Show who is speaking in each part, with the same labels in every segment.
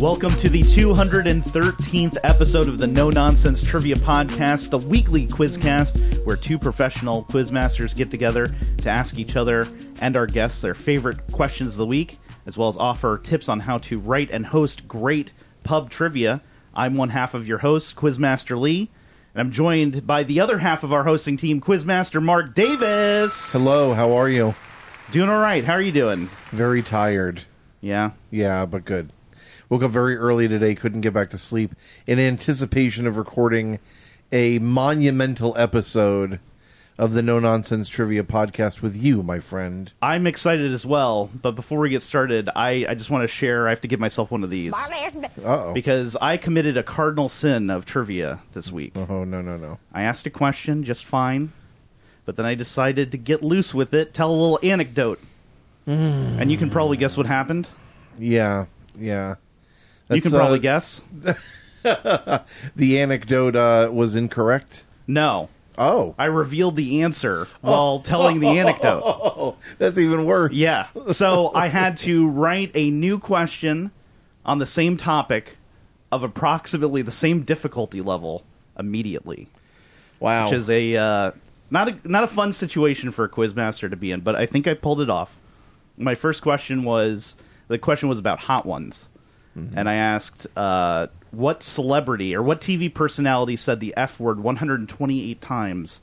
Speaker 1: Welcome to the 213th episode of the No Nonsense Trivia Podcast, the weekly quizcast where two professional quizmasters get together to ask each other and our guests their favorite questions of the week, as well as offer tips on how to write and host great pub trivia. I'm one half of your host, Quizmaster Lee, and I'm joined by the other half of our hosting team, Quizmaster Mark Davis.
Speaker 2: Hello, how are you?
Speaker 1: Doing all right. How are you doing?
Speaker 2: Very tired.
Speaker 1: Yeah.
Speaker 2: Yeah, but good. Woke up very early today, couldn't get back to sleep in anticipation of recording a monumental episode of the No Nonsense Trivia podcast with you, my friend.
Speaker 1: I'm excited as well, but before we get started, I, I just want to share. I have to give myself one of these
Speaker 2: Uh oh.
Speaker 1: because I committed a cardinal sin of trivia this week.
Speaker 2: Oh, no, no, no.
Speaker 1: I asked a question just fine, but then I decided to get loose with it, tell a little anecdote.
Speaker 2: Mm.
Speaker 1: And you can probably guess what happened.
Speaker 2: Yeah, yeah.
Speaker 1: you
Speaker 2: That's,
Speaker 1: can probably
Speaker 2: uh,
Speaker 1: guess.
Speaker 2: The anecdote uh, was incorrect.
Speaker 1: No.
Speaker 2: Oh,
Speaker 1: I revealed the answer while telling the anecdote.
Speaker 2: oh, that's even worse.
Speaker 1: Yeah. So I had to write a new question on the same topic of approximately the same difficulty level immediately,
Speaker 2: Wow.
Speaker 1: which is a uh, not a not a fun situation for a quizmaster to be in. But I think I pulled it off. My first question was the question was about hot ones,
Speaker 2: Mm-hmm.
Speaker 1: and I asked uh, what celebrity or what TV personality said the F word 128 times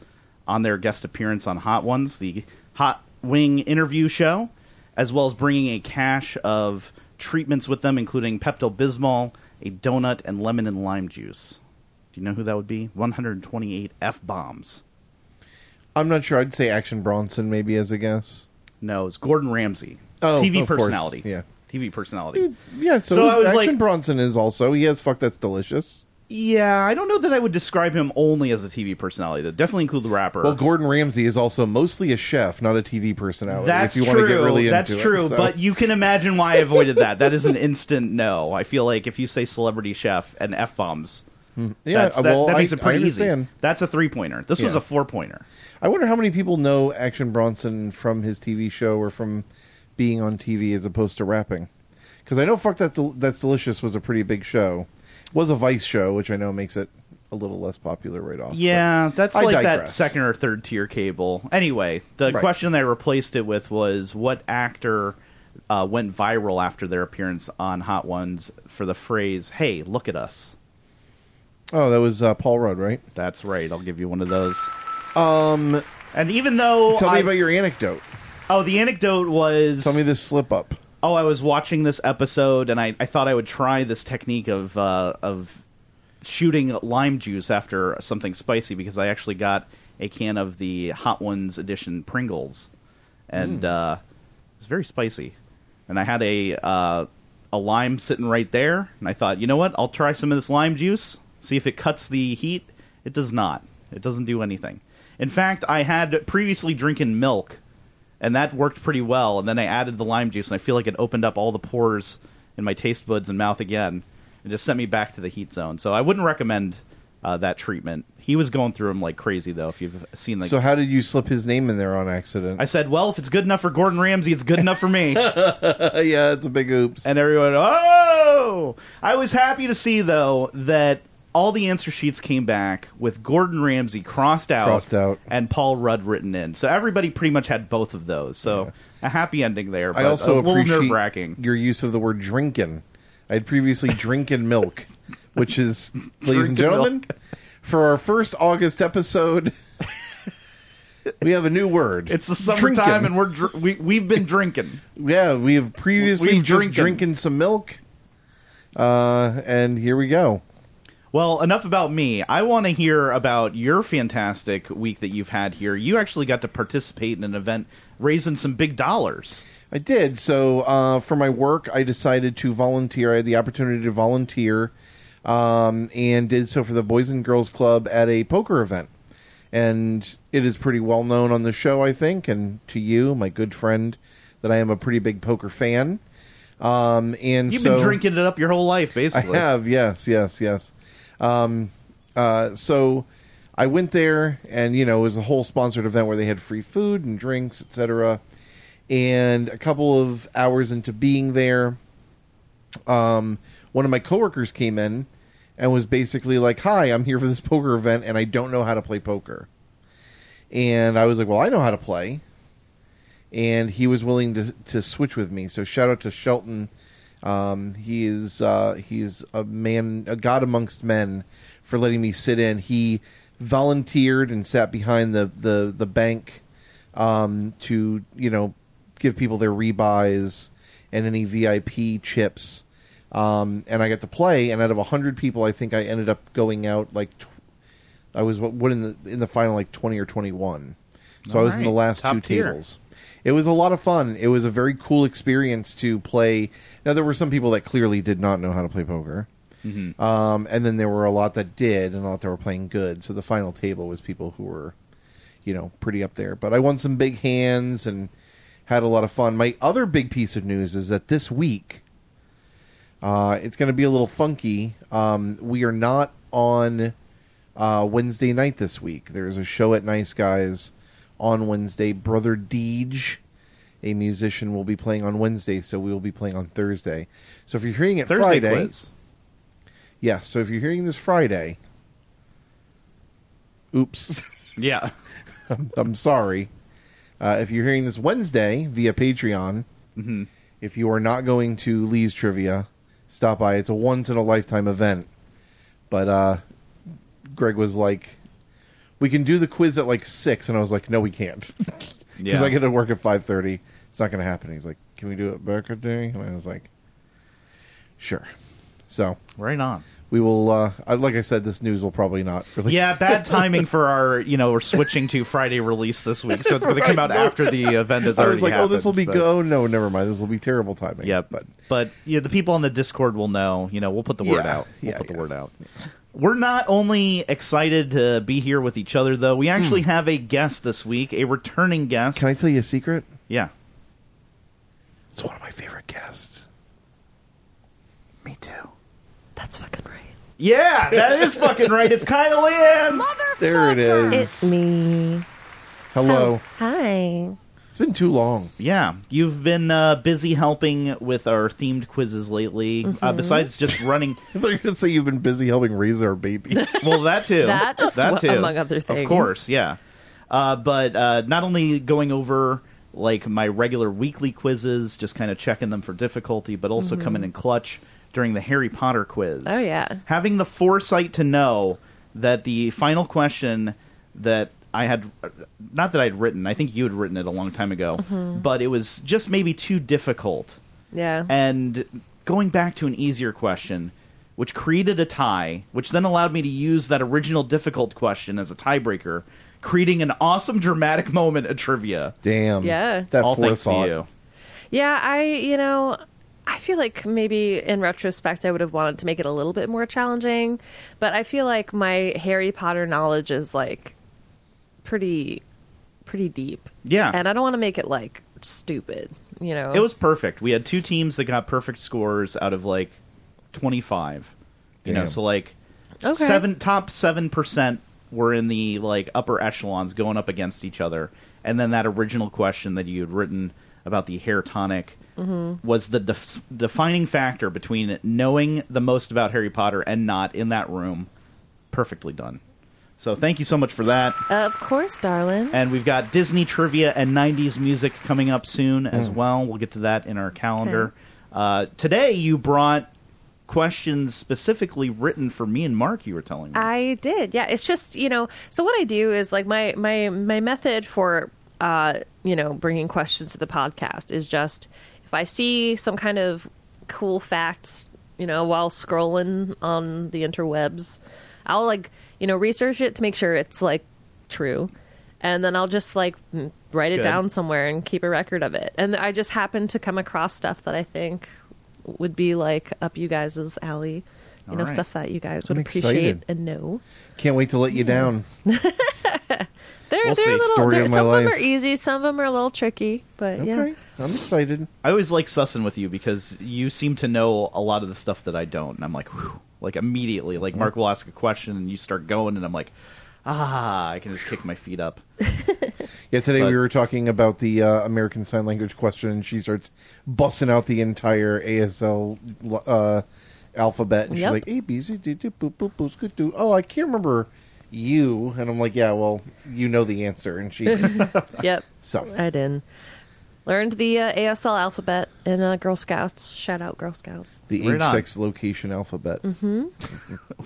Speaker 1: on their guest appearance on Hot Ones, the Hot Wing interview show, as well as bringing a cache of treatments with them, including Pepto Bismol, a donut, and lemon and lime juice. Do you know who that would be? 128 F bombs.
Speaker 2: I'm not sure. I'd say Action Bronson maybe as a guess.
Speaker 1: No, it's Gordon Ramsay.
Speaker 2: Oh,
Speaker 1: TV
Speaker 2: of course,
Speaker 1: personality.
Speaker 2: yeah.
Speaker 1: TV personality.
Speaker 2: Yeah, so,
Speaker 1: So
Speaker 2: is-
Speaker 1: I was
Speaker 2: Action
Speaker 1: like-
Speaker 2: Bronson is also he has fuck that's delicious.
Speaker 1: Yeah, I don't know that I would describe him only as a TV personality. That definitely include the rapper.
Speaker 2: Well, Gordon Ramsay is also mostly a chef, not a TV personality.
Speaker 1: That's
Speaker 2: if you
Speaker 1: true.
Speaker 2: want to get really into
Speaker 1: That's
Speaker 2: it,
Speaker 1: true.
Speaker 2: so.
Speaker 1: But you can imagine why I avoided that. That is an instant no. I feel like if you say celebrity chef and f bombs,
Speaker 2: yeah,
Speaker 1: that's, that,
Speaker 2: well,
Speaker 1: that makes
Speaker 2: I,
Speaker 1: it pretty
Speaker 2: I
Speaker 1: easy.
Speaker 2: understand.
Speaker 1: That's a three pointer. This was
Speaker 2: Yeah.
Speaker 1: a four pointer.
Speaker 2: I wonder how many people know Action Bronson from his TV show or from being on TV as opposed to rapping. Because I know fuck that's Del- that's delicious was a pretty big show. It was a Vice show, which I know makes it a little less popular right off. but-
Speaker 1: Yeah, that's
Speaker 2: I
Speaker 1: like that
Speaker 2: digress.
Speaker 1: second or third tier cable. Anyway, the
Speaker 2: Right.
Speaker 1: question that I replaced it with was what actor uh, went viral after their appearance on Hot Ones for the phrase "Hey, look at us."
Speaker 2: Oh, that was uh, Paul Rudd, right?
Speaker 1: That's right. I'll give you one of those. Um, and even though
Speaker 2: Tell
Speaker 1: I-
Speaker 2: me about your anecdote.
Speaker 1: oh, the anecdote was
Speaker 2: Tell me this slip up.
Speaker 1: oh, I was watching this episode and I, I thought I would try this technique of uh, of shooting lime juice after something spicy because I actually got a can of the Hot Ones edition Pringles, and uh, it was very spicy. And I had a uh, a lime sitting right there, and I thought, you know what? I'll try some of this lime juice, see if it cuts the heat. It does not. It doesn't do anything. In fact, I had previously drinking milk and that worked pretty well. And then I added the lime juice, and I feel like it opened up all the pores in my taste buds and mouth again, and just sent me back to the heat zone. So I wouldn't recommend uh, that treatment. He was going through them like crazy, though. If you've seen like,
Speaker 2: so how did you slip his name in there on accident?
Speaker 1: I said, well, if it's good enough for Gordon Ramsay, it's good enough for me.
Speaker 2: yeah, it's a big oops.
Speaker 1: And everyone, oh! I was happy to see, though, that all the answer sheets came back with Gordon Ramsay crossed out,
Speaker 2: Crossed out.
Speaker 1: and Paul Rudd written in. So everybody pretty much had both of those. So a happy ending there, but
Speaker 2: I
Speaker 1: a
Speaker 2: also
Speaker 1: little
Speaker 2: appreciate
Speaker 1: nerve wracking.
Speaker 2: your use of the word drinking. I had previously drinking milk, which is, ladies
Speaker 1: Drinkin'
Speaker 2: and gentlemen, for our first August episode, we have a new word.
Speaker 1: It's the summertime,
Speaker 2: Drinkin'.
Speaker 1: and we're dr- we we've been drinking.
Speaker 2: yeah, we have previously
Speaker 1: We've
Speaker 2: just
Speaker 1: drinkin'.
Speaker 2: drinking some milk, uh, and here we go.
Speaker 1: Well, enough about me. I want to hear about your fantastic week that you've had here. You actually got to participate in an event raising some big dollars.
Speaker 2: I did. So uh, for my work, I decided to volunteer. I had the opportunity to volunteer um, and did so for the Boys and Girls Club at a poker event. And it is pretty well known on the show, I think, and to you, my good friend, that I am a pretty big poker fan. Um, and
Speaker 1: You've
Speaker 2: so
Speaker 1: been drinking it up your whole life,
Speaker 2: I
Speaker 1: basically.
Speaker 2: have, yes, yes, yes. Um, uh, so I went there, and you know, it was a whole sponsored event where they had free food and drinks, etc. And a couple of hours into being there, um, one of my coworkers came in and was basically like, "Hi, I'm here for this poker event, and I don't know how to play poker." And I was like, "Well, I know how to play," and he was willing to to switch with me. So shout out to Shelton. Um, he is uh, he's a man, a god amongst men, for letting me sit in. He volunteered and sat behind the the the bank um, to you know give people their rebuys and any VIP chips. Um, and I got to play, and out of hundred people, I think I ended up going out like tw- I was what, what in the in the final like twenty or twenty one. So I was in the
Speaker 1: Alright,
Speaker 2: last
Speaker 3: top
Speaker 2: two
Speaker 3: tier.
Speaker 2: tables. It was a lot of fun. It was a very cool experience to play. Now there were some people that clearly did not know how to play poker.
Speaker 3: Mm-hmm.
Speaker 2: Um, and then there were a lot that did, and a lot that were playing good. So the final table was people who were, you know, pretty up there. But I won some big hands and had a lot of fun. My other big piece of news is that this week, uh, it's going to be a little funky. Um, we are not on uh, Wednesday night this week. There's a show at Nice Guys on Wednesday. Brother Deej, a musician, will be playing on Wednesday, so we will be playing on Thursday. So if you're hearing it
Speaker 1: Thursday
Speaker 2: Friday.
Speaker 1: quiz.
Speaker 2: Yes. So if you're hearing this Friday, oops,
Speaker 1: Yeah.
Speaker 2: I'm sorry. Uh, if you're hearing this Wednesday via Patreon,
Speaker 1: Mm-hmm.
Speaker 2: if you are not going to Lee's Trivia, stop by. It's a once in a lifetime event. But uh, Greg was like, "We can do the quiz at like six. and I was like, "No, we can't." because
Speaker 1: Yeah.
Speaker 2: I got to work at five thirty. It's not going to happen. He's like, "Can we do it back a day?" And I was like, "Sure." So
Speaker 1: Right on.
Speaker 2: we will. Uh, I- like I said, this news will probably not. Really
Speaker 1: Yeah, bad timing for our, you know, we're switching to Friday release this week, so it's going to come out after the event has
Speaker 2: I
Speaker 1: already
Speaker 2: was like, "Oh, this will
Speaker 1: happened,
Speaker 2: be
Speaker 1: but-
Speaker 2: good." Oh no, never mind. This will be terrible timing.
Speaker 1: Yeah,
Speaker 2: but
Speaker 1: but but yeah, the people on the Discord will know. You know, we'll put the word
Speaker 2: Yeah,
Speaker 1: out. We'll
Speaker 2: yeah,
Speaker 1: put
Speaker 2: yeah.
Speaker 1: the word out. We're not only excited to be here with each other, though. We actually have a guest this week, a returning guest.
Speaker 2: Hmm. can I tell you a secret?
Speaker 1: yeah,
Speaker 2: It's one of my favorite guests.
Speaker 1: me too.
Speaker 4: That's fucking right.
Speaker 1: Yeah, that is fucking right. It's Kyle Ann.
Speaker 2: There it is.
Speaker 4: It's
Speaker 1: Oh.
Speaker 4: me. Oh,
Speaker 2: Hello.
Speaker 4: Hi.
Speaker 2: It's been too long.
Speaker 1: Yeah, you've been uh, busy helping with our themed quizzes lately.
Speaker 4: Mm-hmm.
Speaker 1: Uh, besides just running,
Speaker 2: I thought you were going to say you've been busy helping raise our baby.
Speaker 1: well, that too.
Speaker 4: That is what- among other
Speaker 1: Of
Speaker 4: things.
Speaker 1: course, yeah. Uh, but uh, not only going over like my regular weekly quizzes, just kind of checking them for difficulty, but also coming in clutch during the Harry Potter quiz.
Speaker 4: Mm-hmm. Oh, yeah.
Speaker 1: having the foresight to know that the final question that I had, not that I'd written, I think you had written it a long time ago,
Speaker 4: Mm-hmm.
Speaker 1: but it was just maybe too difficult
Speaker 4: Yeah.
Speaker 1: and going back to an easier question, which created a tie, which then allowed me to use that original difficult question as a tiebreaker, creating an awesome dramatic moment at trivia.
Speaker 2: Damn.
Speaker 4: Yeah.
Speaker 2: That
Speaker 1: All thanks to
Speaker 2: forethought.
Speaker 1: you.
Speaker 4: yeah, I, you know, I feel like maybe in retrospect I would have wanted to make it a little bit more challenging, but I feel like my Harry Potter knowledge is like pretty pretty deep.
Speaker 1: Yeah.
Speaker 4: And I don't want to make it like stupid, you know.
Speaker 1: It was perfect. We had two teams that got perfect scores out of like 25. You know,
Speaker 2: Damn.
Speaker 1: so like
Speaker 4: Okay.
Speaker 1: seven top 7% were in the like upper echelons going up against each other. And then that original question that you had written about the hair tonic was the def- defining factor between knowing the most about Harry Potter and not in that room. Perfectly done. So thank you so much for that.
Speaker 4: Of course, darling.
Speaker 1: And we've got Disney trivia and 90s music coming up soon as well. We'll get to that in our calendar. Uh, today, you brought questions specifically written for me and Mark, you were telling me.
Speaker 4: I did. Yeah, it's just you know. So what I do is like my my my method for uh you know bringing questions to the podcast is just if I see some kind of cool facts you know while scrolling on the interwebs, I'll like you know research it to make sure it's like true, and then I'll just like m- write
Speaker 1: That's
Speaker 4: it
Speaker 1: good.
Speaker 4: down somewhere and keep a record of it. And I just happen to come across stuff that I think would be like up you guys' alley. You
Speaker 1: All
Speaker 4: know,
Speaker 1: right.
Speaker 4: stuff that you guys would
Speaker 2: I'm
Speaker 4: appreciate
Speaker 2: excited.
Speaker 4: and know.
Speaker 2: Can't wait to let you down.
Speaker 4: They're,
Speaker 1: We'll
Speaker 4: they're
Speaker 1: see.
Speaker 4: a little.
Speaker 2: Story
Speaker 4: they're-
Speaker 2: of my
Speaker 4: some of them
Speaker 2: life.
Speaker 4: are easy. Some of them are a little tricky. But yeah,
Speaker 2: Okay. I'm excited.
Speaker 1: I always like sussing with you because you seem to know a lot of the stuff that I don't. And I'm like, whew, like immediately. Like, Mark will ask a question and you start going, and I'm like, ah, I can just kick my feet up.
Speaker 2: Yeah, today
Speaker 1: But-
Speaker 2: we were talking about the uh, American Sign Language question, and she starts busting out the entire ASL uh, alphabet, and she's
Speaker 4: Yep.
Speaker 2: like A B C D D boop boop boop scoot doo. Oh, I can't remember you, and I'm like, yeah, well, you know the answer, and she
Speaker 4: Yep,
Speaker 2: so
Speaker 4: I didn't. Learned the uh, ASL alphabet in uh, Girl Scouts. Shout out Girl Scouts.
Speaker 2: the
Speaker 1: Right
Speaker 2: age,
Speaker 1: on.
Speaker 2: sex, location, alphabet.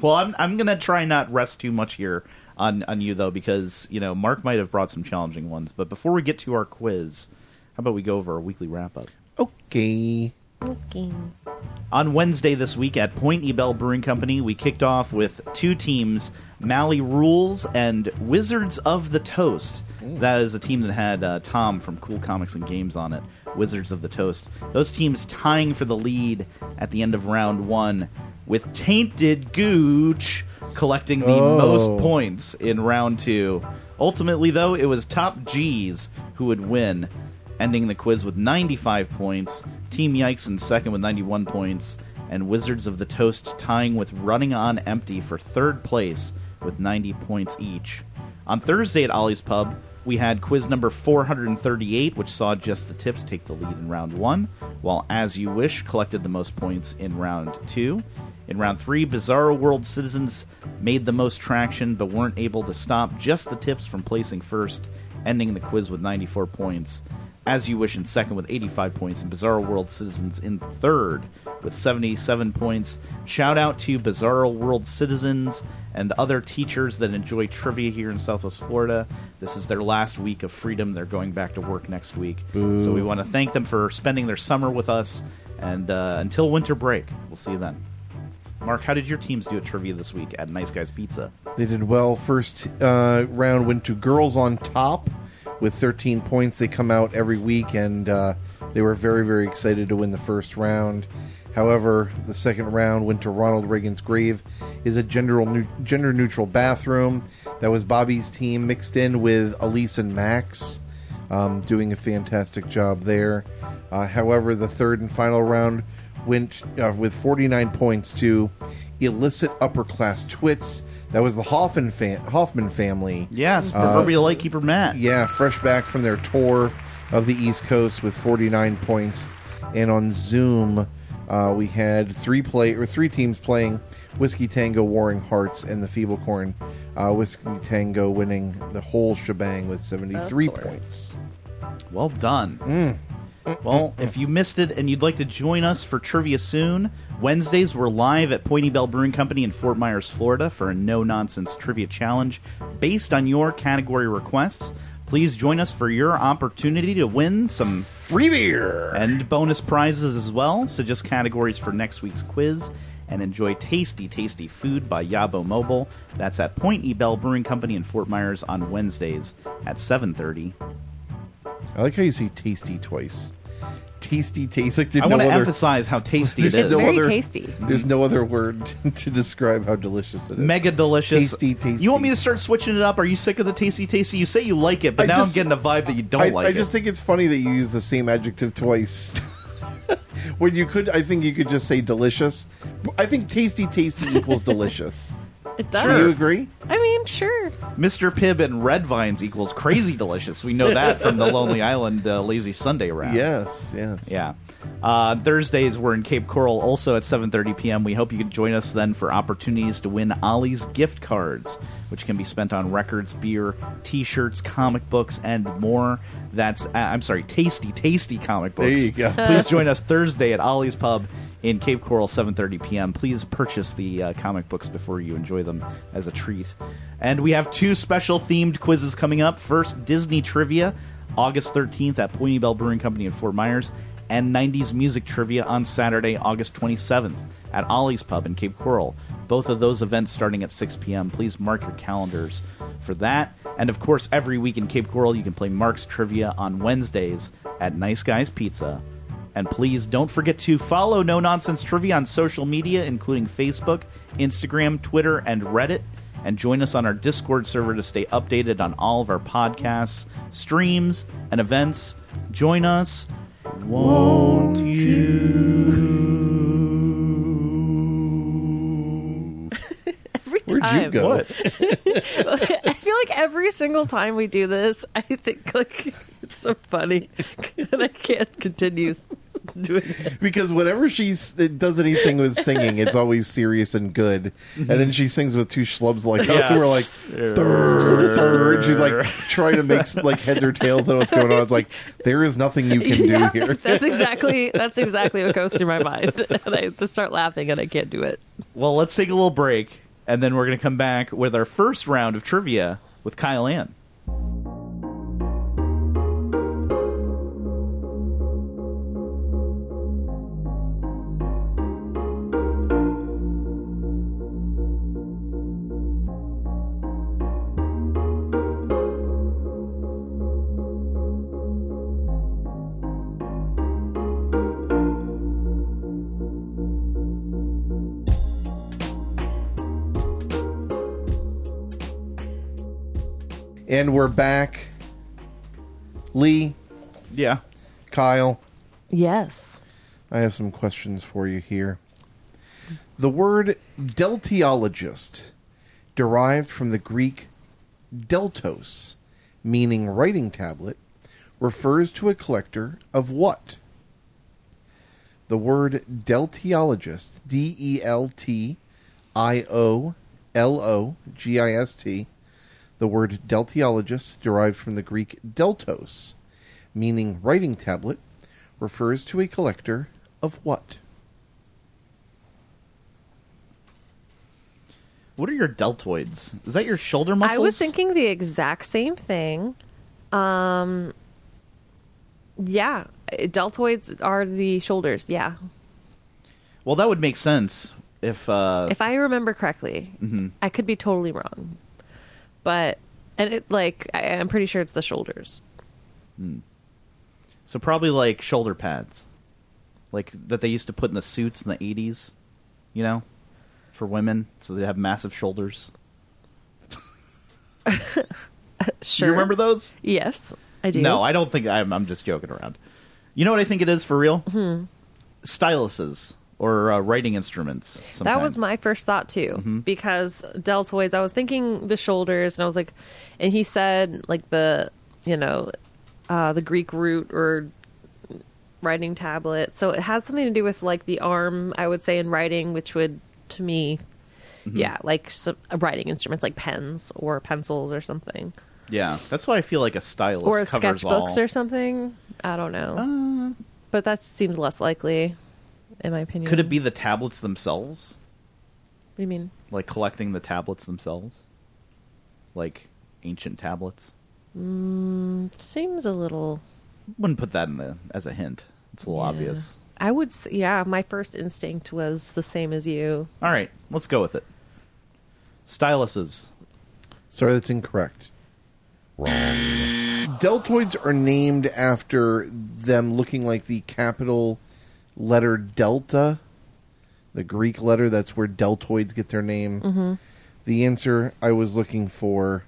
Speaker 1: Well, I'm I'm gonna try not rest too much here on on you though, because you know Mark might have brought some challenging ones. But before we get to our quiz, how about we go over our weekly wrap up?
Speaker 2: Okay.
Speaker 4: Okay.
Speaker 1: On Wednesday this week at Point Ebel Brewing Company, we kicked off with two teams, Mally Rules and Wizards of the Toast. That is a team that had uh, Tom from Cool Comics and Games on it, Wizards of the Toast. Those teams tying for the lead at the end of round one, with Tainted Gooch collecting the
Speaker 2: Oh.
Speaker 1: most points in round two. Ultimately, though, it was Top G's who would win ending the quiz with 95 points, Team Yikes in second with 91 points, and Wizards of the Toast tying with Running on Empty for third place with 90 points each. On Thursday at Ollie's Pub, we had quiz number 438, which saw just the tips take the lead in round one, while As You Wish collected the most points in round two. In round three, Bizarro World citizens made the most traction but weren't able to stop just the tips from placing first, ending the quiz with 94 points. As You Wish in second with 85 points, and Bizarro World Citizens in third with 77 points. Shout out to Bizarro World Citizens and other teachers that enjoy trivia here in Southwest Florida. This is their last week of freedom. They're going back to work next week. So we want to thank them for spending their summer with us. And uh, until winter break, we'll see you then. Mark, how did your teams do at trivia this week at Nice Guys Pizza?
Speaker 2: They did well. First uh, round went to girls on top with 13 points. They come out every week, and uh, they were very, very excited to win the first round. However, the second round went to Ronald Reagan's grave, is a gender neu- gender neutral bathroom. That was Bobby's team mixed in with Elise and Max, um, doing a fantastic job there. Uh, however, the third and final round went uh, with 49 points to illicit upper class twits. That was the Hoffman fam- Hoffman family.
Speaker 1: Yes, proverbial lightkeeper Matt.
Speaker 2: Yeah, fresh back from their tour of the East Coast with 49 points. And on Zoom, uh, we had three play or three teams playing Whiskey Tango, Warring Hearts, and the Feeble Corn. Uh, Whiskey Tango winning the whole shebang with 73
Speaker 4: Of course.
Speaker 2: points.
Speaker 1: Well done. Well, if you missed it and you'd like to join us for trivia soon, Wednesdays we're live at Pointy Bell Brewing Company in Fort Myers, Florida for a no nonsense trivia challenge based on your category requests. Please join us for your opportunity to win some
Speaker 2: Free beer.
Speaker 1: and bonus prizes as well. Suggest categories for next week's quiz and enjoy tasty, tasty food by Yabo Mobile. That's at Point Ebel Brewing Company in Fort Myers on Wednesdays at 7:30.
Speaker 2: I like how you say tasty twice. Tasty, taste. Like
Speaker 1: I
Speaker 2: there's
Speaker 1: want
Speaker 2: no
Speaker 1: to
Speaker 2: other-
Speaker 1: emphasize how tasty it
Speaker 2: there's
Speaker 1: is.
Speaker 2: no
Speaker 4: Very
Speaker 2: other-
Speaker 4: tasty.
Speaker 2: There's no other word to describe how delicious it is.
Speaker 1: Mega delicious.
Speaker 2: Tasty, tasty.
Speaker 1: You want me to start switching it up? Are you sick of the tasty, tasty? You say you like it, but
Speaker 2: I
Speaker 1: now
Speaker 2: just-
Speaker 1: I'm getting a vibe that you don't
Speaker 2: I,
Speaker 1: like
Speaker 2: I
Speaker 1: it.
Speaker 2: just think it's funny that you use the same adjective twice. when you could, I think you could just say delicious. I think tasty, tasty equals delicious.
Speaker 4: It does.
Speaker 2: Do you agree?
Speaker 4: I mean, sure.
Speaker 1: Mr. Pibb and Red Vines equals crazy delicious. We know that from the Lonely Island uh, Lazy Sunday round.
Speaker 2: Yes, yes.
Speaker 1: Yeah. Uh, Thursdays we're in Cape Coral, also at 7:30 p.m. We hope you can join us then for opportunities to win Ollie's gift cards, which can be spent on records, beer, T-shirts, comic books, and more. That's uh, I'm sorry, tasty, tasty comic books.
Speaker 2: There you go.
Speaker 1: Please join us Thursday at Ollie's Pub in Cape Coral, 7:30 p.m. Please purchase the uh, comic books before you enjoy them as a treat. And we have two special themed quizzes coming up. First, Disney trivia, August 13th at Pointy Bell Brewing Company in Fort Myers, and 90s music trivia on Saturday, August 27th at Ollie's Pub in Cape Coral. Both of those events starting at 6 p.m. Please mark your calendars for that. And of course, every week in Cape Coral, you can play Mark's Trivia on Wednesdays at Nice Guys Pizza. And please don't forget to follow No Nonsense Trivia on social media, including Facebook, Instagram, Twitter, and Reddit. And join us on our Discord server to stay updated on all of our podcasts, streams, and events. Join us. Won't you?
Speaker 4: Every
Speaker 2: Where'd
Speaker 4: time.
Speaker 2: you go?
Speaker 1: What?
Speaker 4: I feel like every single time we do this, I think like it's so funny that I can't continue doing it.
Speaker 2: because whenever she s- does anything with singing, it's always serious and good. And
Speaker 1: Mm-hmm.
Speaker 2: then she sings with two schlubs like us, and we're like, "Thurr, thurr," and she's like trying to make s- like heads or tails out of what's going on. It's like there is nothing you can
Speaker 4: Yeah,
Speaker 2: do here.
Speaker 4: That's exactly that's exactly what goes through my mind. And I just start laughing and I can't do it.
Speaker 1: Well, let's take a little break, and then we're going to come back with our first round of trivia with Kyle Ann.
Speaker 2: And we're back. Lee,
Speaker 1: Yeah.
Speaker 2: Kyle,
Speaker 4: Yes.
Speaker 2: I have some questions for you here. The word deltiologist derived from the Greek deltos, meaning writing tablet, refers to a collector of what? The word deltiologist, D E L T I O L O G I S T, the word deltiologist derived from the Greek deltos, meaning writing tablet, refers to a collector of what?
Speaker 1: What are your deltoids? Is that your shoulder muscles?
Speaker 4: I was thinking the exact same thing. Um yeah, deltoids are the shoulders. Yeah.
Speaker 1: Well, that would make sense if. Uh,
Speaker 4: If I remember correctly,
Speaker 1: Mm-hmm.
Speaker 4: I could be totally wrong. But and it like I, I'm pretty sure it's the shoulders.
Speaker 1: so probably like shoulder pads, like that they used to put in the suits in the '80s, you know, for women, so they have massive shoulders.
Speaker 4: Sure.
Speaker 1: You remember those?
Speaker 4: Yes, I do.
Speaker 1: No, I don't think I'm. I'm just joking around. You know what I think it is for real?
Speaker 4: Hmm.
Speaker 1: Styluses or uh, writing instruments.
Speaker 4: That
Speaker 1: sometime.
Speaker 4: was my first thought too,
Speaker 1: Mm-hmm.
Speaker 4: because deltoids. I was thinking the shoulders, and I was like, and he said like the you know uh, the Greek root or writing tablet. So it has something to do with like the arm, I would say, in writing, which would to me,
Speaker 1: Mm-hmm.
Speaker 4: yeah, like some, uh, writing instruments like pens or pencils or something,
Speaker 1: Yeah, that's why I feel like a stylus
Speaker 4: or
Speaker 1: covers
Speaker 4: sketchbooks
Speaker 1: all.
Speaker 4: or something. I don't know,
Speaker 1: Uh,
Speaker 4: but that seems less likely, in my opinion.
Speaker 1: could it be the tablets themselves?
Speaker 4: What do you mean?
Speaker 1: Like collecting the tablets themselves? Like ancient tablets?
Speaker 4: Seems a little.
Speaker 1: Wouldn't put that in the as a hint. It's a little
Speaker 4: Yeah.
Speaker 1: obvious.
Speaker 4: I would, s- yeah. My first instinct was the same as you.
Speaker 1: All right, let's go with it. Styluses.
Speaker 2: Sorry, that's incorrect. Wrong. Deltoids are named after them looking like the capital letter delta, the Greek letter. That's where deltoids get their name.
Speaker 4: Mm-hmm.
Speaker 2: The answer I was looking for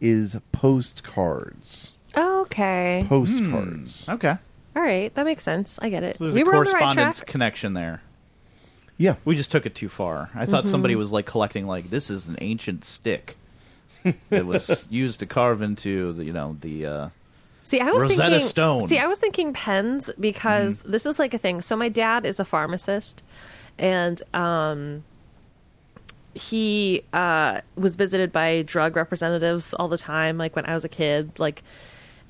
Speaker 2: is postcards.
Speaker 4: Okay,
Speaker 2: Postcards.
Speaker 1: Okay.
Speaker 4: all right, that makes sense. I get it.
Speaker 1: So there's
Speaker 4: we
Speaker 1: a
Speaker 4: were on the right
Speaker 1: correspondence
Speaker 4: track.
Speaker 1: connection there.
Speaker 4: Hmm.
Speaker 2: Yeah.
Speaker 1: We just took it too far. I
Speaker 4: Mm-hmm.
Speaker 1: thought somebody was like collecting like this is an ancient stick that was used to carve into the, you know the uh,
Speaker 4: See, I was
Speaker 1: Rosetta
Speaker 4: thinking.
Speaker 1: Stone. Mm-hmm.
Speaker 4: See, I was thinking pens because this is like a thing. So my dad is a pharmacist, and um, he uh was visited by drug representatives all the time. Like when I was a kid, like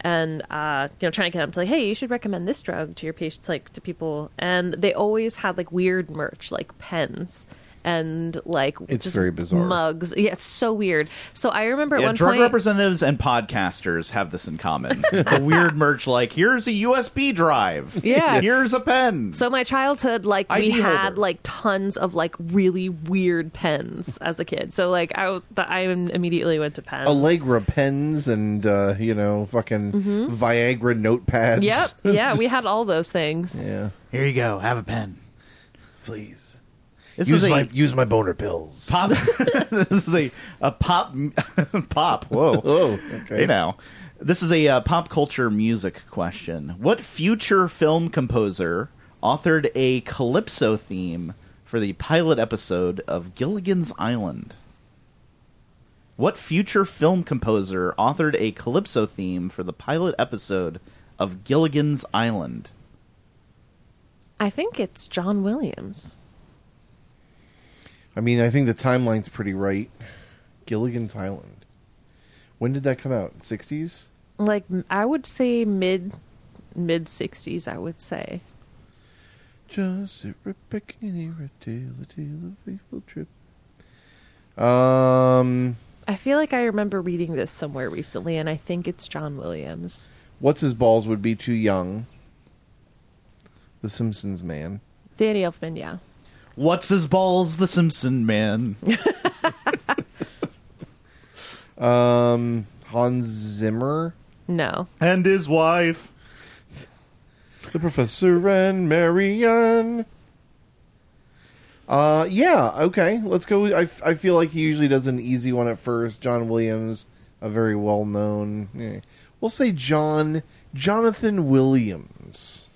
Speaker 4: and uh, you know trying to get them to like, hey, you should recommend this drug to your patients, like to people, and they always had like weird merch, like pens. And like
Speaker 2: It's very bizarre.
Speaker 4: mugs, yeah, it's so weird. So I remember at
Speaker 1: yeah,
Speaker 4: one
Speaker 1: drug
Speaker 4: point,
Speaker 1: representatives and podcasters have this in common. the weird merch, like here's a USB drive.
Speaker 4: Yeah.
Speaker 1: here's a pen.
Speaker 4: So my childhood, like
Speaker 1: ID
Speaker 4: we had
Speaker 1: holder.
Speaker 4: like tons of like really weird pens as a kid. So like I, w- the, I immediately went to pens.
Speaker 2: Allegra pens and uh, you know fucking Viagra notepads.
Speaker 4: Mm-hmm. Yep, yeah, we had all those things.
Speaker 2: Yeah,
Speaker 1: Here you go. Have a pen.
Speaker 2: please
Speaker 1: This
Speaker 2: use
Speaker 1: is
Speaker 2: my
Speaker 1: a
Speaker 2: use my boner pills.
Speaker 1: pop. this is a a pop pop. Whoa.
Speaker 2: Oh,
Speaker 1: Hey now. This is a uh, pop culture music question. What future film composer authored a calypso theme for the pilot episode of Gilligan's Island? What future film composer authored a calypso theme for the pilot episode of Gilligan's Island?
Speaker 4: I think it's John Williams.
Speaker 2: I mean, I think the timeline's pretty right. Gilligan's Island. When did that come out? 60s?
Speaker 4: Like m- I would say mid mid sixties. I would say.
Speaker 2: Just sit right back and hear a tale, a tale of faithful trip. Um,
Speaker 4: I feel like I remember reading this somewhere recently, and I think it's John Williams.
Speaker 2: what's his balls would be too young. The Simpsons man.
Speaker 4: Danny Elfman, yeah.
Speaker 1: What's his balls? The Simpson man.
Speaker 2: Um, Hans Zimmer.
Speaker 4: No.
Speaker 1: and his wife.
Speaker 2: The Professor and Marianne. Uh, yeah, okay. Let's go. I, I feel like he usually does an easy one at first. John Williams, a very well known. eh. We'll say John Jonathan Williams.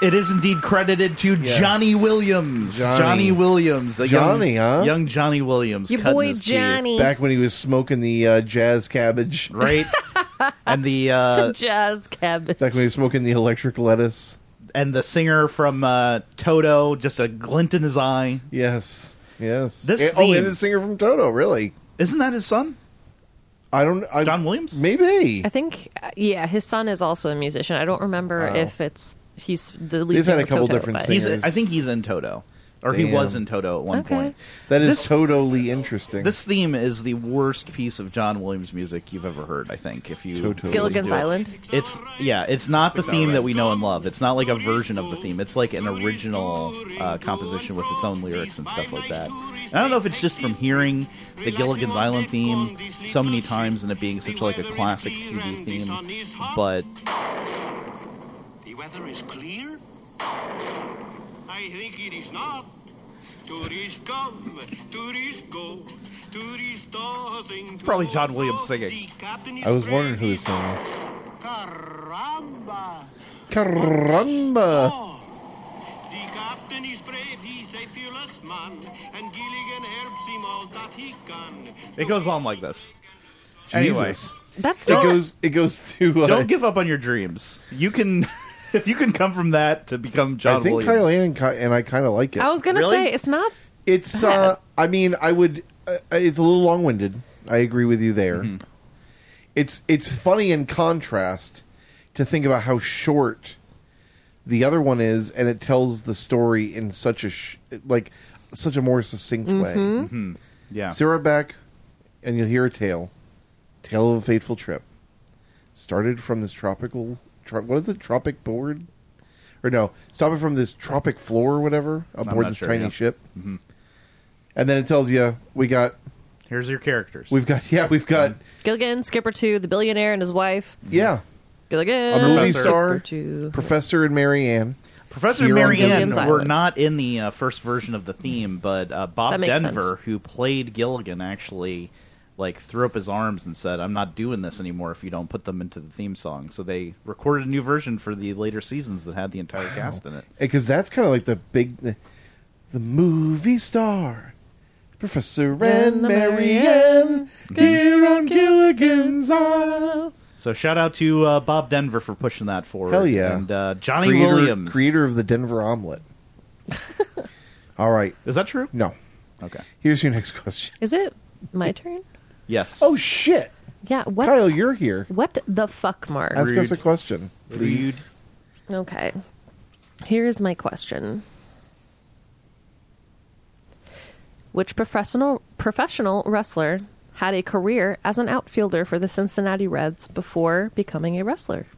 Speaker 1: It is indeed credited to
Speaker 2: Yes.
Speaker 1: Johnny Williams.
Speaker 2: Johnny.
Speaker 1: Johnny, Williams. a
Speaker 2: Johnny,
Speaker 1: young,
Speaker 2: huh?
Speaker 1: Young Johnny Williams.
Speaker 4: Your
Speaker 1: cutting
Speaker 4: boy
Speaker 1: his teeth,
Speaker 4: Johnny.
Speaker 2: Back when he was smoking the uh, jazz cabbage.
Speaker 1: right? and the uh,
Speaker 4: Jazz cabbage.
Speaker 2: Back when he was smoking the electric lettuce.
Speaker 1: and the singer from uh, Toto, just a glint in his eye.
Speaker 2: Yes, yes.
Speaker 1: This
Speaker 2: Eh, oh,
Speaker 1: theme-
Speaker 2: and the singer from Toto. Really?
Speaker 1: Isn't that his son,
Speaker 2: I don't. I,
Speaker 1: John Williams?
Speaker 2: Maybe.
Speaker 4: I think, uh, yeah, his son is also a musician. I don't remember
Speaker 2: Oh.
Speaker 4: if it's he's the lead.
Speaker 2: He's had
Speaker 4: singer
Speaker 2: a
Speaker 4: of
Speaker 2: couple
Speaker 4: Toto,
Speaker 2: different
Speaker 4: but-
Speaker 2: singers.
Speaker 1: He's, I think he's in Toto, or he
Speaker 2: Damn.
Speaker 1: was in Toto at one
Speaker 4: Okay.
Speaker 1: point.
Speaker 2: That is
Speaker 1: This-
Speaker 2: totally interesting.
Speaker 1: This theme is the worst piece of John Williams music you've ever heard. I think if you
Speaker 2: Toto.
Speaker 1: listen
Speaker 4: Gilligan's
Speaker 1: to it.
Speaker 4: Island.
Speaker 1: It's yeah, it's not the theme that we know and love. It's not like a version of the theme. It's like an original uh, composition with its own lyrics and stuff like that. And I don't know if it's just from hearing the Gilligan's Island theme so many times and it being such like a classic TV theme, but
Speaker 3: The weather is clear? I think it is not. Tourists come, tourists go, tourists doesn't It's
Speaker 1: probably John Williams singing.
Speaker 2: I was wondering who was singing.
Speaker 3: Caramba!
Speaker 2: Caramba!
Speaker 3: Oh, the captain is brave, he's a fearless man, and Gilligan helps him all that he can.
Speaker 1: it goes on like this. Anyway,
Speaker 2: Jesus.
Speaker 4: That's
Speaker 2: It
Speaker 4: not.
Speaker 2: goes. It goes to. Uh,
Speaker 1: don't give up on your dreams. You can if you can come from that to become
Speaker 2: I
Speaker 1: John
Speaker 2: think
Speaker 1: Williams.
Speaker 2: Kyle and, Ki- and I kind of like it.
Speaker 4: I was gonna
Speaker 1: Really?
Speaker 4: say it's not.
Speaker 2: it's. Uh, I mean, I would. Uh, it's a little long winded. I agree with you there. It's it's funny in contrast to think about how short the other one is, and it tells the story in such a sh- like such a more succinct
Speaker 4: Mm-hmm.
Speaker 2: way.
Speaker 1: yeah.
Speaker 2: Sit right back, and you'll hear a tale. Tale of a fateful trip. Started from this tropical. Tro- what is it? Tropic board? Or no, started from this tropic floor or whatever aboard
Speaker 1: not
Speaker 2: this
Speaker 1: sure,
Speaker 2: tiny
Speaker 1: yeah. Mm-hmm.
Speaker 2: ship. And then it tells you we got
Speaker 1: Here's your characters.
Speaker 2: we've got yeah we've got
Speaker 4: Gilligan, Skipper Two, the billionaire and his wife.
Speaker 1: Mm-hmm.
Speaker 2: yeah
Speaker 4: Gilligan,
Speaker 2: a movie
Speaker 1: Professor.
Speaker 2: star
Speaker 4: Skipper Two.
Speaker 2: professor and Marianne.
Speaker 1: Professor
Speaker 2: Here on
Speaker 1: Marianne
Speaker 4: Gilligan's
Speaker 1: were
Speaker 4: Island.
Speaker 1: not in the uh, first version of the theme, but uh, Bob
Speaker 4: That makes
Speaker 1: Denver, who played Gilligan, actually like threw up his arms and said, "I'm not doing this anymore if you don't put them into the theme song." So they recorded a new version for the later seasons that had the entire cast in it.
Speaker 2: because that's kind of like the big the, the movie star professor and
Speaker 4: And the
Speaker 2: marianne here on gilligan's isle
Speaker 1: So shout out to uh, Bob Denver for pushing that forward.
Speaker 2: Hell yeah.
Speaker 1: And uh, Johnny
Speaker 2: creator,
Speaker 1: Williams,
Speaker 2: creator of the denver omelet all right
Speaker 1: is that true?
Speaker 2: no
Speaker 1: Okay.
Speaker 2: here's your next question
Speaker 4: Is it my turn?
Speaker 1: Yes.
Speaker 2: oh shit
Speaker 4: Yeah. What?
Speaker 2: kyle you're here
Speaker 4: What the fuck, Mark?
Speaker 2: ask us a
Speaker 1: Rude.
Speaker 2: question please
Speaker 4: Okay. Here's my question. Which professional professional wrestler had a career as an outfielder for the Cincinnati Reds before becoming a wrestler?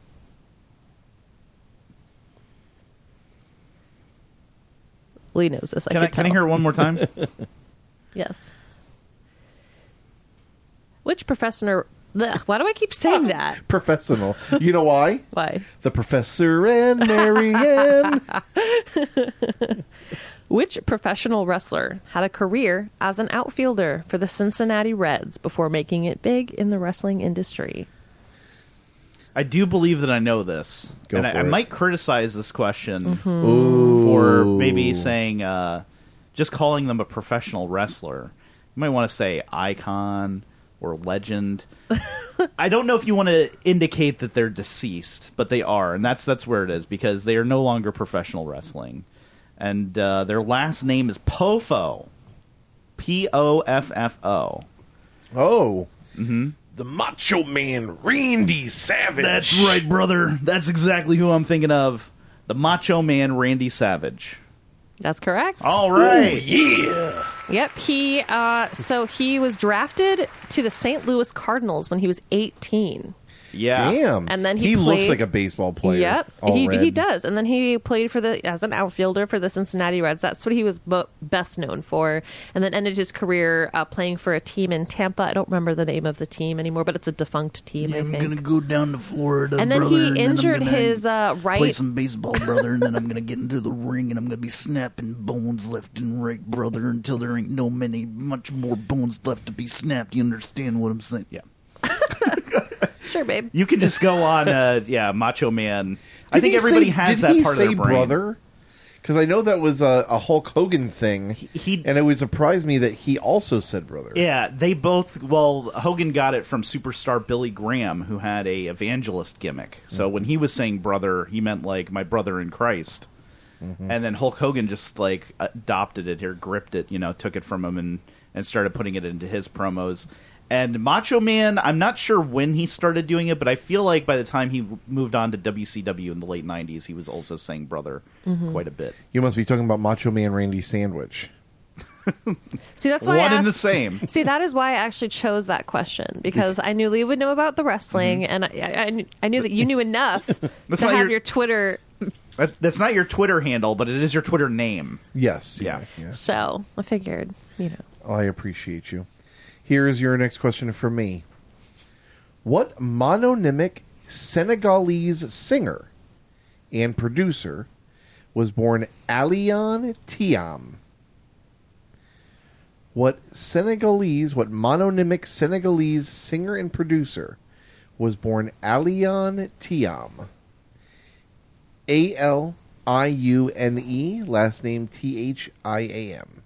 Speaker 4: Lee knows this. I
Speaker 1: can I,
Speaker 4: could
Speaker 1: can I
Speaker 4: tell.
Speaker 1: hear it one more time?
Speaker 4: Yes. Which professional? Blech, why do I keep saying that?
Speaker 2: professional you know why
Speaker 4: Why?
Speaker 2: the professor and marianne
Speaker 4: Which professional wrestler had a career as an outfielder for the Cincinnati Reds before making it big in the wrestling industry?
Speaker 1: I do believe that I know this,
Speaker 2: Go
Speaker 1: and I,
Speaker 2: for
Speaker 1: I
Speaker 2: it.
Speaker 1: might criticize this question.
Speaker 2: Ooh.
Speaker 1: for maybe saying uh, just calling them a professional wrestler. You might want to say icon or legend. I don't know if you want to indicate that they're deceased, but they are, and that's that's where it is because they are no longer professional wrestling, and uh, their last name is Pofo, P O F F O.
Speaker 2: Oh,
Speaker 5: The Macho Man Randy Savage.
Speaker 1: That's right, brother. That's exactly who I'm thinking of. The Macho Man Randy Savage.
Speaker 4: That's correct.
Speaker 1: All
Speaker 2: Oh,
Speaker 5: Ooh,
Speaker 1: right.
Speaker 5: yeah.
Speaker 4: Yep. He uh, so he was drafted to the St. Louis Cardinals when he was 18.
Speaker 1: Yeah.
Speaker 2: damn!
Speaker 4: And then he
Speaker 2: looks
Speaker 4: played-
Speaker 2: like a baseball player.
Speaker 4: Yep.
Speaker 2: all
Speaker 4: He
Speaker 2: red.
Speaker 4: he does. And then he played for the as an outfielder for the Cincinnati Reds. That's what he was bo- best known for. And then ended his career uh, playing for a team in Tampa. I don't remember the name of the team anymore, but it's a defunct team, I think.
Speaker 6: go down to Florida,
Speaker 4: and then he injured his uh,
Speaker 6: play
Speaker 4: right
Speaker 6: some baseball, brother, and then I'm gonna get into the ring and I'm gonna be snapping bones left and right, brother, until there ain't no many much more bones left to be snapped. You understand what I'm saying?
Speaker 1: Yeah.
Speaker 4: sure babe.
Speaker 1: You can just go on. Uh, yeah, Macho Man. I
Speaker 2: Did
Speaker 1: think
Speaker 2: he
Speaker 1: everybody
Speaker 2: say-
Speaker 1: has
Speaker 2: did
Speaker 1: that
Speaker 2: he
Speaker 1: part
Speaker 2: say
Speaker 1: of their brain.
Speaker 2: brother. Because I know that was a, a Hulk Hogan thing,
Speaker 1: he-
Speaker 2: and it would surprise me that he also said brother.
Speaker 1: Yeah, they both. Well, Hogan got it from superstar Billy Graham, who had a evangelist gimmick. So when he was saying brother, he meant like my brother in Christ. And then Hulk Hogan just like adopted it or gripped it, you know, took it from him and and started putting it into his promos. And Macho Man, I'm not sure when he started doing it, but I feel like by the time he moved on to WCW in the late '90s, he was also saying brother quite a bit.
Speaker 2: You must be talking about Macho Man Randy Sandwich.
Speaker 4: See, that's why
Speaker 1: One
Speaker 4: I asked,
Speaker 1: and the same.
Speaker 4: See, that is why I actually chose that question because I knew Lee would know about the wrestling, and I, I- I, kn- I knew that you knew enough to
Speaker 1: Mm-hmm. That's
Speaker 4: have
Speaker 1: not
Speaker 4: your...
Speaker 1: your-
Speaker 4: Twitter.
Speaker 1: That- That's not your Twitter handle, but it is your Twitter name.
Speaker 2: Yes.
Speaker 1: Yeah.
Speaker 2: Yes.
Speaker 4: So I figured, you know,
Speaker 2: I appreciate you. Here is your next question for me. What mononymic Senegalese singer and producer was born Alion Tiam? What Senegalese, what mononymic Senegalese singer and producer was born Alion Tiam? A L I U N E, last name T H I A M.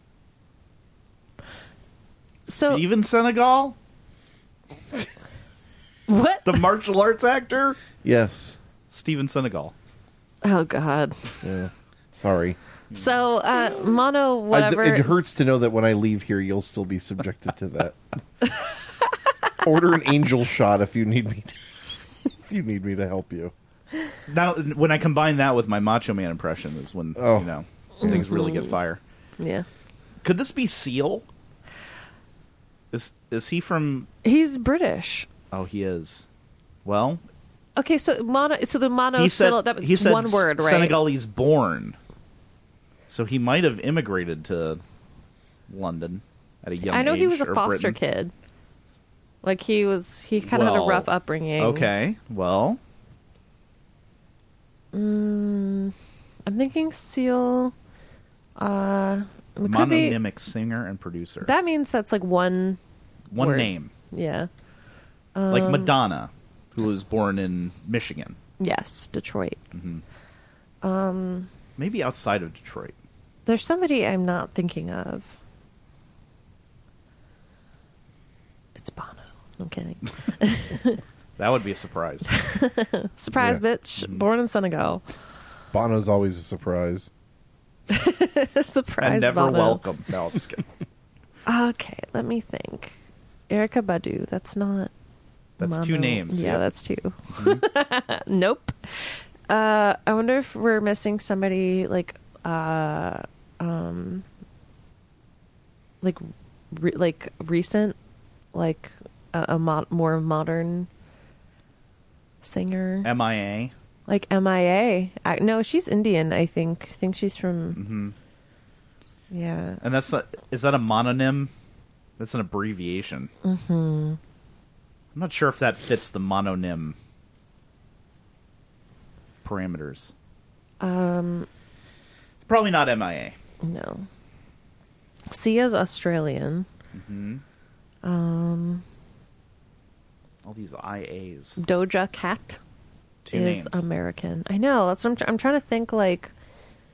Speaker 4: so
Speaker 1: Steven Senegal,
Speaker 4: what?
Speaker 1: the martial arts actor,
Speaker 2: Yes.
Speaker 1: Steven Senegal.
Speaker 4: Oh God.
Speaker 2: Sorry.
Speaker 4: So uh, mono
Speaker 2: I-
Speaker 4: whatever.
Speaker 2: it hurts to know that when I leave here, you'll still be subjected to that. Order an angel shot if you need me. To, if you need me to help you.
Speaker 1: Now, when I combine that with my Macho Man impression, is when
Speaker 2: Oh.
Speaker 1: you know things really
Speaker 4: Mm-hmm.
Speaker 1: get fire.
Speaker 4: Yeah.
Speaker 1: Could this be Seal? Is is he from?
Speaker 4: He's British.
Speaker 1: Oh, he is. Well,
Speaker 4: Okay, so mono. So the mono.
Speaker 1: he said
Speaker 4: that,
Speaker 1: he said
Speaker 4: one word, right?
Speaker 1: Senegalese born, so he might have immigrated to London at a young.
Speaker 4: I know he
Speaker 1: age,
Speaker 4: was a
Speaker 1: or
Speaker 4: foster
Speaker 1: Britain.
Speaker 4: kid. Like he was, he kind of had a
Speaker 1: Well,
Speaker 4: rough upbringing.
Speaker 1: Okay, well,
Speaker 4: I'm thinking Seal. Uh, it could be.
Speaker 1: mononymic singer and producer.
Speaker 4: That means that's like one.
Speaker 1: One
Speaker 4: word.
Speaker 1: name.
Speaker 4: Yeah.
Speaker 1: like
Speaker 4: Um,
Speaker 1: Madonna, who was born in Michigan,
Speaker 4: Yes, Detroit.
Speaker 1: Hmm. maybe outside of Detroit.
Speaker 4: There's somebody I'm not thinking of. It's Bono. I'm kidding.
Speaker 1: That would be a surprise.
Speaker 2: Yeah.
Speaker 4: Surprise,
Speaker 1: Hmm.
Speaker 4: bitch. Born in Senegal.
Speaker 2: Bono's always a surprise.
Speaker 4: Surprise,
Speaker 1: and never
Speaker 4: Bono.
Speaker 1: welcome. No, I'm just kidding.
Speaker 4: Okay, let me think. Erica Badu. That's not.
Speaker 1: That's two
Speaker 4: Mono-
Speaker 1: names.
Speaker 4: Yeah,
Speaker 1: Yep. Mm-hmm.
Speaker 4: that's 2 nope. Uh, I wonder if we're missing somebody like, uh, um, like, re- like recent, like a, a mo- more modern singer,
Speaker 1: MIA.
Speaker 4: like MIA. I, no, she's Indian. I think. I think she's
Speaker 1: Mm-hmm.
Speaker 4: from. Yeah.
Speaker 1: And that's not, is that a mononym? That's an abbreviation. Mm-hmm. I'm not sure if that fits the mononym parameters. Um, probably not MIA.
Speaker 4: No. Sia's Australian.
Speaker 1: All these IAs.
Speaker 4: Doja Cat.
Speaker 1: Two
Speaker 4: is
Speaker 1: names.
Speaker 4: American. I know. That's what I'm, tr- I'm trying to think like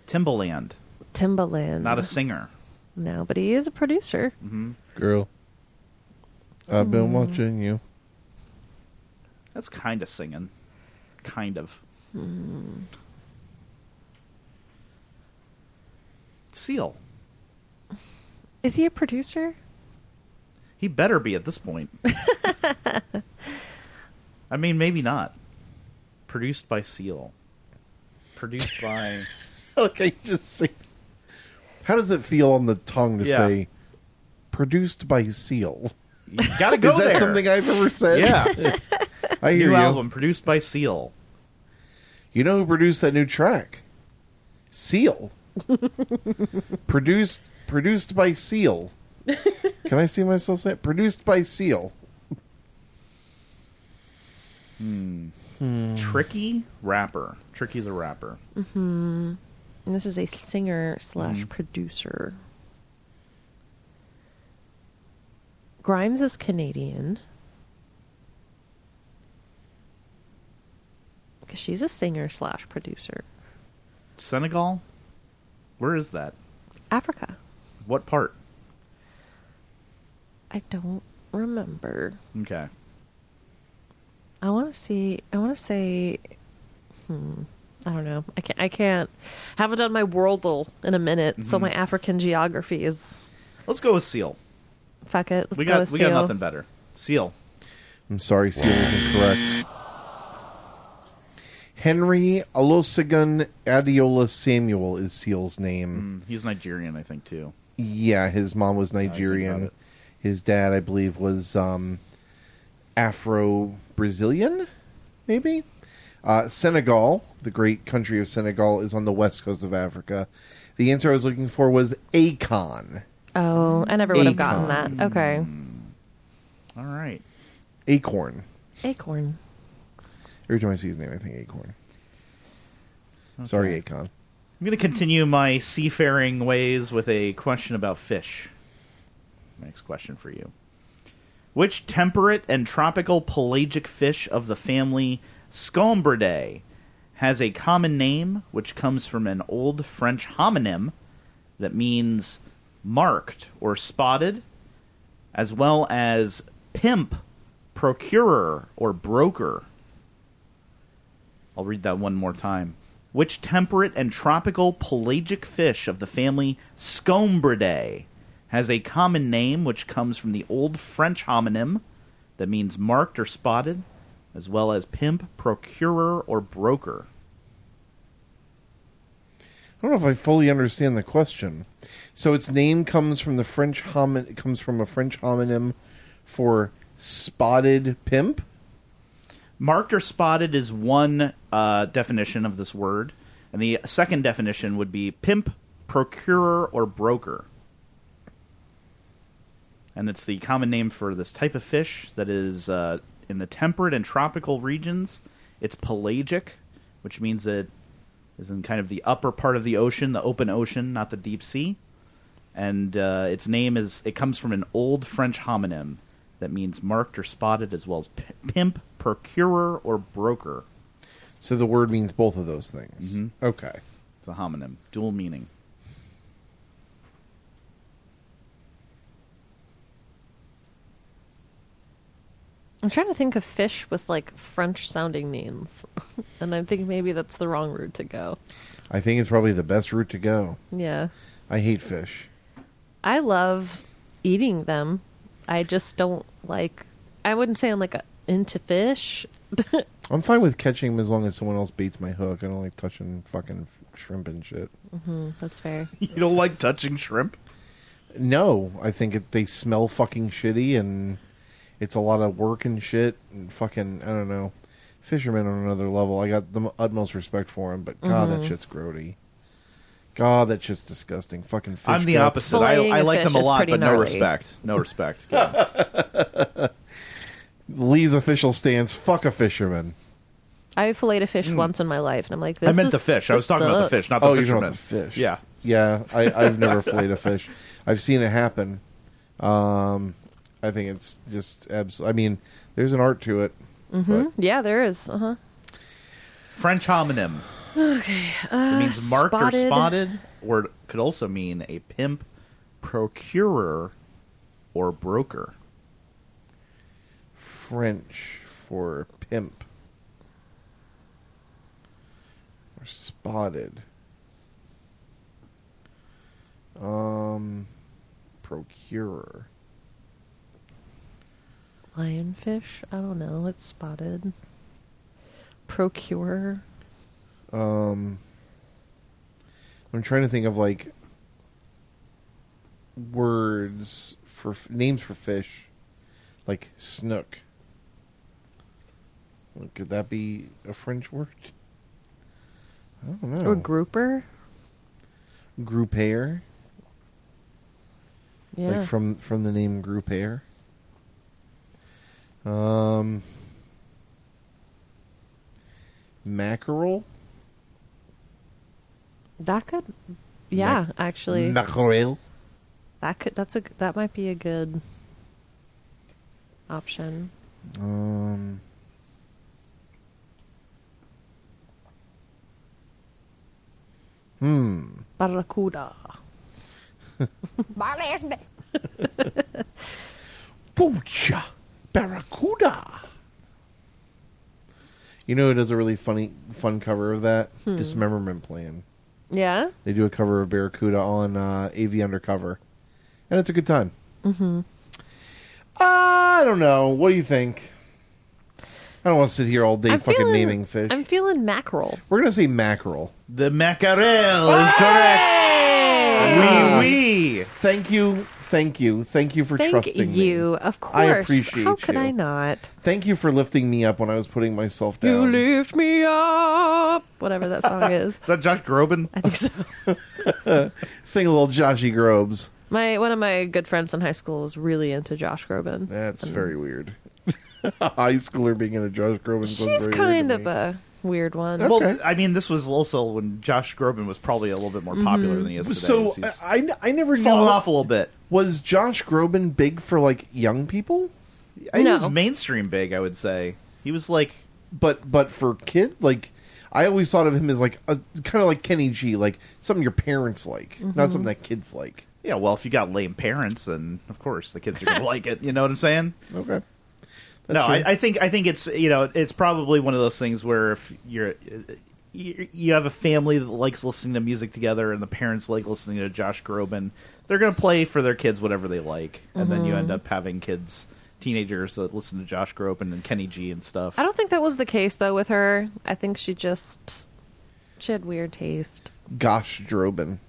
Speaker 1: Timbaland,
Speaker 4: Timbaland.
Speaker 1: not a singer.
Speaker 4: no, but he is a producer.
Speaker 2: Girl, I've been watching you.
Speaker 1: That's kind of singing. Kind of. Seal.
Speaker 4: Is he a producer?
Speaker 1: He better be at this point. I mean, maybe not. Produced by Seal. Produced by.
Speaker 2: okay, just say. How does it feel on the tongue to
Speaker 1: Yeah.
Speaker 2: say produced by Seal?
Speaker 1: You gotta go
Speaker 2: Is that
Speaker 1: there.
Speaker 2: something I've ever said?
Speaker 1: yeah.
Speaker 2: I hear
Speaker 1: New
Speaker 2: you.
Speaker 1: album produced by Seal.
Speaker 2: You know who produced that new track? Seal. produced produced by Seal. Can I see myself saying produced by Seal? Mm.
Speaker 1: Tricky rapper. Tricky's a rapper.
Speaker 4: And this is a singer
Speaker 1: Mm.
Speaker 4: slash producer. Grimes is Canadian. Because she's a singer slash producer.
Speaker 1: Senegal. Where is that?
Speaker 4: Africa.
Speaker 1: What part?
Speaker 4: I don't remember.
Speaker 1: Okay.
Speaker 4: I want to see. I want to say. Hmm. I don't know. I can't. I can't. Haven't done my worldle in a minute, so
Speaker 1: Mm-hmm.
Speaker 4: my African geography is.
Speaker 1: Let's go with Seal.
Speaker 4: Fuck it. Let's
Speaker 1: we
Speaker 4: go
Speaker 1: got
Speaker 4: with
Speaker 1: we
Speaker 4: seal.
Speaker 1: got nothing better. Seal.
Speaker 2: I'm sorry, Seal is incorrect. Henry Olusegun Adiola Samuel is Seal's name.
Speaker 1: He's Nigerian, I think, too.
Speaker 2: Yeah, his mom was
Speaker 1: about
Speaker 2: Nigerian.
Speaker 1: it.
Speaker 2: His dad, I believe, was um, Afro Brazilian, maybe? Uh, Senegal, the great country of Senegal, is on the west coast of Africa. The answer I was looking for was Akon.
Speaker 4: Oh, I never would have
Speaker 2: Acorn.
Speaker 4: gotten that. Okay.
Speaker 1: All right.
Speaker 2: Acorn.
Speaker 4: Acorn.
Speaker 2: Every time I see his name, I think Acorn. Sorry, Akon.
Speaker 1: I'm going to continue my seafaring ways with a question about fish. Next question for you. Which temperate and tropical pelagic fish of the family Scombridae has a common name which comes from an old French homonym that means marked or spotted, as well as pimp, procurer, or broker? I'll read that one more time. Which temperate and tropical pelagic fish of the family Scombridae has a common name which comes from the old French homonym that means marked or spotted, as well as pimp, procurer, or broker?
Speaker 2: I don't know if I fully understand the question. So its name comes from the French homin comes from a French homonym for spotted pimp.
Speaker 1: Marked or spotted is one uh, definition of this word, and the second definition would be pimp, procurer, or broker. And it's the common name for this type of fish that is uh, in the temperate and tropical regions. It's pelagic, which means it is in kind of the upper part of the ocean, the open ocean, not the deep sea. And uh, its name is it comes from an old French homonym that means marked or spotted, as well as p- pimp, procurer, or broker.
Speaker 2: So the word means both of those things.
Speaker 1: Mm-hmm.
Speaker 2: Okay.
Speaker 1: It's a homonym, dual meaning.
Speaker 4: I'm trying to think of fish with like French sounding names, and I think maybe that's the wrong route to go.
Speaker 2: I think it's probably the best route to go.
Speaker 4: Yeah.
Speaker 2: I hate fish.
Speaker 4: I love eating them. I just don't like. I wouldn't say I'm like a, into fish.
Speaker 2: I'm fine with catching them as long as someone else baits my hook. I don't like touching fucking shrimp and shit.
Speaker 4: That's fair.
Speaker 1: You don't like touching shrimp?
Speaker 2: No, I think it, they smell fucking shitty and it's a lot of work and shit and fucking I don't know. Fishermen on another level. I got the m- utmost respect for them, but god,
Speaker 1: Mm-hmm.
Speaker 2: that shit's grody. God, that shit's disgusting. Fucking fish.
Speaker 1: I'm the
Speaker 2: guts.
Speaker 1: opposite. I,
Speaker 4: Filleting
Speaker 1: I
Speaker 4: a
Speaker 1: like
Speaker 4: fish
Speaker 1: them a
Speaker 4: is
Speaker 1: lot,
Speaker 4: pretty
Speaker 1: but no
Speaker 4: gnarly.
Speaker 1: respect. No respect. Yeah.
Speaker 2: Lee's official stance. Fuck a fisherman.
Speaker 4: I filleted a fish once in my life, and I'm like, this
Speaker 1: Hmm. I meant
Speaker 4: is-
Speaker 1: the fish. I
Speaker 4: this
Speaker 1: was talking about the
Speaker 4: sucks.
Speaker 1: fish, not the
Speaker 2: Oh, you're talking
Speaker 1: fisherman.
Speaker 2: about the fish.
Speaker 1: Yeah.
Speaker 2: yeah. I, I've never filleted a fish. I've seen it happen. Um, I think it's just abs- I mean, there's an art to it. but-
Speaker 4: Yeah, there is. Uh huh.
Speaker 1: French homonym. Okay. it means marked
Speaker 4: uh, spotted.
Speaker 1: or spotted, or it could also mean a pimp, procurer, or broker.
Speaker 2: French for pimp. Or spotted. Um, procurer.
Speaker 4: Lionfish? I don't know. It's spotted. Procurer.
Speaker 2: Um, I'm trying to think of like words for f- names for fish, like snook. Like, Could that be a French word? I don't know.
Speaker 1: Oh.
Speaker 4: Or grouper?
Speaker 2: Grouper,
Speaker 4: Yeah.
Speaker 2: like from from the name grouper. Um, mackerel.
Speaker 4: that could. Yeah, actually.
Speaker 2: Mackerel.
Speaker 4: That could. That's a. That might be a good option.
Speaker 2: Um. Hmm.
Speaker 4: Barracuda.
Speaker 2: Boocha. Barracuda. You know who does a really funny, fun cover of that?
Speaker 4: Hmm.
Speaker 2: Dismemberment Plan.
Speaker 4: Yeah.
Speaker 2: They do a cover of Barracuda on uh, AV Undercover, and it's a good time. Mm-hmm. I don't know. What do you think? I don't want to sit here all day fucking naming fish.
Speaker 4: I'm feeling mackerel.
Speaker 2: We're gonna say mackerel.
Speaker 1: The mackerel is correct. Wee wee.
Speaker 2: Thank you, thank you, thank you for
Speaker 4: Thank
Speaker 2: trusting
Speaker 4: you.
Speaker 2: me.
Speaker 4: Of course.
Speaker 2: I appreciate
Speaker 4: How could
Speaker 2: you.
Speaker 4: I not?
Speaker 2: Thank you for lifting me up when I was putting myself down.
Speaker 4: You lift me up. Whatever that song is.
Speaker 1: Is that Josh Groban?
Speaker 4: I think so.
Speaker 2: Sing a little Joshy Grobes.
Speaker 4: My one of my good friends in high school was really into Josh Groban.
Speaker 2: That's very weird. High schooler being in a Josh Groban. sounds
Speaker 4: She's
Speaker 2: very
Speaker 4: kind
Speaker 2: weird
Speaker 4: of
Speaker 2: to me.
Speaker 4: a weird one.
Speaker 1: Well, I mean, this was also when Josh Groban was probably a little bit more popular than he is today.
Speaker 2: So uh,
Speaker 1: He's
Speaker 2: I, I- I never knew.
Speaker 1: fallen off a little bit.
Speaker 2: Was Josh Groban big for like young people,
Speaker 1: He was
Speaker 4: No.
Speaker 1: mainstream big, I would say. He was like,
Speaker 2: but but for kid like. I always thought of him as like a kind of like Kenny G, like something your parents like,
Speaker 4: Mm-hmm.
Speaker 2: not something that kids like.
Speaker 1: yeah, well, if you got lame parents, then of course the kids are going to like it. You know what I'm saying?
Speaker 2: Okay.
Speaker 1: no,
Speaker 2: fair.
Speaker 1: I, I think I think it's you know it's probably one of those things where if you're you you have a family that likes listening to music together, and the parents like listening to Josh Groban, they're going to play for their kids whatever they like, and then you end
Speaker 4: Mm-hmm.
Speaker 1: up having kids, teenagers that listen to Josh Groban and Kenny G and stuff.
Speaker 4: I don't think that was the case though with her. I think she just she had weird taste.
Speaker 2: Gosh Droban.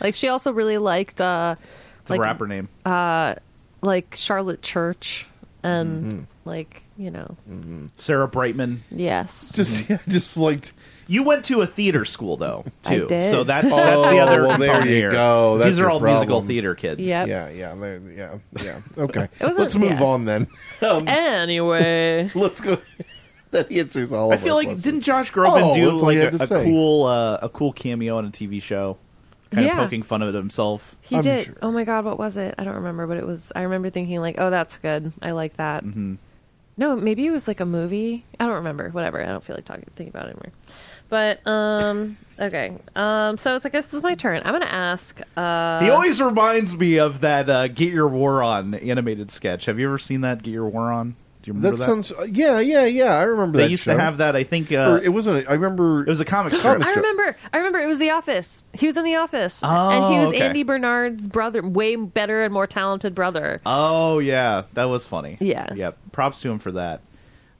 Speaker 4: Like she also really liked uh
Speaker 1: It's
Speaker 4: like uh,
Speaker 1: a rapper name.
Speaker 4: like Charlotte Church and
Speaker 2: Mm-hmm.
Speaker 4: like, you know.
Speaker 1: Sarah Brightman.
Speaker 4: Yes.
Speaker 2: Mm. Just yeah, just like
Speaker 1: You went to a theater school though,
Speaker 4: I
Speaker 1: too.
Speaker 4: did.
Speaker 1: So that's that's the other
Speaker 2: Oh, well, there
Speaker 1: component
Speaker 2: you
Speaker 1: here.
Speaker 2: go. That's
Speaker 1: These are
Speaker 2: your
Speaker 1: all musical
Speaker 2: problem.
Speaker 1: theater kids.
Speaker 4: Yep.
Speaker 2: yeah, yeah, there, yeah, yeah. Okay,
Speaker 4: was a-
Speaker 2: let's move
Speaker 4: yeah.
Speaker 2: on then. Um,
Speaker 4: Anyway.
Speaker 2: let's go. that answers all.
Speaker 1: I
Speaker 2: of
Speaker 1: feel
Speaker 2: our
Speaker 1: like
Speaker 2: questions.
Speaker 1: didn't Josh Groban
Speaker 2: Oh,
Speaker 1: do
Speaker 2: that's all
Speaker 1: like
Speaker 2: you
Speaker 1: a,
Speaker 2: had to
Speaker 1: a
Speaker 2: say.
Speaker 1: cool uh, a cool cameo on a TV show, kind
Speaker 4: Yeah.
Speaker 1: of poking fun at himself?
Speaker 4: He
Speaker 2: I'm
Speaker 4: did.
Speaker 2: sure.
Speaker 4: Oh my god, what was it? I don't remember, but it was. I remember thinking like, oh, that's good. I like that. Mm-hmm. No, maybe it was like a movie. I don't remember. Whatever. I don't feel like talking thinking about it anymore. But um, okay. Um, so it's I guess this is my turn. I'm gonna ask. Uh,
Speaker 1: he always reminds me of that uh, "Get Your War On" animated sketch. Have you ever seen that "Get Your War On"? Do you remember
Speaker 2: That
Speaker 1: that?
Speaker 2: sounds. uh, yeah, yeah, yeah. I remember
Speaker 1: they
Speaker 2: that
Speaker 1: used
Speaker 2: show.
Speaker 1: to have that. I think uh,
Speaker 2: Or it wasn't. a- I remember
Speaker 1: it was a comic strip.
Speaker 2: Comic
Speaker 4: I
Speaker 2: strip.
Speaker 4: remember. I remember. It was The Office. He was in The Office,
Speaker 1: Oh,
Speaker 4: and he was
Speaker 1: okay.
Speaker 4: Andy Bernard's brother, way better and more talented brother.
Speaker 1: Oh yeah, that was funny.
Speaker 4: Yeah.
Speaker 1: yeah. Props to him for that.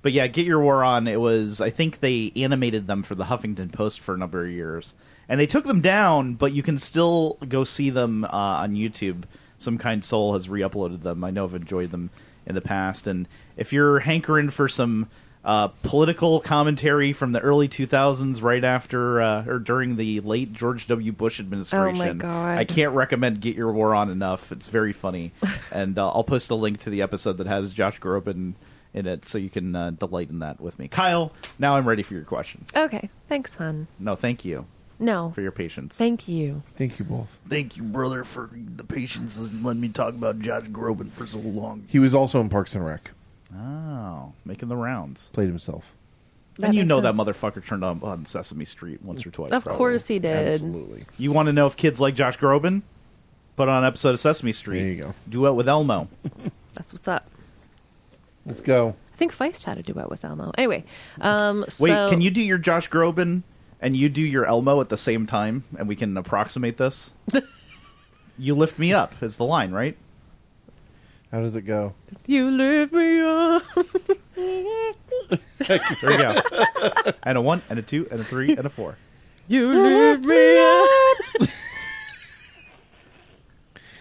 Speaker 1: But yeah, get your war on. It was I think they animated them for the Huffington Post for a number of years, and they took them down. But you can still go see them uh, on YouTube. Some kind soul has re-uploaded them. I know I've enjoyed them in the past, and if you're hankering for some. Uh, political commentary from the early 2000s, right after uh, or during the late George W. Bush administration.
Speaker 4: Oh, God.
Speaker 1: I can't recommend Get Your War On enough. It's very funny, and uh, I'll post a link to the episode that has Josh Groban in it, so you can uh, delight in that with me. Kyle, now I'm ready for your question.
Speaker 4: Okay. Thanks, hon.
Speaker 1: No, thank you
Speaker 4: No.
Speaker 1: for your patience.
Speaker 4: Thank you.
Speaker 2: Thank you both.
Speaker 6: Thank you, brother, for the patience and letting me talk about Josh Groban for so long.
Speaker 2: He was also in Parks and Rec.
Speaker 1: oh, making the rounds.
Speaker 2: Played himself.
Speaker 4: That
Speaker 1: and you
Speaker 4: makes
Speaker 1: know that
Speaker 4: sense.
Speaker 1: motherfucker turned on, on Sesame Street once or twice.
Speaker 4: Of
Speaker 1: probably.
Speaker 4: course he did.
Speaker 2: Absolutely.
Speaker 1: You want to know if kids like Josh Groban? Put on an episode of Sesame Street.
Speaker 2: There you go.
Speaker 1: Duet with Elmo.
Speaker 4: That's what's up.
Speaker 2: Let's go.
Speaker 4: I think Feist had a duet with Elmo. Anyway, um,
Speaker 1: Wait,
Speaker 4: so-
Speaker 1: can you do your Josh Groban and you do your Elmo at the same time, and we can approximate this? you lift me up is the line, right?
Speaker 2: How does it go?
Speaker 4: You lift me up.
Speaker 1: There you go. and a one, and a two, and a three, and a four.
Speaker 4: You lift me up.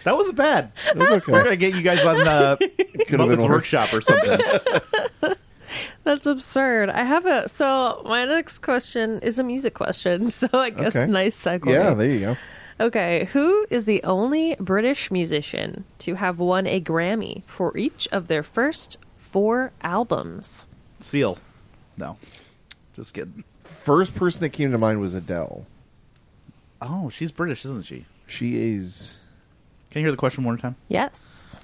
Speaker 1: That was bad.
Speaker 2: It was
Speaker 1: We're
Speaker 2: okay.
Speaker 1: gonna get you guys on uh,
Speaker 2: been worse.
Speaker 1: Muppets Workshop or something.
Speaker 4: That's absurd. I have a so my next question is a music question. So I guess
Speaker 2: Okay.
Speaker 4: nice segue.
Speaker 2: yeah, there you go.
Speaker 4: okay, who is the only British musician to have won a Grammy for each of their first four albums?
Speaker 1: Seal. No, just kidding.
Speaker 2: First person that came to mind was Adele.
Speaker 1: Oh, she's British, isn't she?
Speaker 2: She is.
Speaker 1: Can you hear the question one more time?
Speaker 4: Yes.